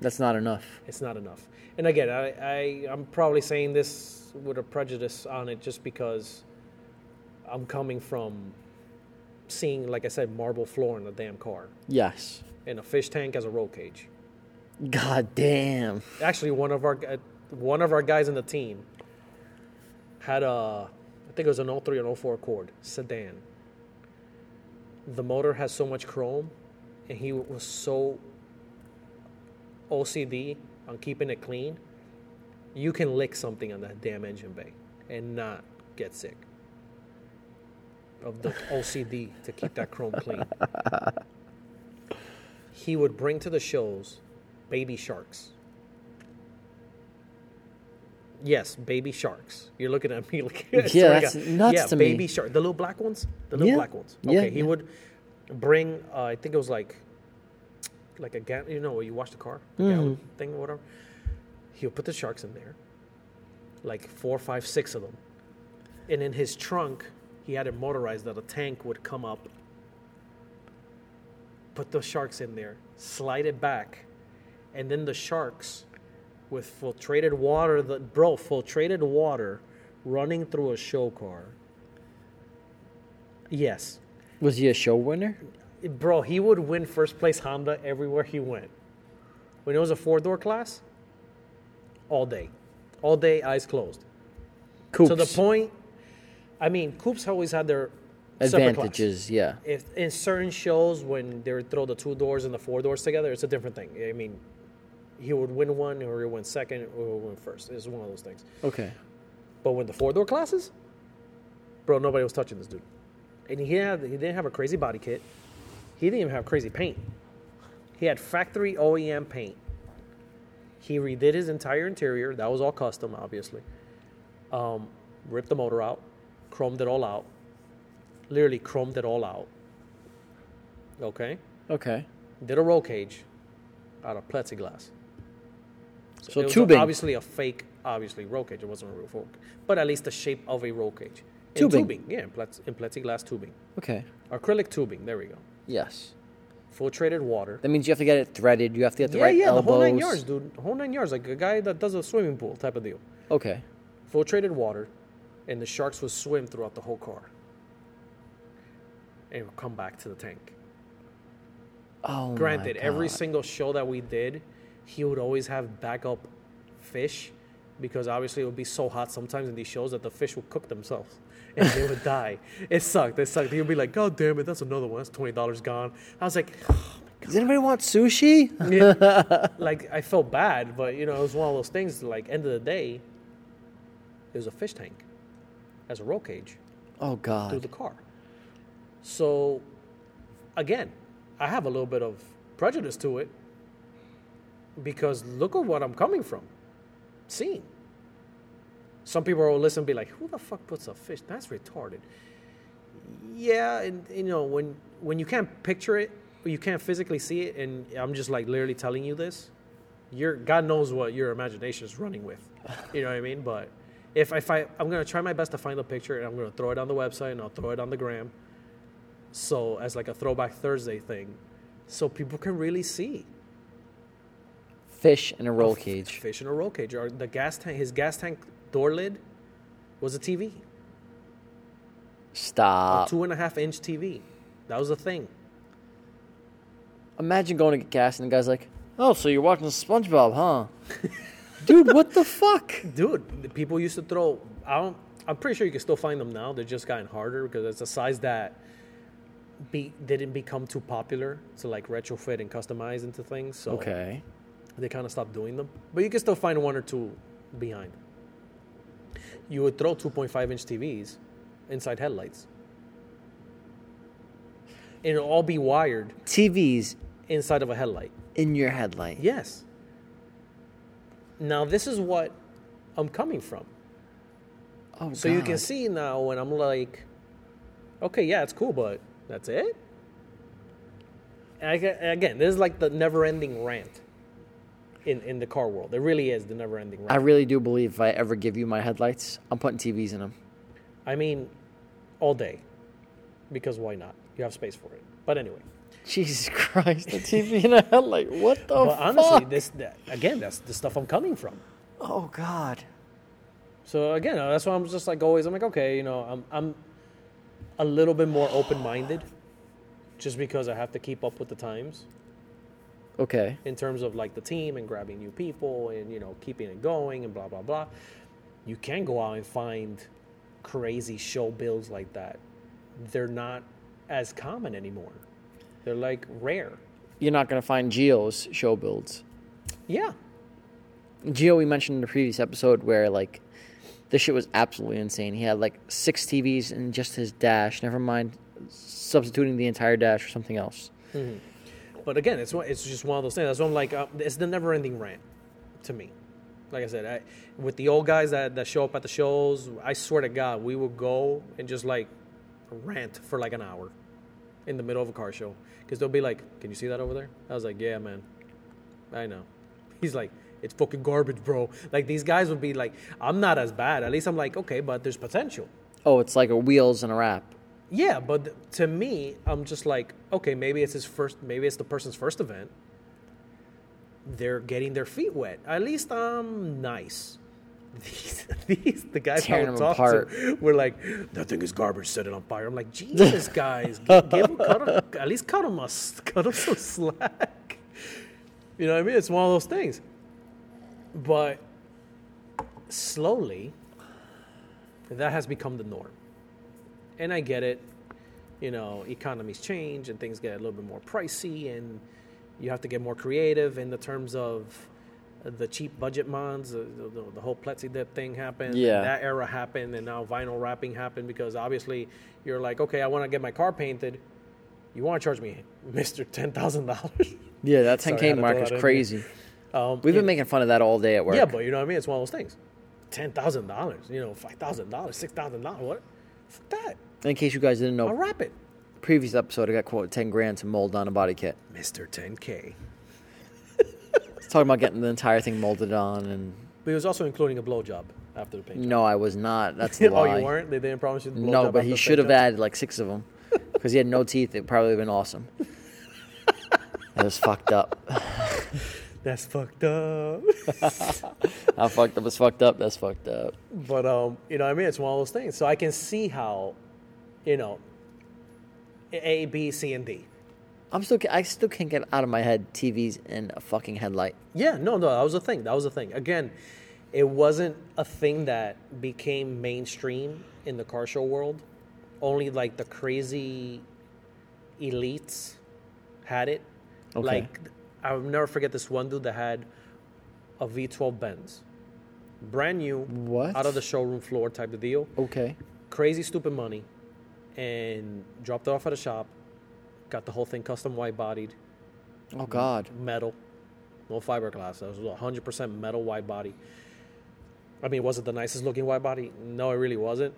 That's not enough. It's not enough. And again, I, I, I'm probably saying this with a prejudice on it just because I'm coming from seeing, like I said, marble floor in a damn car Yes. and a fish tank as a roll cage. God damn. Actually, one of our gu- one of our guys in the team had a, I think it was an 03 and 04 Accord sedan. The motor has so much chrome, and he was so OCD on keeping it clean. You can lick something on that damn engine bay and not get sick of the OCD to keep that chrome clean. He would bring to the shows baby sharks. Yes, baby sharks. You're looking at me like I Yeah, swear to that's God. nuts yeah, to me. baby shark. The little black ones. The little Yeah. black ones. Okay, Yeah, he yeah. would bring uh, I think it was like like a ga- you know where you wash the car the gallon Mm-hmm. thing or whatever. He'll put the sharks in there, like four, five, six of them, and in his trunk he had it motorized that a tank would come up, put the sharks in there, slide it back, and then the sharks with filtrated water that bro filtrated water running through a show car. Yes, Was he a show winner? Bro, he would win first place Honda everywhere he went. When it was a four door class, all day. All day, eyes closed. Coops. To the point, I mean, Coops always had their separate class. advantages. Yeah. If in certain shows, when they would throw the two doors and the four doors together, it's a different thing. I mean, he would win one, or he would win second, or he would win first. It's one of those things. Okay. But when the four door classes, bro, nobody was touching this dude. And he had he didn't have a crazy body kit. He didn't even have crazy paint. He had factory OEM paint. He redid his entire interior. That was all custom, obviously. Um, ripped the motor out, chromed it all out. Literally chromed it all out. Okay. Okay. Did a roll cage out of plexiglass. So It was tubing. obviously a fake, obviously roll cage. It wasn't a real roll cage, but at least the shape of a roll cage. In Tubing. tubing, yeah, in, plex- in plexiglass tubing, Okay. acrylic tubing. There we go. Yes. Filtrated water. That means you have to get it threaded. You have to get the yeah, right yeah, elbows. the whole nine yards, dude. The whole nine yards, like a guy that does a swimming pool type of deal. Okay. Filtrated water, and the sharks would swim throughout the whole car, and it would come back to the tank. Oh. Granted, my every God. single show that we did, he would always have backup fish because obviously it would be so hot sometimes in these shows that the fish would cook themselves and they would die. It sucked. It sucked. He'd be like, God damn it, that's another one. That's twenty dollars gone. I was like, Does anybody want sushi? yeah. like I felt bad, but you know, it was one of those things. Like end of the day, it was a fish tank as a roll cage Oh through God. the car. So, again, I have a little bit of prejudice to it because look at what I'm coming from, seeing. Some people will listen and be like, "Who the fuck puts a fish? That's retarded." Yeah, and you know when when you can't picture it, you can't physically see it, and I'm just like literally telling you this. Your God knows what your imagination is running with. You know what I mean? But if if I I'm gonna try my best to find the picture, and I'm gonna throw it on the website, and I'll throw it on the gram. So as like a throwback Thursday thing, so people can really see Fish in a roll cage. fish in a roll cage. Or the gas tank, his gas tank door lid was a TV, Stop. two and a half inch TV. That was a thing. Imagine going to get gas and the guy's like, "Oh, so you're watching SpongeBob, huh?" Dude, what the fuck? dude the people used to throw i don't i'm pretty sure you can still find them now they're just gotten harder because it's a size that be, didn't become too popular to like retrofit and customize into things so Okay. they kind of stopped doing them but you can still find one or two behind you would throw 2.5 inch tvs inside headlights and it'll all be wired TVs inside of a headlight in your headlight. Yes. Now this is what I'm coming from. Oh, So you can God. see now when I'm like, okay, yeah, it's cool, but that's it. And I ca- and again, this is like the never-ending rant in in the car world. It really is the never-ending I rant. really do believe if I ever give you my headlights, I'm putting TVs in them. I mean, all day, because why not? You have space for it. But anyway, Jesus Christ, a TV in a headlight. What the but honestly, this that, again, that's the stuff I'm coming from. oh God. So again, uh, that's why I'm just like always. I'm like, okay, you know, I'm I'm a little bit more open minded, just because I have to keep up with the times Okay. in terms of like the team and grabbing new people and you know keeping it going and blah blah blah. You can go out and find crazy show builds like that. They're not as common anymore. They're like rare. You're not gonna find Geo's show builds. Yeah, Geo, we mentioned in the previous episode where like this shit was absolutely insane. He had like six TVs in just his dash. Never mind substituting the entire dash for something else. but again, it's one- it's just one of those things. That's why I'm like, uh, it's the never ending rant to me. Like I said, I, with the old guys that, that show up at the shows, I swear to God, we would go and just like rant for like an hour in the middle of a car show because they'll be like, "Can you see that over there?" I was like, "Yeah, man, I know." He's like, "It's fucking garbage, bro." Like these guys would be like, "I'm not as bad. At least I'm like, okay, but there's potential." Oh, it's like a wheels and a wrap. Yeah, but th- to me, I'm just like, okay, maybe it's his first, maybe it's the person's first event. They're getting their feet wet. At least I'm nice. These, these, the guys I would Tearing them talk to apart. were like, that thing is garbage, set it on fire. I'm like, Jesus, guys, give, give, 'em- cut 'em- at least cut them, a, s- cut 'em some slack. You know what I mean? It's one of those things. But slowly, that has become the norm. And I get it. You know, economies change and things get a little bit more pricey, and you have to get more creative in the terms of the cheap budget mons. The, the, the whole Plexi Dip thing happened. Yeah. That era happened, and now vinyl wrapping happened because obviously you're like, okay, I want to get my car painted. You want to charge me, Mister, ten thousand dollars? Yeah, that Sorry, I 10K had to mark throw is that in there. crazy. Um, We've you been making fun of that all day at work. yeah, but you know what I mean? It's one of those things. Ten thousand dollars, you know, five thousand dollars, six thousand dollars, what fuck that. In case you guys didn't know, I'll wrap it. previous episode, I got quoted 10 grand to mold on a body kit. Mr. Ten K. It's talking about getting the entire thing molded on, and But he was also including a blowjob after the paint. no, I was not. That's the oh, lie. you weren't? They didn't promise you the blowjob. No, after but he the should have paint job? added like six of them because he had no teeth. It probably would have been awesome. That was fucked up. That's fucked up. How fucked up is fucked up. That's fucked up. but um, you know what I mean? It's one of those things. So I can see how, you know, A, B, C, and D. I'm still. I still can't get out of my head TVs and a fucking headlight. Yeah, no, no, that was a thing. That was a thing. Again, it wasn't a thing that became mainstream in the car show world. Only like the crazy elites had it. Okay. Like I'll never forget this one dude that had a V12 Benz, brand new, What? out of the showroom floor type of deal Okay. crazy stupid money and dropped it off at a shop got the whole thing custom white bodied Oh God. metal no fiberglass that was 100% metal wide body i mean was it the nicest looking wide body no it really wasn't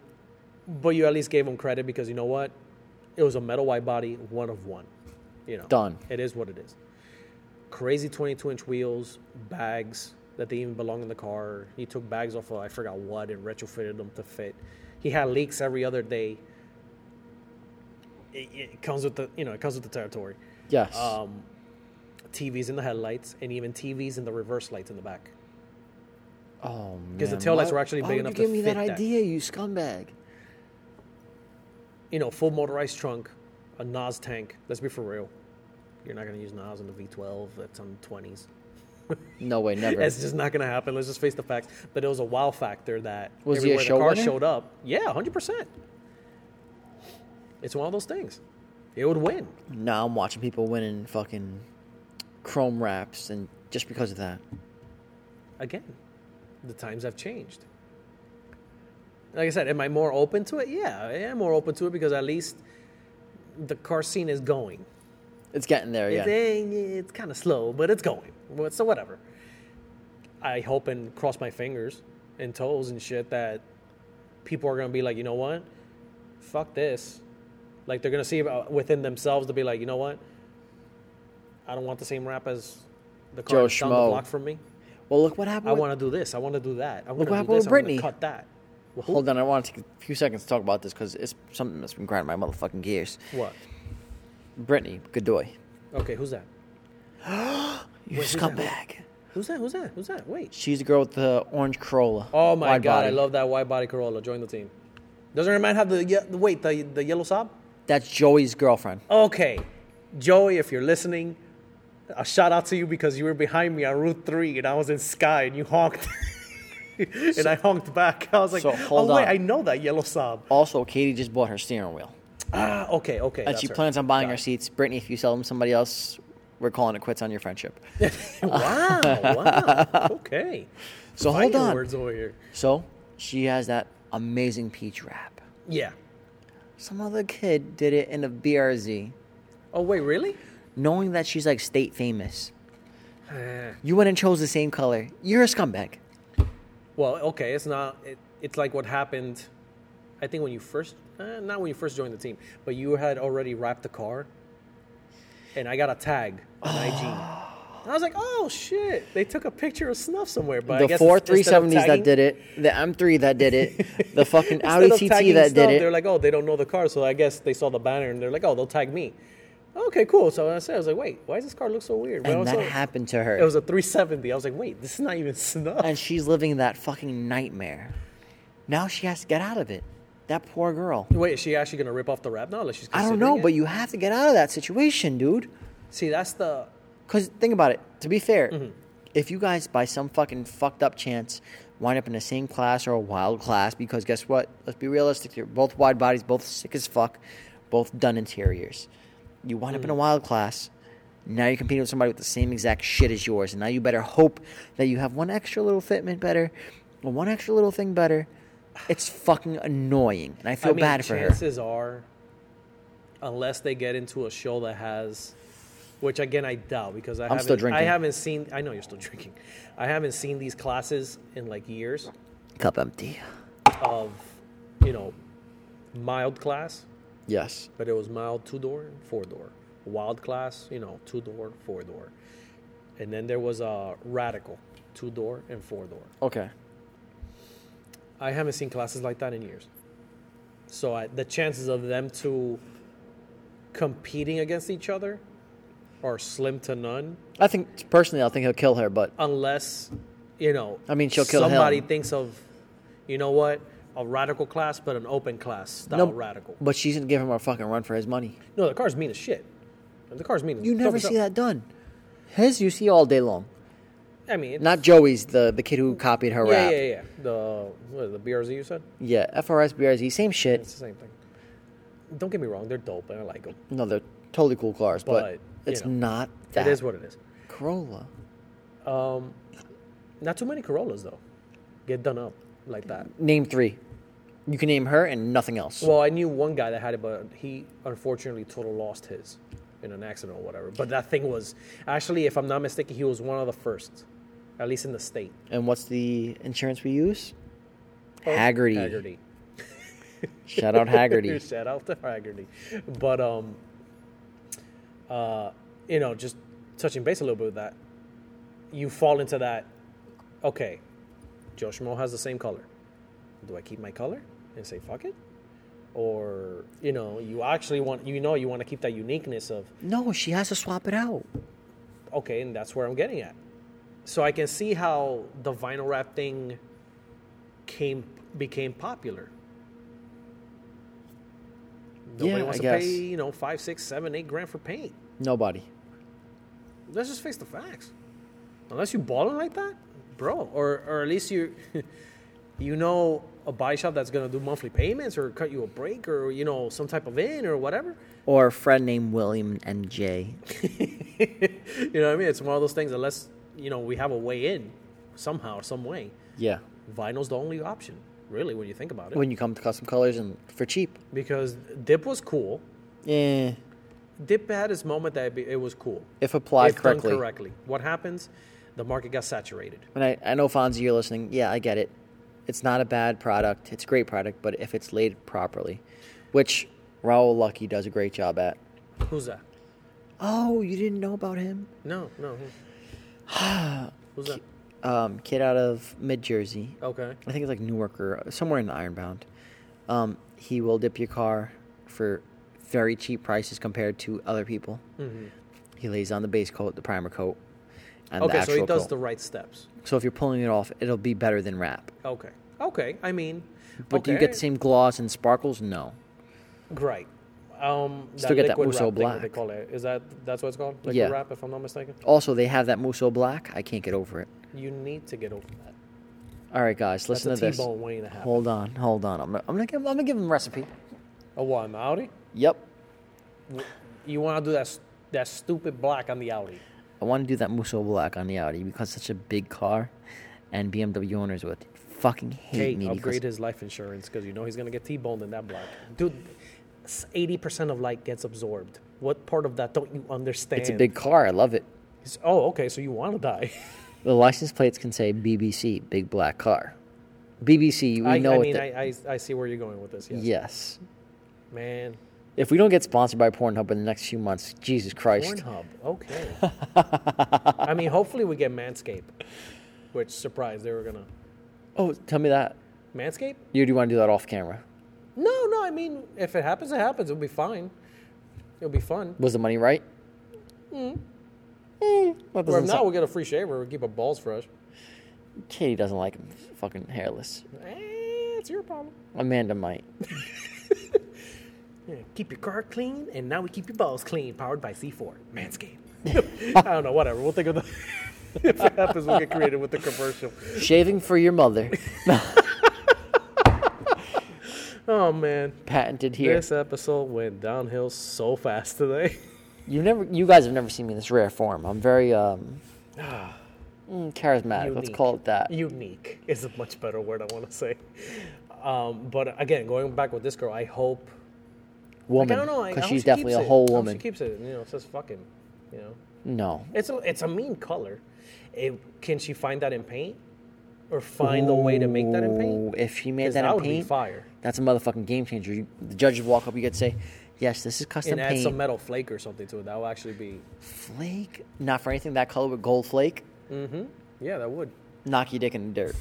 but you at least gave him credit because you know what it was a metal wide body one of one you know Done. it is what it is crazy 22 inch wheels bags that didn't even belong in the car he took bags off of i forgot what and retrofitted them to fit he had leaks every other day it, it comes with the you know it comes with the territory Yes. um, TVs in the headlights and even TVs in the reverse lights in the back. oh man. 'cause the taillights Why- were actually why big would enough you to give me that fit that. idea, you scumbag. You know, full motorized trunk, a Nas tank. Let's be for real. You're not going to use Nas in the V12. That's on 20s. No way, never. That's just not going to happen. Let's just face the facts. But it was a wow factor that Was he a everywhere show the car winner? showed up. Yeah, 100%. It's one of those things. It would win. now I'm watching people winning fucking chrome wraps, and just because of that. again, the times have changed. Like I said, am I more open to it? Yeah, I am more open to it because at least the car scene is going. It's getting there, yeah. It's, eh, it's kind of slow, but it's going. Well, So whatever. I hope and cross my fingers and toes and shit that people are gonna be like, you know what, fuck this. Like they're gonna see about- within themselves to be like, you know what, I don't want the same rap as the car Joe that's down the Schmo. block from me. Well, look what happened. I with- want to do this. I want to do that. I want Look to what do happened this. with I want to Britney. cut that. Well, Hold on, I want to take a few seconds to talk about this because it's something that's been grinding my motherfucking gears. What? Brittany Godoy, Okay, who's that? you Wait, who's that? scumbag. Who's that? Who's that? Who's that? Wait. She's the girl with the orange Corolla. Oh my wide god, I body. love that wide body Corolla. Join the team. Doesn't her man have the ye- the- wait the the yellow sob? That's Joey's girlfriend. Okay, Joey, if you're listening, a shout out to you because you were behind me on Route Three and I was in Sky and you honked. and I honked back. I was like, so hold "Oh wait, on. I know that yellow sob." Also, Katie just bought her steering wheel, Ah, okay, okay. and she plans on buying her seats. Brittany, if you sell them to somebody else, we're calling it quits on your friendship. Wow, wow. Okay. So hold Fighting on. Words over here. So she has that amazing peach wrap. Yeah. Some other kid did it in a BRZ, Oh wait, really? knowing that she's like state famous. Eh. You went and chose the same color. You're a scumbag. Well, okay, it's not. It, it's like what happened. I think when you first, eh, not when you first joined the team, but you had already wrapped the car, and I got a tag on IG. And I was like, oh shit! They took a picture of snuff somewhere, but I the guess four instead of 370s that tagging- did it, the M3 that did it, the fucking Audi Instead of TT tagging that stuff, did They're it. like, oh, they don't know the car, so I guess they saw the banner and they're like, oh, they'll tag me. Okay, cool. So I said, I was like, wait, why does this car look so weird? When I And was that so- happened to It her. was a 370. I was like, wait, this is not even snuff. And she's living that fucking nightmare. Now she has to get out of it. That poor girl. Wait, is she actually gonna rip off the wrap now? Like she's. I don't considering know, it? but you have to get out of that situation, dude. see, that's the Because think about it. To be fair, Mm-hmm. if you guys by some fucking fucked up chance wind up in the same class or a wild class, because guess what? Let's be realistic. You're both wide bodies, both sick as fuck, both done interiors. You wind Mm-hmm. up in a wild class. Now you're competing with somebody with the same exact shit as yours, and now you better hope that you have one extra little fitment better, or one extra little thing better. It's fucking annoying, and I feel I mean, bad for her. Chances are, unless they get into a show that has, which again I doubt because I I'm haven't, still I drinking. haven't seen. I know you're still drinking. I haven't seen these classes in like years Cup empty. of, you know, mild class, Yes. but it was mild two door, four door, wild class, you know, two door, four door, and then there was a radical, two door and four door. Okay. I haven't seen classes like that in years. So I, the chances of them two competing against each other are slim to none, I think personally, I think he'll kill her, but unless you know. I mean, she'll kill him. somebody thinks of, you know what, a radical class, but an open class style radical. But she's gonna give him a fucking run for his money. No, the car's mean as shit. The car's mean. as- You tough never as see hell. that done. His you see all day long. I mean, it's, Not Joey's the the kid who copied her yeah, rap. yeah, yeah. The what, the BRZ you said, yeah. FRS BRZ, same shit. it's the same thing. Don't get me wrong, they're dope and I like them. No, they're totally cool cars, but, But, you it's know, not that. It is what it is. Corolla. Um, not too many Corollas though. Get done up like that. Name three. You can name her and nothing else. Well, I knew one guy that had it, but he unfortunately total lost his in an accident or whatever. But that thing was actually, if I'm not mistaken, he was one of the first, at least in the state. and what's the insurance we use? Oh, Haggerty. Haggerty. Shout out Haggerty. Shout out to Haggerty. But um, uh, you know, just touching base a little bit with that, you fall into that. Okay, Joe Schmo has the same color. Do I keep my color and say fuck it, or you know, you actually want you know you want to keep that uniqueness of no, she has to swap it out. okay, and that's where I'm getting at. So I can see how the vinyl wrap thing came became popular. Nobody Yeah, wants I to guess. pay, you know, five, six, seven, eight grand for paint. Nobody. Let's just face the facts. Unless you balling like that, bro, or or at least you you know a body shop that's gonna do monthly payments or cut you a break or you know some type of in or whatever. Or a friend named William MJ. you know what I mean? It's one of those things. Unless you know we have a way in somehow, some way. Yeah. vinyl's the only option, really, when you think about it. When you come to custom colors and for cheap. because Dip was cool. Yeah. Dip had his moment that it, be, it was cool. Eh, If if applied correctly. done correctly. What happens? The market got saturated. And I, I know Fonzie, you're listening. Yeah, I get it. It's not a bad product. It's a great product, but if it's laid properly, which Raul Lucky does a great job at. Who's that? Oh, you didn't know about him? No, no. who- Who's that? Um, kid out of mid Jersey. Okay. I think it's like Newark or uh, somewhere in Ironbound. Um, he will dip your car for very cheap prices compared to other people. Mm-hmm. He lays on the base coat, the primer coat, and the Okay, actual so he does coat. the right steps. so if you're pulling it off, it'll be better than wrap. Okay. Okay. I mean, But do you get okay, the same gloss and sparkles? No. Great. Um, Still get that liquid Uso wrap thing that They black. call it. Is that that's what it's called? Liquid Yeah. wrap, if I'm not mistaken. Also, they have that Muso Black. I can't get over it. You need to get over that. All right, guys, listen That's to a this. T-bone waiting to happen. Hold on, hold on. I'm gonna, I'm gonna give, I'm gonna give him a recipe. Oh, what? An Audi? Yep, You want to do that s- that stupid black on the Audi? I want to do that Muso Black on the Audi because it's such a big car, and BMW owners would fucking hate Hey, me because upgrade his life insurance because you know he's gonna get T-boned in that black. Dude, eighty percent of light gets absorbed. What part of that don't you understand? it's a big car. I love it. It's- oh, okay. So you want to die? The license plates can say BBC, big black car. BBC, we I, know I what mean, the- I, I I see where you're going with this. Yes. Yes. man. If we don't get sponsored by Pornhub in the next few months, Jesus Christ. Pornhub. Okay. I mean, hopefully we get Manscaped, which surprised they were gonna Oh, tell me that. Manscaped. You do want to do that off camera? No, no. I mean, if it happens, it happens. It'll be fine. It'll be fun. Was the money right? Mm. That Or if doesn't not, sound- we'll get a free shaver. We'll keep our balls fresh. Katie doesn't like him. Fucking hairless. Eh, it's your problem. Amanda might. Yeah, keep your car clean, and now we keep your balls clean. Powered by C4 Manscaped. I don't know. Whatever. We'll think of the. if it happens, we'll get creative with the commercial. Shaving for your mother. Oh man, Patented here. this episode went downhill so fast today. You never. You guys have never seen me in this rare form. I'm very um, mm, charismatic. Let's Unique. call it that. Unique is a much better word I want to say. Um, but again, going back with this girl, I hope. Like, woman, I don't know. I- I hope she's she definitely keeps a it. whole I hope woman. She keeps it. You know, it says fucking. You know, no, it's a it's a mean color. It, can she find that in paint, or find a way to make that in paint? Ooh, If she 'Cause made That, that in would paint, be fire. that's a motherfucking game changer. You, the judge would walk up. You could say, "Yes, this is custom And add paint." some metal flake or something to it. That would actually be. flake, not for anything that color, but gold flake. mm-hmm. Yeah, that would. Knock your dick in the dirt.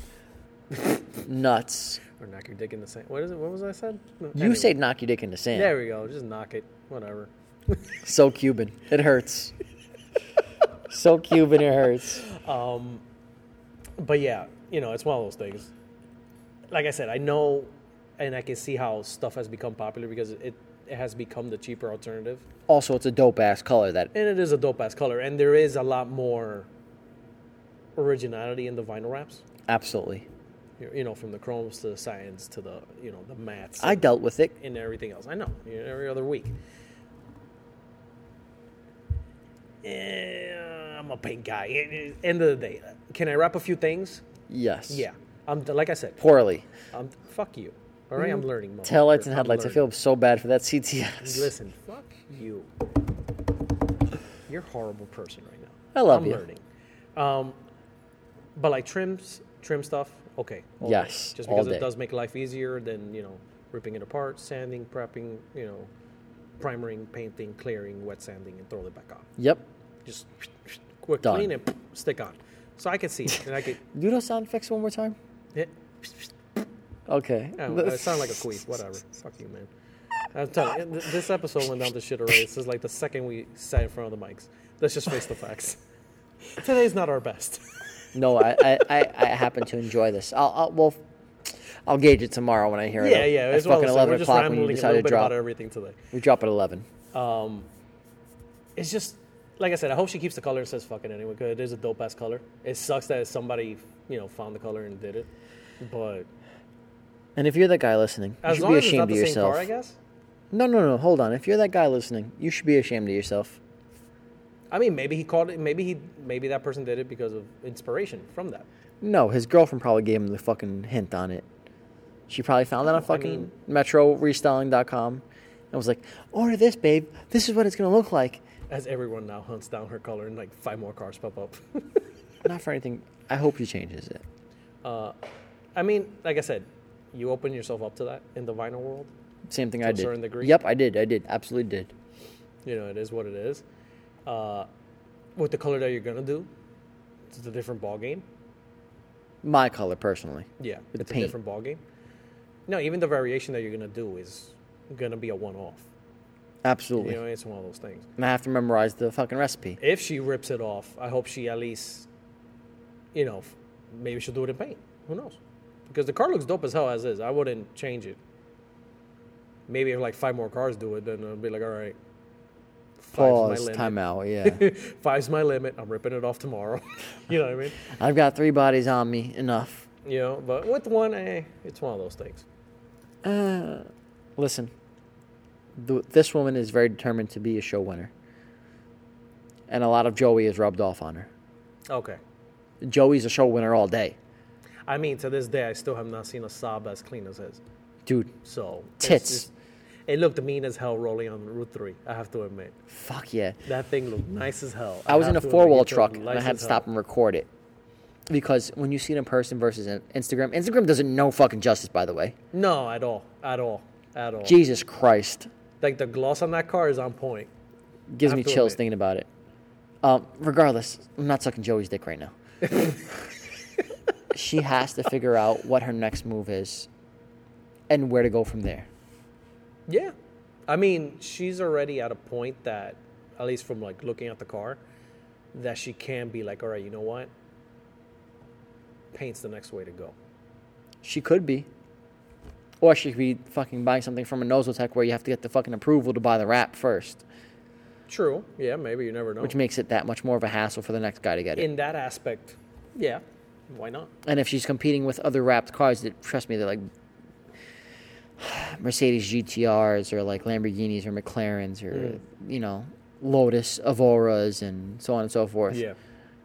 Nuts. Or knock your dick in the sand. What is it? What was I said? No, You anyway. say knock your dick in the sand. There we go. Just knock it. Whatever. So Cuban. It hurts. so Cuban, it hurts. But yeah, you know, it's one of those things. Like I said, I know, and I can see how stuff has become popular because it, it has become the cheaper alternative, Also, it's a dope ass color that and it is a dope ass color, and there is a lot more originality in the vinyl wraps. absolutely. You you know, from the chromes to the cyans to the you know the mattes. I dealt with it. and everything else. I know you know, every other week. Eh, I'm a paint guy. Eh, eh, End of the day, can I wrap a few things? Yes. Yeah, I'm like I said. Poorly. I'm fuck you. All right, I'm learning. motherfucker. Tail lights Mm-hmm. and I'm headlights. I learning. feel so bad for that CTS. Listen, fuck you. You're a horrible person right now. I love I'm you. learning. Um, but like trims, trim stuff. Okay. all day. Yes, Just all because it day. does make life easier than you know ripping it apart, sanding, prepping, you know, primering, painting, clearing, wet sanding, and throwing it back on. Yep. Just quick Done. clean and stick on. So I can eh, see it, and I could. Do those sound effects one more time. It, Okay. I don't know, it sounded like a queef. Whatever. Fuck you, man. I'm telling you, th- this episode went down to shit already. This is like the second we sat in front of the mics. Let's just face the facts. Today's not our best. no, I, I, I, I happen to enjoy this. I'll, I'll well, I'll gauge it tomorrow when I hear it. yeah, yeah. It's It's one of fucking those things. eleven We're just o'clock when rambling you a decide little to bit drop. about everything today. We drop at eleven. It's just, like I said, I hope she keeps the color and says fuck it anyway, because it is a dope ass color. It sucks that somebody, you know, found the color and did it. But And if you're that guy listening, you as should long be as it's not ashamed the of same yourself. car, I guess. No, no, no. Hold on. If you're that guy listening, you should be ashamed of yourself. I mean, maybe he called it, maybe he, maybe that person did it because of inspiration from that. No, his girlfriend probably gave him the fucking hint on it. She probably found that on I fucking mean- metrorestyling.com and was like, order this, babe. This is what it's going to look like. As everyone now hunts down her color and like five more cars pop up. Not for anything. I hope he changes it. Uh, I mean, like I said, you open yourself up to that in the vinyl world. Same thing To I a did. certain degree? Yep, I did. I did. Absolutely did. You know, it is what it is. Uh, with the color that you're gonna do, it's a different ball game. My color, personally. Yeah, With the it's paint. a different ball game. No, even the variation that you're gonna do is gonna be a one-off. Absolutely. You know, it's one of those things. and I have to memorize the fucking recipe. If she rips it off, I hope she at least, you know, f- maybe she'll do it in paint. Who knows? Because the car looks dope as hell as is. I wouldn't change it. Maybe if like five more cars do it, then I'll be like, all right. five's my Pause. limit. Time out. Yeah. Five's my limit. I'm ripping it off tomorrow. you know what I mean? I've got three bodies on me. Enough. You know, but with one, eh, it's one of those things. Uh, Listen, th- this woman is very determined to be a show winner. And a lot of Joey is rubbed off on her. Okay. Joey's a show winner all day. I mean, to this day, I still have not seen a sob as clean as his. Dude, So it's Tits. just- it looked mean as hell rolling on Route Three. I have to admit, fuck yeah. that thing looked nice as hell. I was have in a to admit, four wheel it truck looked and I nice had as to stop hell. and record it. Because when you see it in person versus in- Instagram, Instagram doesn't know fucking justice, by the way. No, at all, at all. at all. Jesus Christ. Like the gloss on that car is on point. Gives I have me to chills admit. thinking about it. Um, regardless, I'm not sucking Joey's dick right now. she has to figure out what her next move is and where to go from there. Yeah. I mean, she's already at a point that, at least from like looking at the car, that she can be like, all right, you know what? Paint's the next way to go. She could be. Or she could be fucking buying something from a Nozotech where you have to get the fucking approval to buy the wrap first, True. Yeah, maybe you never know. which makes it that much more of a hassle for the next guy to get it. In that aspect, yeah. Why not? And if she's competing with other wrapped cars, that trust me, they're like Mercedes GTRs or like Lamborghinis or McLarens or you know Lotus Avoras and so on and so forth. Yeah.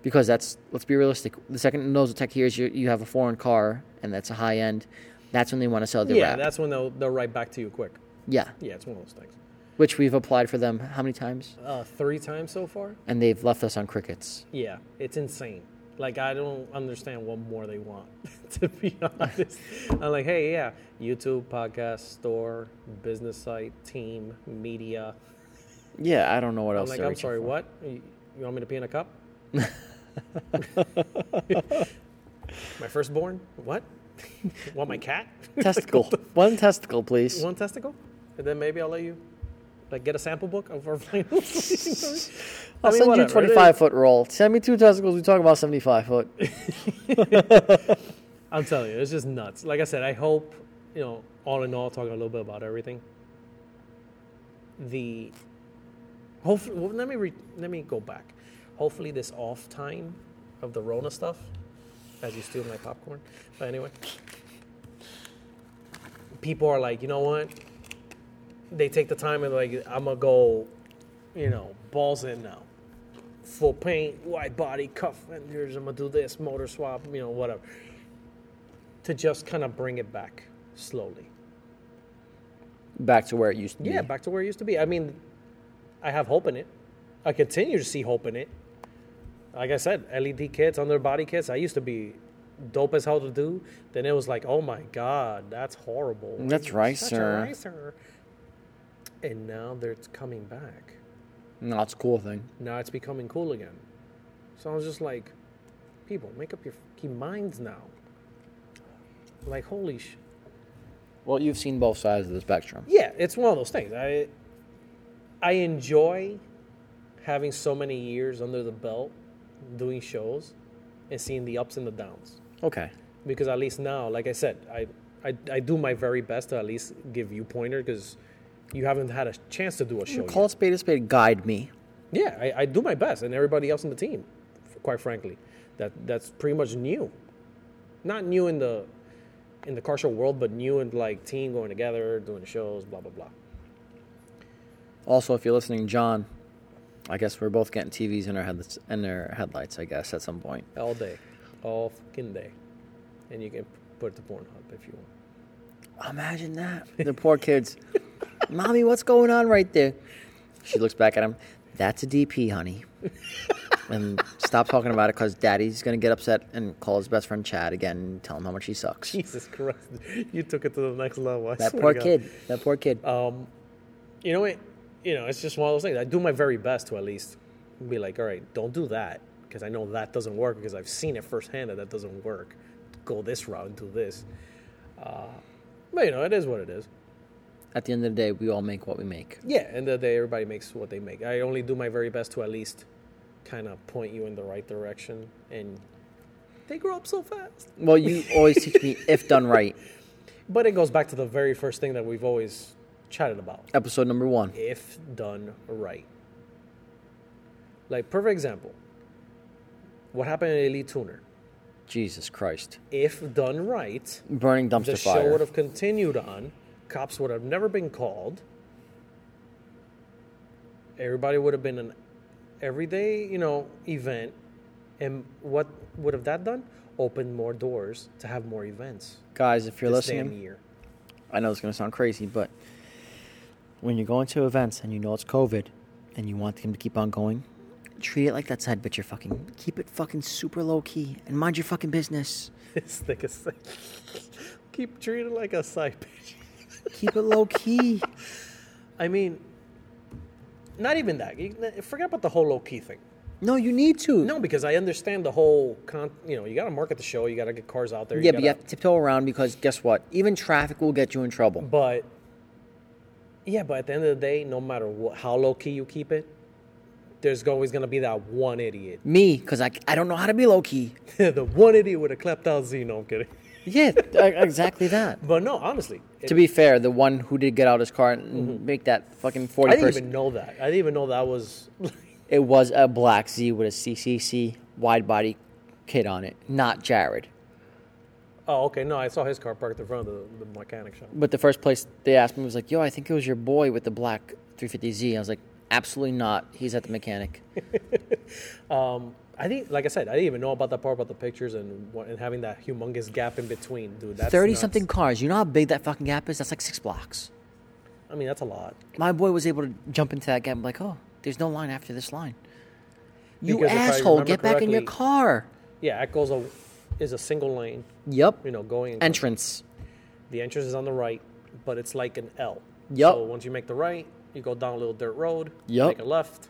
Because that's let's be realistic. The second Nozotech hears you you have a foreign car and that's a high end, that's when they want to sell their yeah, wrap. that's when they'll, they'll write back to you quick. yeah, Yeah, it's one of those things. which we've applied for them how many times Uh, three times so far? and they've left us on crickets. Yeah, it's insane. Like I don't understand what more they want. to be honest, I'm like, hey, yeah, YouTube, podcast, store, business site, team, media. Yeah, I don't know what I'm else. like, they're I'm reaching sorry, for. what? You you want me to pee in a cup? my firstborn? What? want my cat? Testicle. One testicle, please. One testicle? And then maybe I'll let you like get a sample book of our finals. I'll I mean, send whatever, you it 25 foot roll. Send me two testicles. We talk about 75 foot. I'm telling you, it's just nuts. Like I said, I hope, you know, all in all, talking a little bit about everything. The hopefully, well, let me re, let me go back. Hopefully, this off time of the Rona stuff, as you steal my popcorn. But anyway, people are like, you know what? They take the time and like, I'm gonna go, you know, balls in now, full paint, wide body, cuff fenders. I'm gonna do this motor swap, you know, whatever to just kind of bring it back slowly. Back to where it used to Yeah, be. back to where it used to be. I mean, I have hope in it. I continue to see hope in it. Like I said, LED kits, under body kits. I used to be dope as hell to do. Then it was like, oh my god, that's horrible. That's You're right, such a sir. ricer. And now they're coming back. No, it's a cool thing. Now it's becoming cool again. So I was just like, people, make up your fucking minds now. Like, holy shit. Well, you've seen both sides of the spectrum. yeah, it's one of those things. I I enjoy having so many years under the belt doing shows and seeing the ups and the downs. Okay. Because at least now, like I said, I I, I do my very best to at least give you pointer because you haven't had a chance to do a show. yet. Call it spade a spade. Guide me. Yeah, I, I do my best, and everybody else in the team, f- quite frankly, that that's pretty much new. Not new in the in the car show world, but new in like team going together, doing shows, blah blah blah. Also, if you're listening, John, I guess we're both getting TVs in our headlights, in our headlights I guess, at some point. all day, all fucking day, and you can put it to Pornhub if you want. Imagine that. The poor kids. Mommy, what's going on right there? She looks back at him. That's a DP, honey. and stop talking about it because daddy's going to get upset and call his best friend Chad again and tell him how much he sucks. Jesus Christ, you took it to the next level. I That swear poor to God. kid. That poor kid. You know it. You know it's just one of those things. I do my very best to at least be like, all right, don't do that because I know that doesn't work because I've seen it firsthand that that doesn't work. Go this route and do this. Uh, but you know it is what it is. At the end of the day, we all make what we make. Yeah, and the day everybody makes what they make. I only do my very best to at least kind of point you in the right direction, and they grow up so fast. Well, you always teach me if done right. But it goes back to the very first thing that we've always chatted about Episode number one. if done right. Like, perfect example what happened in Elite Tuner? Jesus Christ. If done right, Burning dumpster the show fire. would have continued on, cops would have never been called, everybody would have been an everyday, you know, event. And what would have that done? Opened more doors to have more events Guys, if you're this damn listening, year. I know it's going to sound crazy, but when you're going to events and you know it's COVID and you want them to keep on going, treat it like that side bitch you're fucking. Keep it fucking super low key and mind your fucking business. It's thick as Keep treating it like a side bitch. Keep it low key. I mean, not even that. You- Forget about the whole low key thing. No, you need to. No, because I understand the whole con. You know, you got to market the show. You got to get cars out there. Yeah, got but you have to tiptoe around because guess what? Even traffic will get you in trouble. But yeah, but at the end of the day, no matter what, how low key you keep it, there's always gonna be that one idiot. Me, because I, I don't know how to be low key. the one idiot with a clapped out Z. No, I'm kidding. Yeah, e- exactly that. But no, honestly, it- To be fair, the one who did get out his car and make that fucking 40 Mm-hmm. I didn't person, even know that. I didn't even know that was. it was a black Z with a CCC wide body kit on it, not Jared. oh, okay. No, I saw his car parked in front of the, the mechanic shop. But the first place they asked me was like, yo, I think it was your boy with the black 350Z. I was like, absolutely not. He's at the mechanic. I think, like I said, I didn't even know about that part about the pictures and what- and having that humongous gap in between, dude. That's 30 nuts. something cars. You know how big that fucking gap is? That's like six blocks. I mean, that's a lot. My boy was able to jump into that gap and be like, oh, there's no line after this line. You Because if I asshole, remember get back in your correctly- car. Yeah, it goes a is a single lane. Yep. You know, going and coming. Entrance. The entrance is on the right, but it's like an L. Yup. So once you make the right, you go down a little dirt road, Yup. make a left,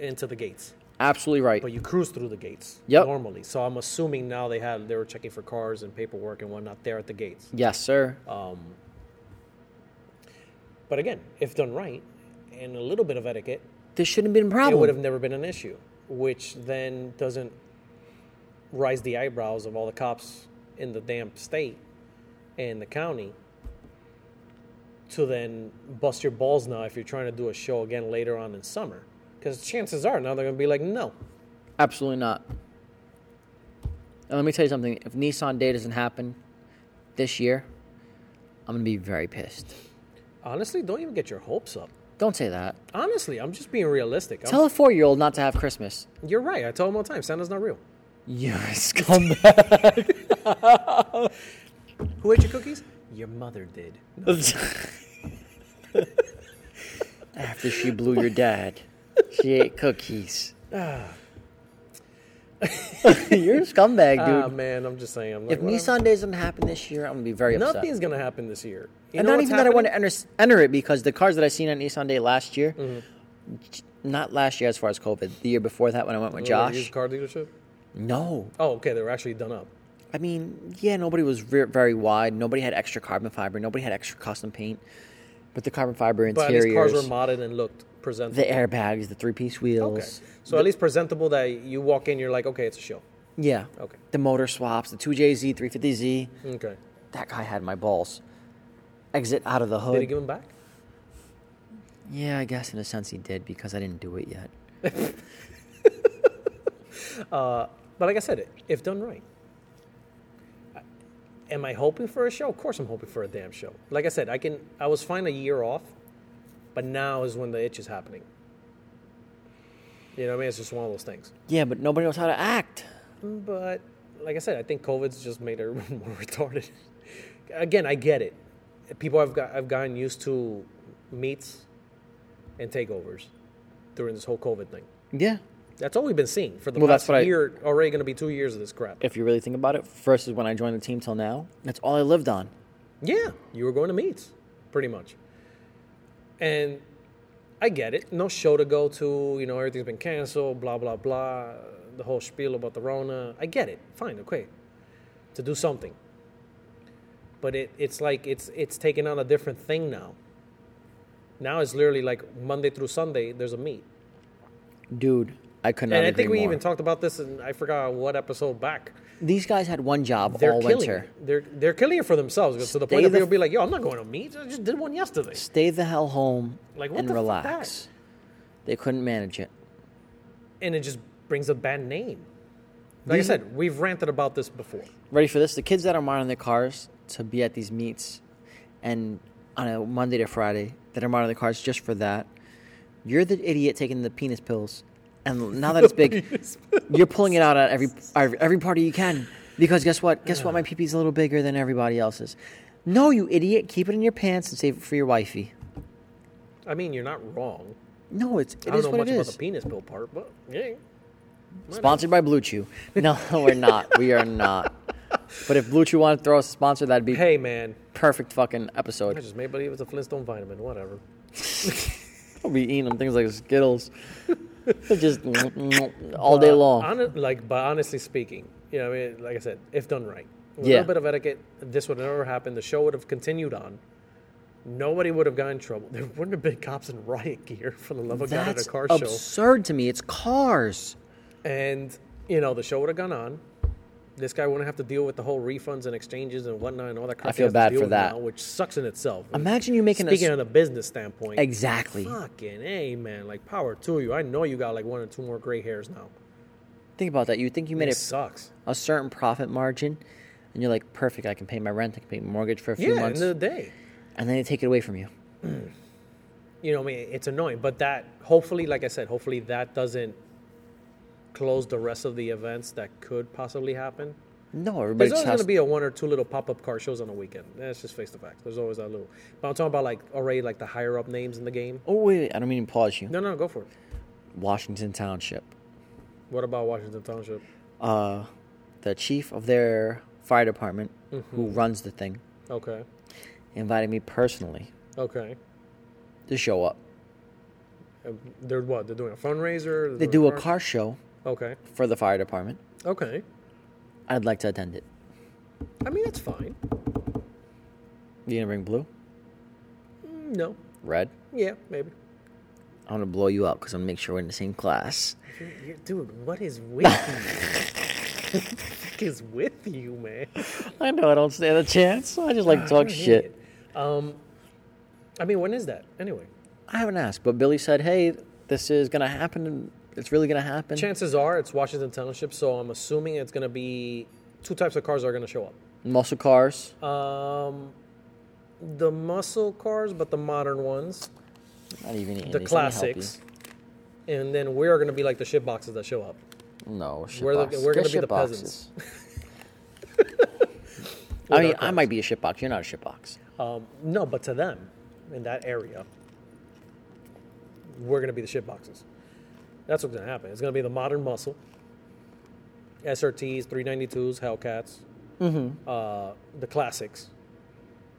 into the gates. Absolutely right. But you cruise through the gates Yup. normally. So I'm assuming now they had they were checking for cars and paperwork and whatnot there at the gates. Yes, sir. Oh. But again, if done right and a little bit of etiquette, this shouldn't have been a it would have problem. never been an issue. Which then doesn't rise the eyebrows of all the cops in the damn state and the county to then bust your balls now if you're trying to do a show again later on in summer. Because chances are now they're going to be like, no. Absolutely not. And let me tell you something. If Nissan Day doesn't happen this year, I'm going to be very pissed. Honestly, don't even get your hopes up. Don't say that. Honestly, I'm just being realistic. I'm- Tell a four year old not to have Christmas. you're right. I tell them all the time Santa's not real. You're a scumbag. Who ate your cookies? Your mother did. After she blew your dad, she ate cookies. Ah. You're a scumbag, dude. Ah, man, I'm just saying. I'm like, if whatever. Nissan Day doesn't happen this year, I'm going to be very upset. Nothing's going to happen this year. You and know not what's even that I want happening? to enter, enter it because the cars that I seen at Nissan Day last year, not last year as far as COVID, the year before that when I went with Little Mm-hmm. Used Josh. car dealership? No, Oh, okay. They were actually done up. I mean, yeah, nobody was re- very wide. Nobody had extra carbon fiber. Nobody had extra custom paint. But the carbon fiber But at least cars interiors, were modded and looked presentable. the airbags, the three-piece okay. wheels. So at least presentable that you walk in, you're like, okay, it's a show. Yeah. Okay. The motor swaps, the 2JZ, 350Z. Okay. That guy had my balls. Exit out of the Did he hood. give him back? yeah, I guess in a sense he did because I didn't do it yet. But like I said, if done right. I- Am I hoping for a show? Of course, I'm hoping for a damn show. Like I said, I can. I was fine a year off, but now is when the itch is happening. You know what I mean? It's just one of those things. Yeah, but nobody knows how to act. But like I said, I think COVID's just made everyone more retarded. Again, I get it. People have got I've gotten used to meets and takeovers during this whole COVID thing. Yeah. That's all we've been seeing for the Well, that's past what I- year. Already going to be two years of this crap. if you really think about it, versus when I joined the team till now, that's all I lived on. Yeah, you were going to meets, pretty much. And I get it. No show to go to. You know, everything's been canceled. Blah blah blah. The whole spiel about the Rona. I get it. Fine. Okay. To do something. But it, it's like it's it's taking on a different thing now. Now it's literally like Monday through Sunday. There's a meet, Dude, I could not and I agree think we more. even talked about this, and I forgot what episode back. These guys had one job They're all killing. winter. it. They're they're killing it for themselves. To the Stay point that the people be like, "Yo, I'm not going to meet. I just did one yesterday." Stay the hell home Like, what and the fuck relax. They couldn't manage it. and it just brings a bad name. Like I These- said, we've ranted about this before. Ready for this? The kids that are modding their cars to be at these meets and on a Monday to Friday that are modding their cars just for that. You're the idiot taking the penis pills. And now that it's big, you're pulling it out at every every every party you can. Because guess what? Guess what? My peepee's a little bigger than everybody else's. No, you idiot. Keep it in your pants and save it for your wifey. I mean, you're not wrong. No, it's I it don't is know what much it about is. the penis pill part, but yeah. Sponsored by Blue Chew. No, we're not. We are not. But if Blue Chew wanted to throw us a sponsor, that'd be hey, man, perfect fucking I episode. just made believe it's a Flintstone vitamin. Whatever. I'll be eating them things like Skittles. They're just mm, all day Uh, long. hone- like, but honestly speaking, you know, I mean, like I said, if done right, with a Yeah. little bit of etiquette, this would have never happened. The show would have continued on. Nobody would have gotten in trouble. There wouldn't have been cops in riot gear for the love of God at That's a car show. absurd to me. It's cars. And, you know, the show would have gone on. This guy wouldn't have to deal with the whole refunds and exchanges and whatnot and all that crap. I he feel has to bad deal for with that. now, which sucks in itself. Imagine you making Speaking a on a business standpoint, exactly. fucking a man, like power to you. I know you got like one or two more gray hairs now. Think about that. You think you made It a, sucks. a certain profit margin, and you're like, perfect. I can pay my rent. I can pay my mortgage for a few Yeah, months, end of the day, and then they take it away from you. you know, I mean, it's annoying. But that, hopefully, like I said, hopefully that doesn't close the rest of the events that could possibly happen. No, There's everybody just always has going to be a one or two little pop-up car shows on the weekend. That's just face to fact. There's always that little. But I'm talking about like already like the higher up names in the game. Oh wait, I don't mean to pause you. No, no, go for it. Washington Township. What about Washington Township? Uh, the chief of their fire department, Mm-hmm. who runs the thing, Okay, invited me personally okay. to show up. Uh, They're what? They're doing a fundraiser. They doing do a car show Okay, for the fire department. okay. I'd like to attend it. I mean, that's fine. You gonna bring blue, Mm, No, red? yeah, maybe. I'm gonna blow you up because I'm gonna make sure we're in the same class. You're- you're- Dude, what is with you? What is with you, man? I know I don't stand a chance. I just like to You're an talk shit. idiot. Um, I mean, when is that anyway? I haven't asked, but Billy said, "Hey, this is gonna happen. and It's really gonna happen." Chances are it's Washington Township, so I'm assuming it's going to be two types of cars are going to show up. Muscle cars. Um, the muscle cars, but the modern ones, Not even eating the these. Let me help you. classics, and then we're going to be like the shit boxes that show up. No, shit We're the- box. we're Get gonna be the shitboxes. peasants. I mean, With our I might be a shitbox. You're not a shitbox. Um, no, but to them, in that area, we're going to be the shit boxes. That's what's going to happen. It's going to be the modern muscle, SRTs, 392s, Hellcats, Mm-hmm. uh, the classics.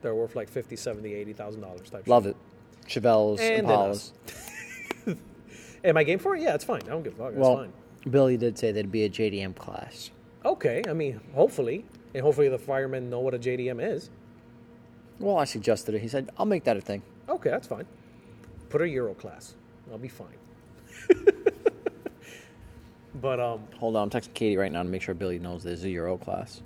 They're worth like 50, 70, 80,000 dollars type. Love it. Chevelles, And then Impalas. us. shit. Am I game for it? Yeah, it's fine. I don't give a fuck. It's Well, fine. Billy did say there'd be a JDM class. Okay. I mean, hopefully, and hopefully the firemen know what a JDM is. Well, I suggested it. He said, "I'll make that a thing." Okay, that's fine. Put a Euro class. I'll be fine. but um, Hold on, I'm texting Katie right now to make sure Billy knows there's a Euro class.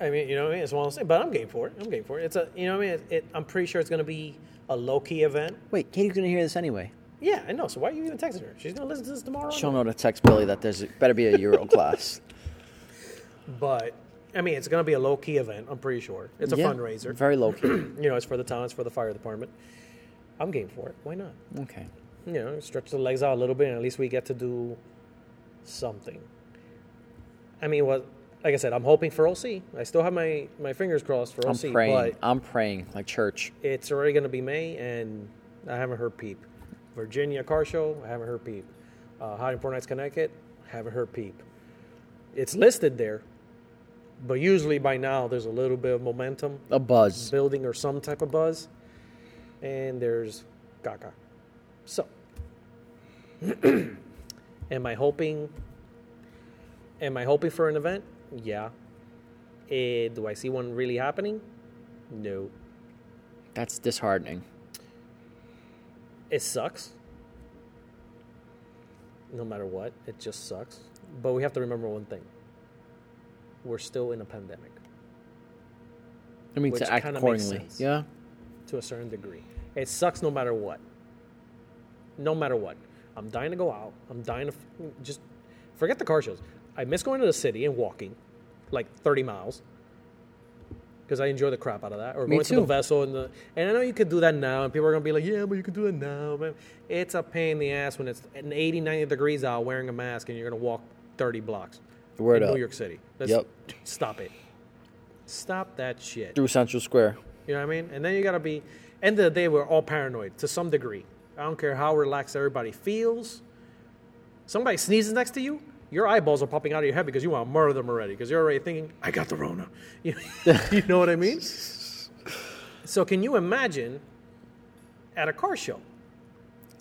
I mean, you know what I mean. It's one of those things. But I'm game for it. I'm game for it. It's a, you know what I mean. It, it, I'm pretty sure it's going to be a low key event. Wait, Katie's gonna hear this anyway. Yeah, I know. So why are you even texting her? She's going to listen to this tomorrow. She'll know to text Billy that there's better be a Euro class. But I mean, it's going to be a low key event. I'm pretty sure. It's a Yeah, fundraiser. Very low key. you know, it's for the town. It's for the fire department. I'm game for it. Why not? okay. You know, stretch the legs out a little bit, and at least we get to do something. I mean, what? Like I said, I'm hoping for OC. I still have my, my fingers crossed for I'm OC, praying. but I'm praying like church. it's already going to be May, and I haven't heard peep. Virginia car show, I haven't heard peep. Uh, Hot and Four Nights Connecticut, haven't heard peep. It's listed there, but usually by now there's a little bit of momentum A buzz. building or some type of buzz, and there's Gaga. So, am I hoping? Am I hoping for an event? Yeah. Eh, do I see one really happening? No. That's disheartening. it sucks. No matter what, it just sucks. But we have to remember one thing: we're still in a pandemic I mean, Which to act kinda makes accordingly. sense. Yeah. to a certain degree. It sucks no matter what. No matter what, I'm dying to go out. I'm dying to f- just forget the car shows. I miss going to the city and walking, like 30 miles, because I enjoy the crap out of that. Or Me going to the too. vessel and the and I know you could do that now, and people are gonna be like, yeah, but you can do that now, man. It's a pain in the ass when it's an 80, 90 degrees out wearing a mask and you're gonna walk 30 blocks Word in up. New York City. Yep. Stop it. Stop that shit. Through Central Square. You know what I mean? And then you gotta be. End of the day, we're all paranoid to some degree. I don't care how relaxed everybody feels. Somebody sneezes next to you, your eyeballs are popping out of your head because you want to murder them already because you're already thinking, I got the Rona. You, you know what I mean? So, can you imagine at a car show?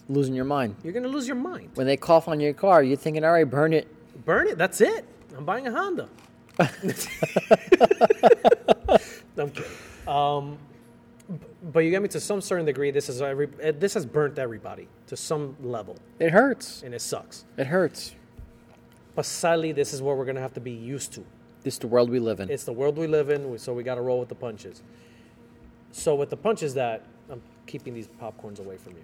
Losing your mind. You're going to lose your mind. When they cough on your car, you're thinking, all right, burn it. Burn it. That's it. I'm buying a Honda. I'm kidding. Um, b- but you get me to some certain degree. This is every. eh, This has burnt everybody to some level, It hurts. and it sucks. It hurts. But sadly, this is what we're gonna have to be used to. This is the world we live in. It's the world we live in, so we gotta roll with the punches. So with the punches, that I'm keeping these popcorns away from you.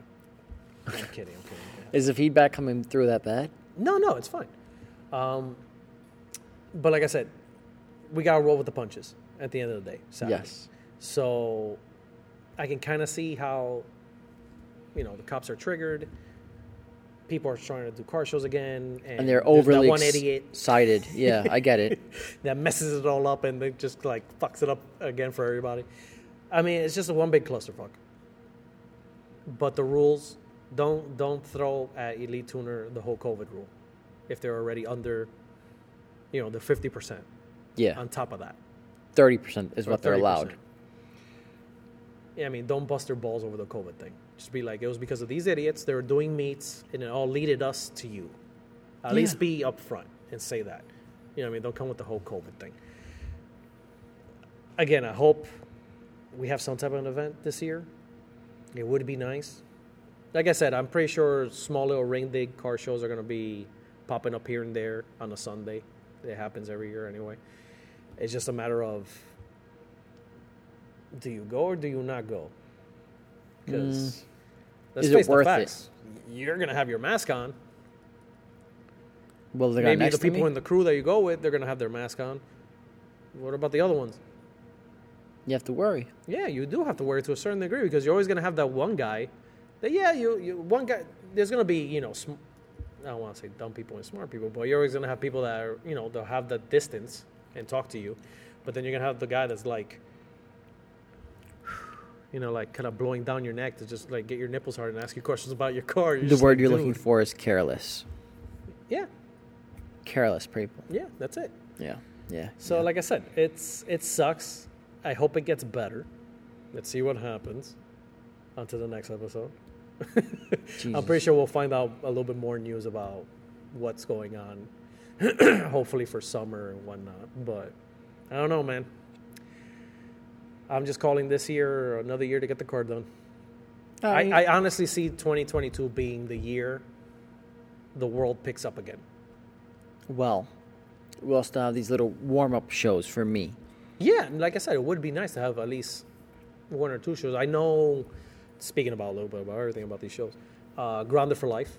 I'm kidding. I'm kidding. I'm kidding. Is the feedback coming through that bad? No, no, it's fine. Um, but like I said, we gotta roll with the punches at the end of the day. Sadly. Yes. So I can kind of see how, you know, the cops are triggered. People are trying to do car shows again, and, And they're there's overly that one ex- idiot excited. Yeah, I get it. that messes it all up and they just like fucks it up again for everybody. I mean, it's just a one big clusterfuck. But the rules don't don't throw at Elite Tuner the whole COVID rule if they're already under, you know, the fifty percent Yeah, on top of that. thirty percent is or what they're 30%. allowed. Yeah, I mean, don't bust their balls over the COVID thing. Just be like, it was because of these idiots. They were doing meets, and it all leaded us to you. At Yeah. least be upfront and say that. You know, what I mean, don't come with the whole COVID thing. Again, I hope we have some type of an event this year. It would be nice. Like I said, I'm pretty sure small little ring dig car shows are going to be popping up here and there on a Sunday. It happens every year anyway. It's just a matter of do you go or do you not go? Because let's Mm. Is it face worth it? the facts. You're going to have your mask on. Well, they got Maybe next the to people me? in the crew that you go with, they're going to have their mask on. What about the other ones? You have to worry. Yeah, you do have to wear it to a certain degree because you're always going to have that one guy. That yeah, you, you one guy. There's going to be you know, sm- I don't want to say dumb people and smart people, but you're always going to have people that are you know they'll have the distance and talk to you, but then you're going to have the guy that's like, you know, like kind of blowing down your neck to just like get your nipples hard and ask you questions about your car. You're The just word like, you're "Dude." looking for is careless. Yeah, Careless people. yeah, that's it. Yeah, yeah. So like I said, it's it sucks. I hope it gets better. Let's see what happens. On to the next episode. I'm pretty Jesus. sure we'll find out a little bit more news about what's going on. Hopefully for summer and whatnot. But I don't know, man. I'm just calling this year or another year to get the card done. I, I honestly see 2022 being the year the world picks up again. well, we also have these little warm-up shows for me. Yeah, and like I said, it would be nice to have at least one or two shows. I know, speaking about a little bit about everything about these shows, uh, Grounded for Life,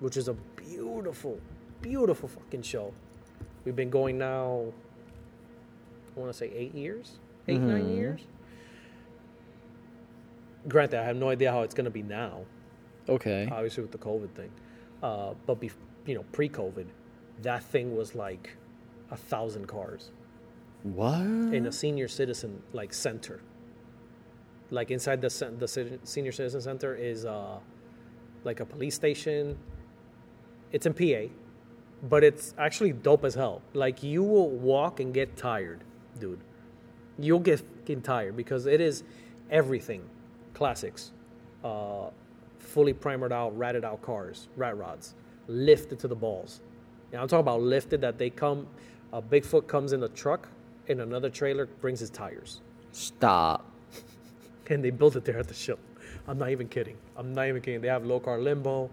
which is a beautiful, beautiful fucking show. We've been going now, I want to say eight years, 8 nine years. Granted, I have no idea how it's going to be now, Okay. obviously with the COVID thing, uh, but be, you know, pre-COVID, that thing was like a thousand cars what? in a senior citizen like center. Like inside the cen- the ci- senior citizen center is uh, like a police station. It's in PA, but it's actually dope as hell. Like you will walk and get tired, dude. You'll get fucking tired because it is everything, classics, uh, fully primered out, ratted out cars, rat rods, lifted to the balls. Now I'm talking about lifted that they come. A Bigfoot comes in the truck, and another trailer brings his tires, Stop. and they build it there at the show. I'm not even kidding. I'm not even kidding. They have low car limbo,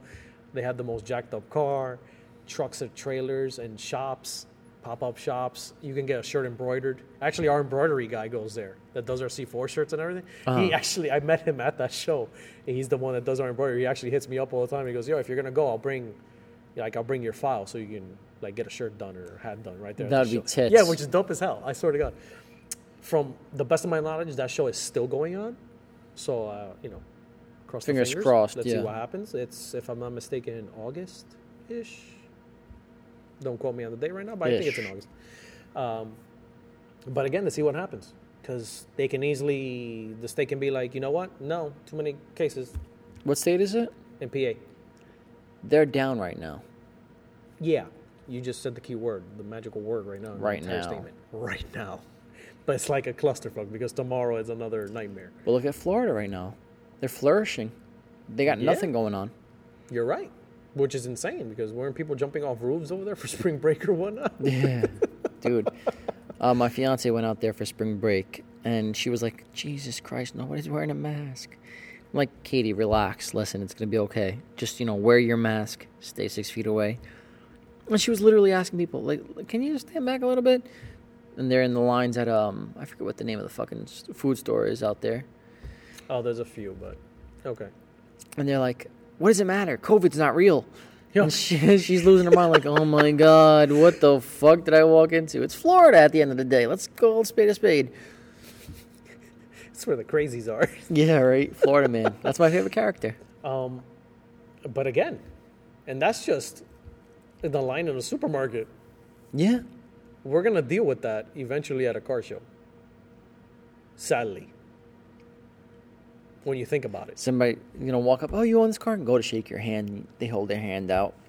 they have the most jacked up car, trucks and trailers and shops, pop up shops. You can get a shirt embroidered. Actually, our embroidery guy goes there that does our C4 shirts and everything. Uh-huh. He actually, I met him at that show, and he's the one that does our embroidery. He actually hits me up all the time. He goes, "Yo, if you're gonna go, I'll bring." Like I'll bring your file so you can like get a shirt done or hat done right there. at the That'd be show. tits. Yeah, which is dope as hell. I swear to God from the best of my knowledge, that show is still going on. So uh, you know, cross the Fingers fingers crossed, Let's yeah. see what happens. It's if I'm not mistaken in August ish. Don't quote me on the date right now, but I think it's in Ish. August. Um, but again, to see what happens because they can easily the state can be like, you know what? No, too many cases What state is it? in PA. They're down right now. Yeah, You just said the key word, the magical word right now. in the Right entire now. Statement. Right now. But it's like a clusterfuck because tomorrow is another nightmare. But look at Florida right now. They're flourishing. They got Yeah. nothing going on. You're right. Which is insane because weren't people jumping off roofs over there for spring break or whatnot? Yeah. Dude. Uh, my fiance went out there for spring break and she was like, Jesus Christ, nobody's wearing a mask. I'm like, Katie, relax. Listen, it's going to be okay. Just, you know, wear your mask, stay six feet away. And she was literally asking people, like, can you just stand back a little bit? And they're in the lines at, um, I forget what the name of the fucking s- food store is out there. Oh, there's a few, but okay. and they're like, "What does it matter? COVID's not real." Yeah. And she, she's losing her mind. Like, oh my god, what the fuck did I walk into? It's Florida at the end of the day. Let's go spade a spade. That's where the crazies are. Yeah, right. Florida man. That's my favorite character. Um, but again, and that's just the line in the supermarket. Yeah. We're gonna deal with that eventually at a car show. Sadly, when you think about it, Somebody, you know, walk up. Oh, you own this car? And go to shake your hand. And they hold their hand out.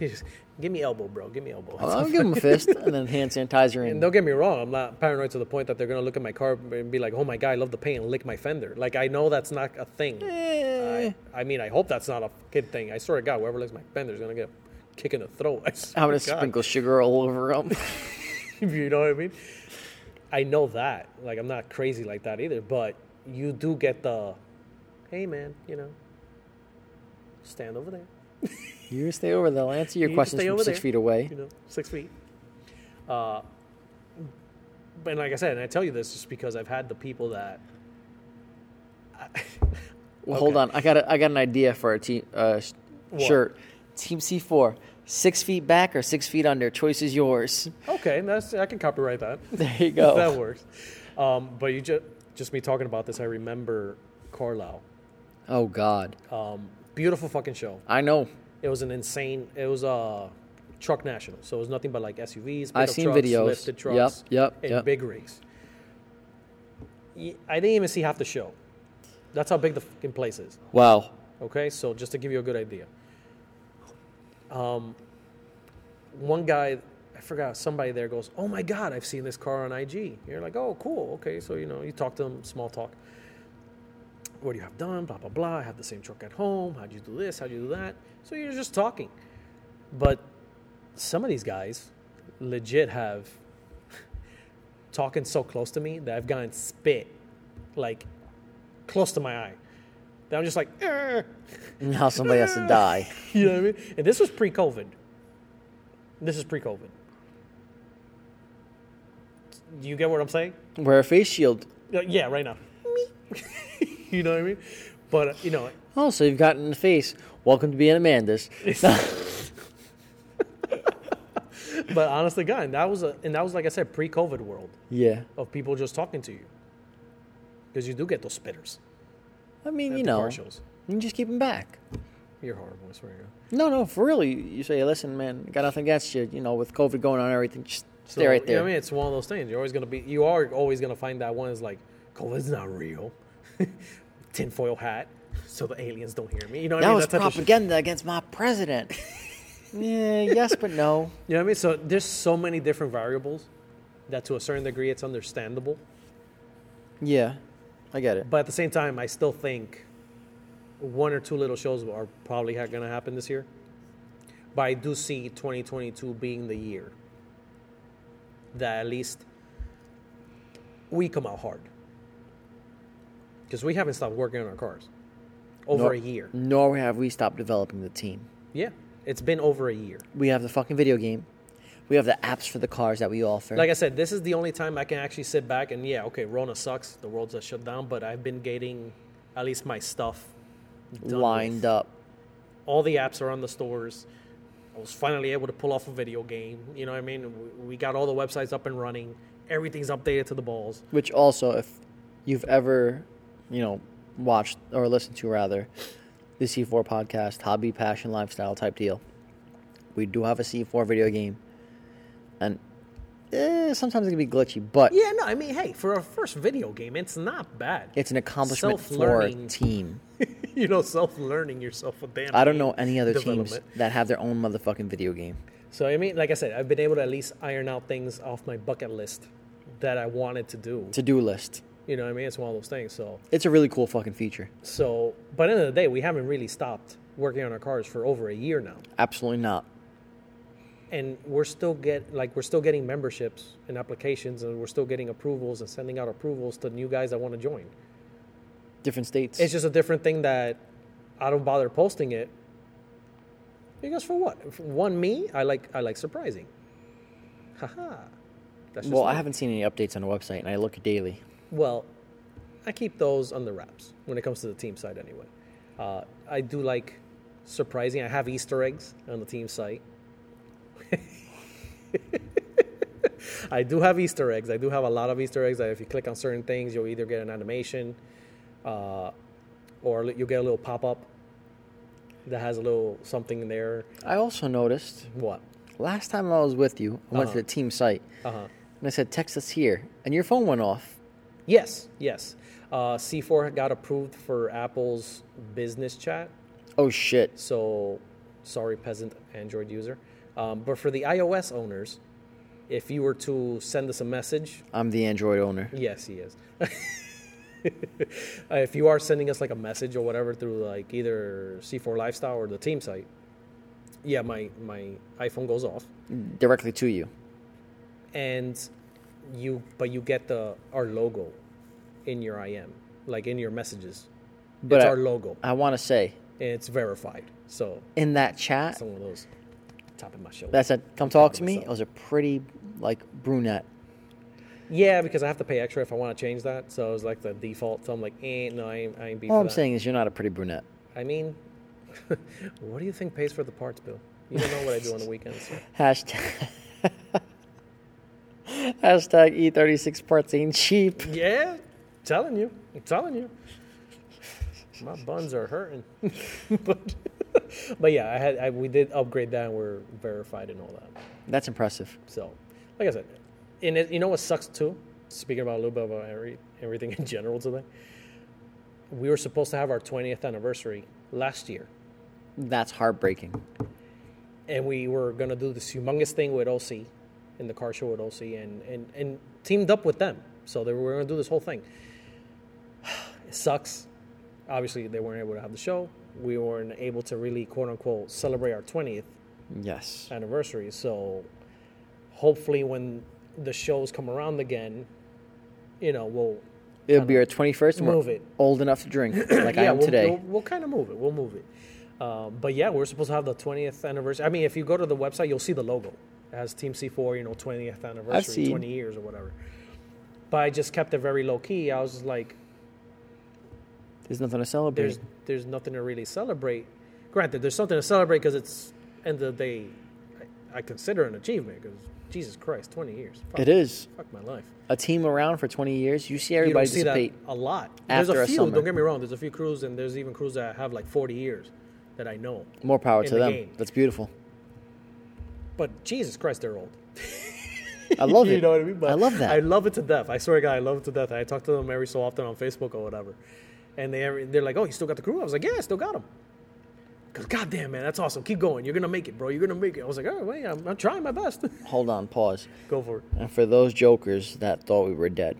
You just, give me elbow, bro. Give me elbow. Oh, I'll give them a fist, and then hand sanitizer. And And don't get me wrong, I'm not paranoid to the point that they're gonna look at my car and be like, "Oh my god, I love the paint," and lick my fender. Like I know that's not a thing. Eh. I, I mean, I hope that's not a kid thing. I swear to God, whoever licks my fender is gonna get a kick in the throat. I swear I'm gonna to God. sprinkle sugar all over them. you know what I mean? I know that. Like I'm not crazy like that either, but you do get the, hey man, you know, stand over there. you stay over there. I'll answer your You questions stay from over six there, feet away. You know, six feet. Uh, but like I said, and I tell you this just because I've had the people that. Well, hold Okay. on. I got a, I got an idea for a team uh, sh- What? shirt. Team C four, six feet back or six feet under. Choice is yours. Okay, that's I can copyright that. There you that go. works. Um, but you just just me talking about this, I remember Carlisle. oh God, Um, beautiful fucking show. I know. It was an insane. It was uh, truck national, so it was nothing but like SUVs. I've pickup seen trucks, videos. Lifted Yep, trucks. yep, And yep. big rigs. Y- I didn't even see half the show. That's how big the fucking place is. Wow. Okay, so just to give you a good idea, um, one guy, I forgot, somebody there goes, "Oh my God, I've seen this car on IG." You're like, "Oh, cool, okay." So you know, you talk to them, small talk. What do you have done? Blah blah blah. I have the same truck at home. How'd you do this? How'd you do that? So you're just talking, but some of these guys, legit, have talking so close to me that I've gotten spit, like close to my eye. That I'm just like, "Eh." Now somebody has to die. you know what I mean? And this was pre-COVID. This is pre-COVID. You get what I'm saying? Wear a face shield. Uh, Yeah, right now. you know what I mean? But uh, you know, Oh, so you've gotten in the face. Welcome to being Amanda's. but honestly, God, and that was a, and that was like I said, pre-COVID world yeah. of people just talking to you, because you do get those spitters. I mean, at you the know, car shows. you just keep them back. You're horrible. I swear to God. No, no, for real. You, you say, listen, man, got nothing against you. You know, with COVID going on and everything, just stay So, You right know there. what I mean, it's one of those things. You're always gonna be. You are always gonna find that one is like, COVID's not real. Tinfoil hat, so the aliens don't hear me. You know what that I mean? was type of shit. propaganda against my president. yeah. Yes, but no. You know what I mean? So there's so many different variables that, to a certain degree, it's understandable. Yeah, I get it. But at the same time, I still think one or two little shows are probably ha- gonna happen this year. But I do see 2022 being the year that at least we come out hard because we haven't stopped working on our cars over Nor- a year. Nor have we stopped developing the team. Yeah, it's been over a year. We have the fucking video game. We have the apps for the cars that we offer. Like I said, this is the only time I can actually sit back and yeah, okay, Rona sucks, the world's a shut down, but I've been getting at least my stuff done with. lined up. All the apps are on the stores. I was finally able to pull off a video game. You know what I mean? W- We got all the websites up and running. Everything's updated to the balls. Which also, if you've ever, you know, watched or listened to rather, the C4 podcast, hobby, passion, lifestyle type deal, we do have a C4 video game, and eh, sometimes it can be glitchy, but Yeah, no, I mean, hey, for a first video game, it's not bad. it's an accomplishment for a Self-learning. team. you know, self-learning yourself a damn. I don't game know any other teams development. that have their own motherfucking video game. So I mean, like I said, I've been able to at least iron out things off my bucket list that I wanted to do. To do list. You know what I mean? It's one of those things. So It's a really cool fucking feature. so, but at the end of the day, we haven't really stopped working on our cars for over a year now, Absolutely not. and we're still get like we're still getting memberships and applications, and we're still getting approvals and sending out approvals to new guys that want to join. Different states. It's just a different thing that I don't bother posting it because for what? For one, me, I like I like surprising. Haha. That's well, I me. haven't seen any updates on the website, and I look daily. Well, I keep those under wraps when it comes to the team side, anyway. Uh, I do like surprising. I have Easter eggs on the team site. I do have Easter eggs. I do have a lot of Easter eggs. That if you click on certain things, you'll either get an animation, uh, or you'll get a little pop up that has a little something in there. I also noticed What? last time I was with you, I went to Uh-huh. the team site, Uh huh. and I said, "Text us here," and your phone went off. Yes, yes. Uh, C4 got approved for Apple's business chat. Oh shit! So, sorry, peasant Android user. Um, but for the iOS owners, if you were to send us a message, I'm the Android owner. yes, he is. Uh, if you are sending us like a message or whatever through like either C4 Lifestyle or the team site, yeah, my, my iPhone goes off, Directly to you. and you but you get the our logo in your IM, like in your messages. But it's I- our logo, I want to say and it's verified. So in that chat, it's one of those top of my shoulder. that said, "Come talk to me." myself. I was a pretty like brunette. Yeah, because I have to pay extra if I want to change that. So it was like the default. So I'm like, eh, no, I ain't, I ain't beat All for I'm that. saying is, you're not a pretty brunette. I mean, what do you think pays for the parts bill? You don't know what I do on the weekends. Hashtag. Hashtag E36 parts ain't cheap. Yeah, telling you, I'm telling you. My buns are hurting. but, but yeah, I had I, we did upgrade that and we're verified and all that. That's impressive. So, like I said, and it, you know what sucks too? Speaking about a little bit about every, everything in general today, we were supposed to have our 20th anniversary last year. That's heartbreaking. and we were gonna do this humongous thing with OC in the car show with OC and, and, and teamed up with them. So they were gonna do this whole thing. It sucks. Obviously they weren't able to have the show. We weren't able to really quote unquote celebrate our twentieth Yes. anniversary. So hopefully when the shows come around again, you know, we'll It'll be our 21st. and we're Move it. Old enough to drink, like I am we'll, today. We'll, we'll kind of move it. We'll move it. Um, but yeah, we're supposed to have the 20th anniversary. I mean, if you go to the website, you'll see the logo as Team C4, you know, 20th anniversary, seen. 20 years or whatever. But I just kept it very low key. I was just like, There's nothing to celebrate. there's there's nothing to really celebrate. Granted, there's something to celebrate because it's end of the day, I, I consider an achievement because Jesus Christ, 20 years. Fuck, it is Fuck my life. a team around for 20 years. You see You don't everybody see that dissipate. a lot. after there's a a few. summer. Don't get me wrong. There's a few crews, and there's even crews that have like 40 years that I know. More power in to the them. game. That's beautiful. But Jesus Christ, they're old. I love it. you know what I mean? But I love that. I love it to death. I swear to God, I love it to death. I talk to them every so often on Facebook or whatever, and they every, they're like, "Oh, you still got the crew?" I was like, "Yeah, I still got them." Cause goddamn, man, that's awesome. Keep going. You're gonna make it, bro. You're gonna make it. I was like, "Oh, wait, I'm, I'm trying my best." Hold on, pause. Go for it. And for those jokers that thought we were dead,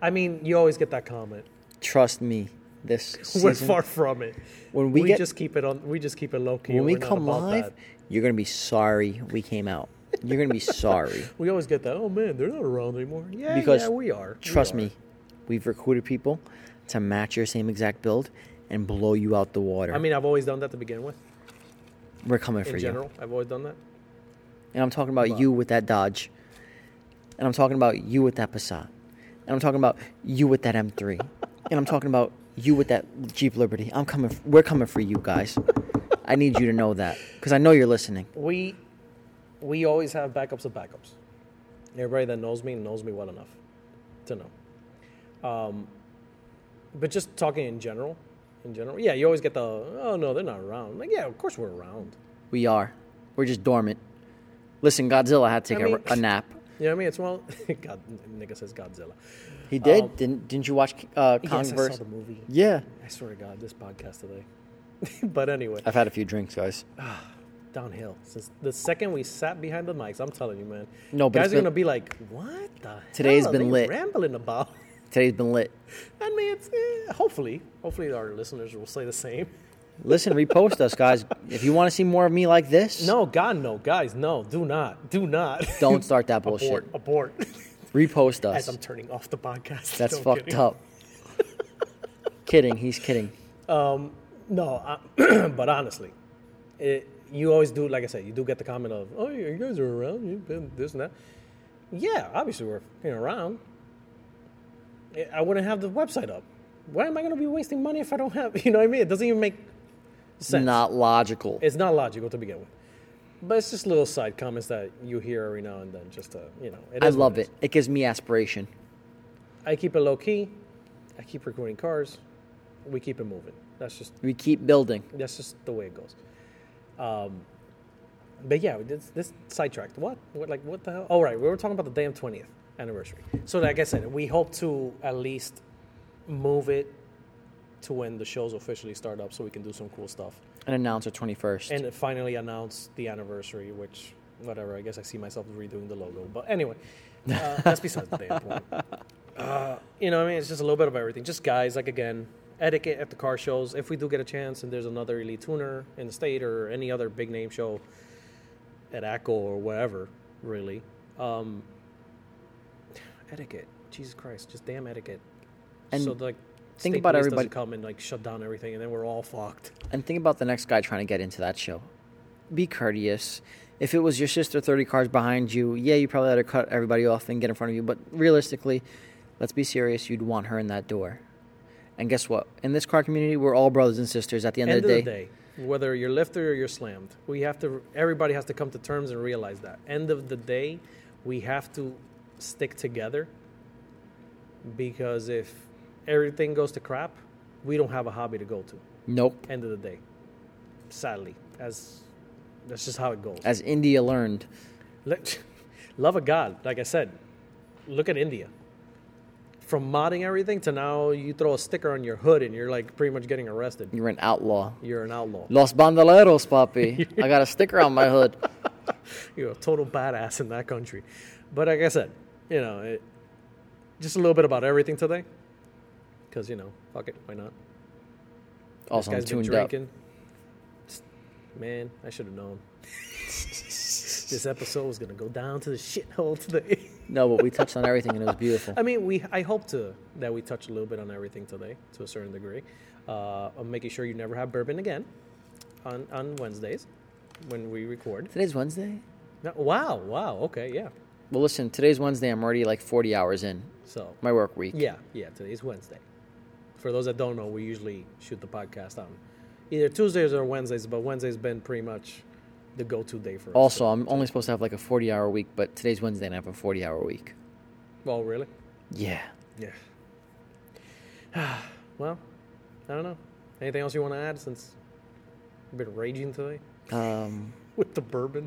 I mean, you always get that comment. trust me, this We're season, far from it. When we get- just keep it on, we just keep it low key. when we We're not come about live, that. you're gonna be sorry we came out. You're gonna be sorry we always get that. Oh man, they're not around anymore. Yeah, because yeah, we are. We Trust are. me, we've recruited people to match your same exact build and blow you out the water. I mean, I've always done that to begin with. we're coming for In you. general, I've always done that. And I'm talking about you with that Dodge. And I'm talking about you with that Passat. And I'm talking about you with that M3. and I'm talking about you with that Jeep Liberty. I'm coming. f- We're coming for you guys. I need you to know that because I know you're listening. we we always have backups of backups. Everybody that knows me knows me well enough to know. Um, but just talking in general, in general, yeah, you always get the oh no, they're not around. Like yeah, of course we're around. We are. We're just dormant. Listen, Godzilla had to take I a- mean- a, nap. You know what I mean? It's well, God, nigga says Godzilla. He did. didn't Didn't you watch uh, Converse? Oh. Yes, I saw the movie. yeah. I swear to God, this podcast today. but anyway, I've had a few drinks, guys. downhill. Since the second we sat behind the mics, I'm telling you, man. No, but guys it's are been- gonna be like, "What the Today's hell are been they lit. Rambling about. Today's been lit. I mean, it's eh, hopefully, hopefully our listeners will say the same. Listen, repost us, guys. If you want to see more of me like this, No, God, no, guys, no, do not, do not. don't start that bullshit. abort, abort. Repost As us. I'm turning off the podcast. That's No, I'm fucked kidding. up. kidding. He's kidding. No, I, but honestly, it, you always do. Like I said, you do get the comment of, "Oh, you guys are around. You've been this and that." Yeah, obviously we're fucking around. Eh, I- I wouldn't have the website up. Why am I going to be wasting money if I don't have? You know what I mean? It doesn't even make sense. Not logical. It's not logical to begin with. But it's just little side comments that you hear every now and then. Just to you know, it I is what love it. is. it. It gives me aspiration. I keep it low key. I keep recording cars. We keep it moving. That's just We keep building. that's just the way it goes. Um, but yeah, this, this sidetracked. What? What? Like what the hell? Oh right, we were talking about the damn twentieth anniversary. So like I said, we hope to at least move it to when the shows officially start up, so we can do some cool stuff An announcer 21st. and finally announce the anniversary. Which whatever, I guess I see myself redoing the logo. But anyway, uh, that's besides the damn point. Uh, you know, what I mean, it's just a little bit of everything. Just guys, like again, etiquette at the car shows. If we do get a chance, and there's another elite tuner in the state or any other big name show at ACO or whatever, really. Um, etiquette, Jesus Christ, just damn etiquette. And so like, think state about police everybody- doesn't come and like shut down everything, and then we're all fucked. And think about the next guy trying to get into that show. Be courteous. If it was your sister 30 cars behind you, yeah, you probably had to cut everybody off and get in front of you. But realistically, let's be serious. You'd want her in that door. And guess what? In this car community, we're all brothers and sisters at the end, end of the day. whether you're lifted or you're slammed, we have to. Everybody has to come to terms and realize that. End of the day, we have to stick together because if everything goes to crap, we don't have a hobby to go to. Nope. End of the day, sadly, as that's just how it goes. As India learned, Let, love of God, like I said, look at India. From modding everything to now, you throw a sticker on your hood and you're like pretty much getting arrested. you're an outlaw. You're an outlaw. Los bandoleros, papi. I got a sticker on my hood. you're a total badass in that country. But like I said, you know, it, just a little bit about everything today, because you know, fuck it, why not? Also, I'm this guy's been tuned up. drinking. Man, I should have known. this episode was gonna go down to the shithole today. No, but we touched on everything and it was beautiful. I mean, we I hope to that we touch a little bit on everything today to a certain degree. Uh, on making sure you never have bourbon again on on Wednesdays when we record. Today's Wednesday? No- wow, wow, okay, yeah. Well, listen, today's Wednesday. I'm already like 40 hours in So my work week. Yeah, yeah. Today's Wednesday. For those that don't know, we usually shoot the podcast on either Tuesdays or Wednesdays, but Wednesday's been pretty much the go-to day for us. Also, I'm only supposed to have like a 40 hour week, but today's Wednesday and I have a 40 hour week. Oh, really? Yeah. Yeah. well, I don't know. Anything else you want to add since you've been raging today Um, with the bourbon?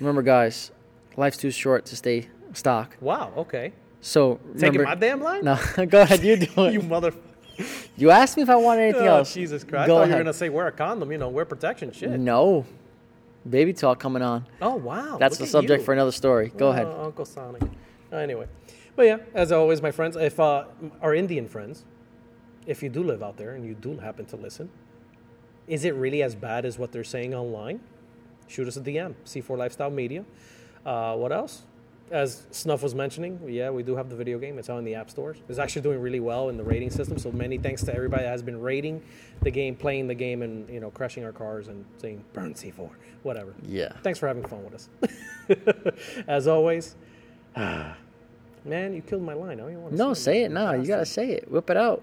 remember, guys, life's too short to stay stock. wow. Okay. So Taking remember- my damn line? No, go ahead. You do it. You you, mother. asked me if I wanted anything Oh, else. Jesus Christ! Go I thought you ahead. were gonna say wear a condom. You know, wear protection. Shit. No. Baby talk coming on. Oh wow. That's the look at subject you. for another story. Go ahead. Oh, Uncle Sonic. Uh, Anyway, but yeah, as always, my friends, if uh, our Indian friends, if you do live out there and you do happen to listen, is it really as bad as what they're saying online? Shoot us a DM, C4 Lifestyle Media. Uh, what else? As Snuff was mentioning, yeah, we do have the video game. It's out in the app stores. It's actually doing really well in the rating system. So many thanks to everybody that has been rating the game, playing the game, and you know, crashing our cars and saying "Burn C4," whatever Yeah. thanks for having fun with us. As always, man, you killed my line. Oh, you want to No, say it now. You got to say it. Whip it out.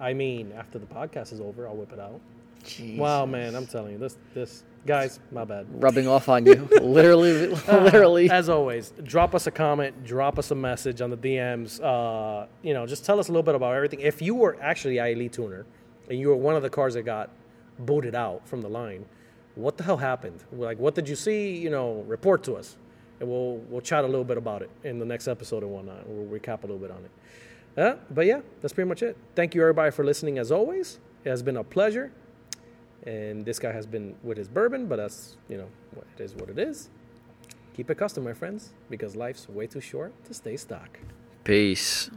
I mean, after the podcast is over, I'll whip it out. Jeez. Wow, man, I'm telling you, this, this, guys, my bad. Rubbing off on you. literally, literally. As always, drop us a comment, drop us a message on the DMs. Uh, you know, just tell us a little bit about everything. If you were actually ILE tuner and you were one of the cars that got booted out from the line, what the hell happened? Like, what did you see? You know, report to us, and we'll we'll chat a little bit about it in the next episode and whatnot. We'll recap a little bit on it. Uh, but yeah, that's pretty much it. Thank you everybody for listening. As always, it has been a pleasure. And this guy has been with his bourbon, but that's, you know, what it is what it is. Keep it custom, my friends, because life's way too short to stay stock. Peace.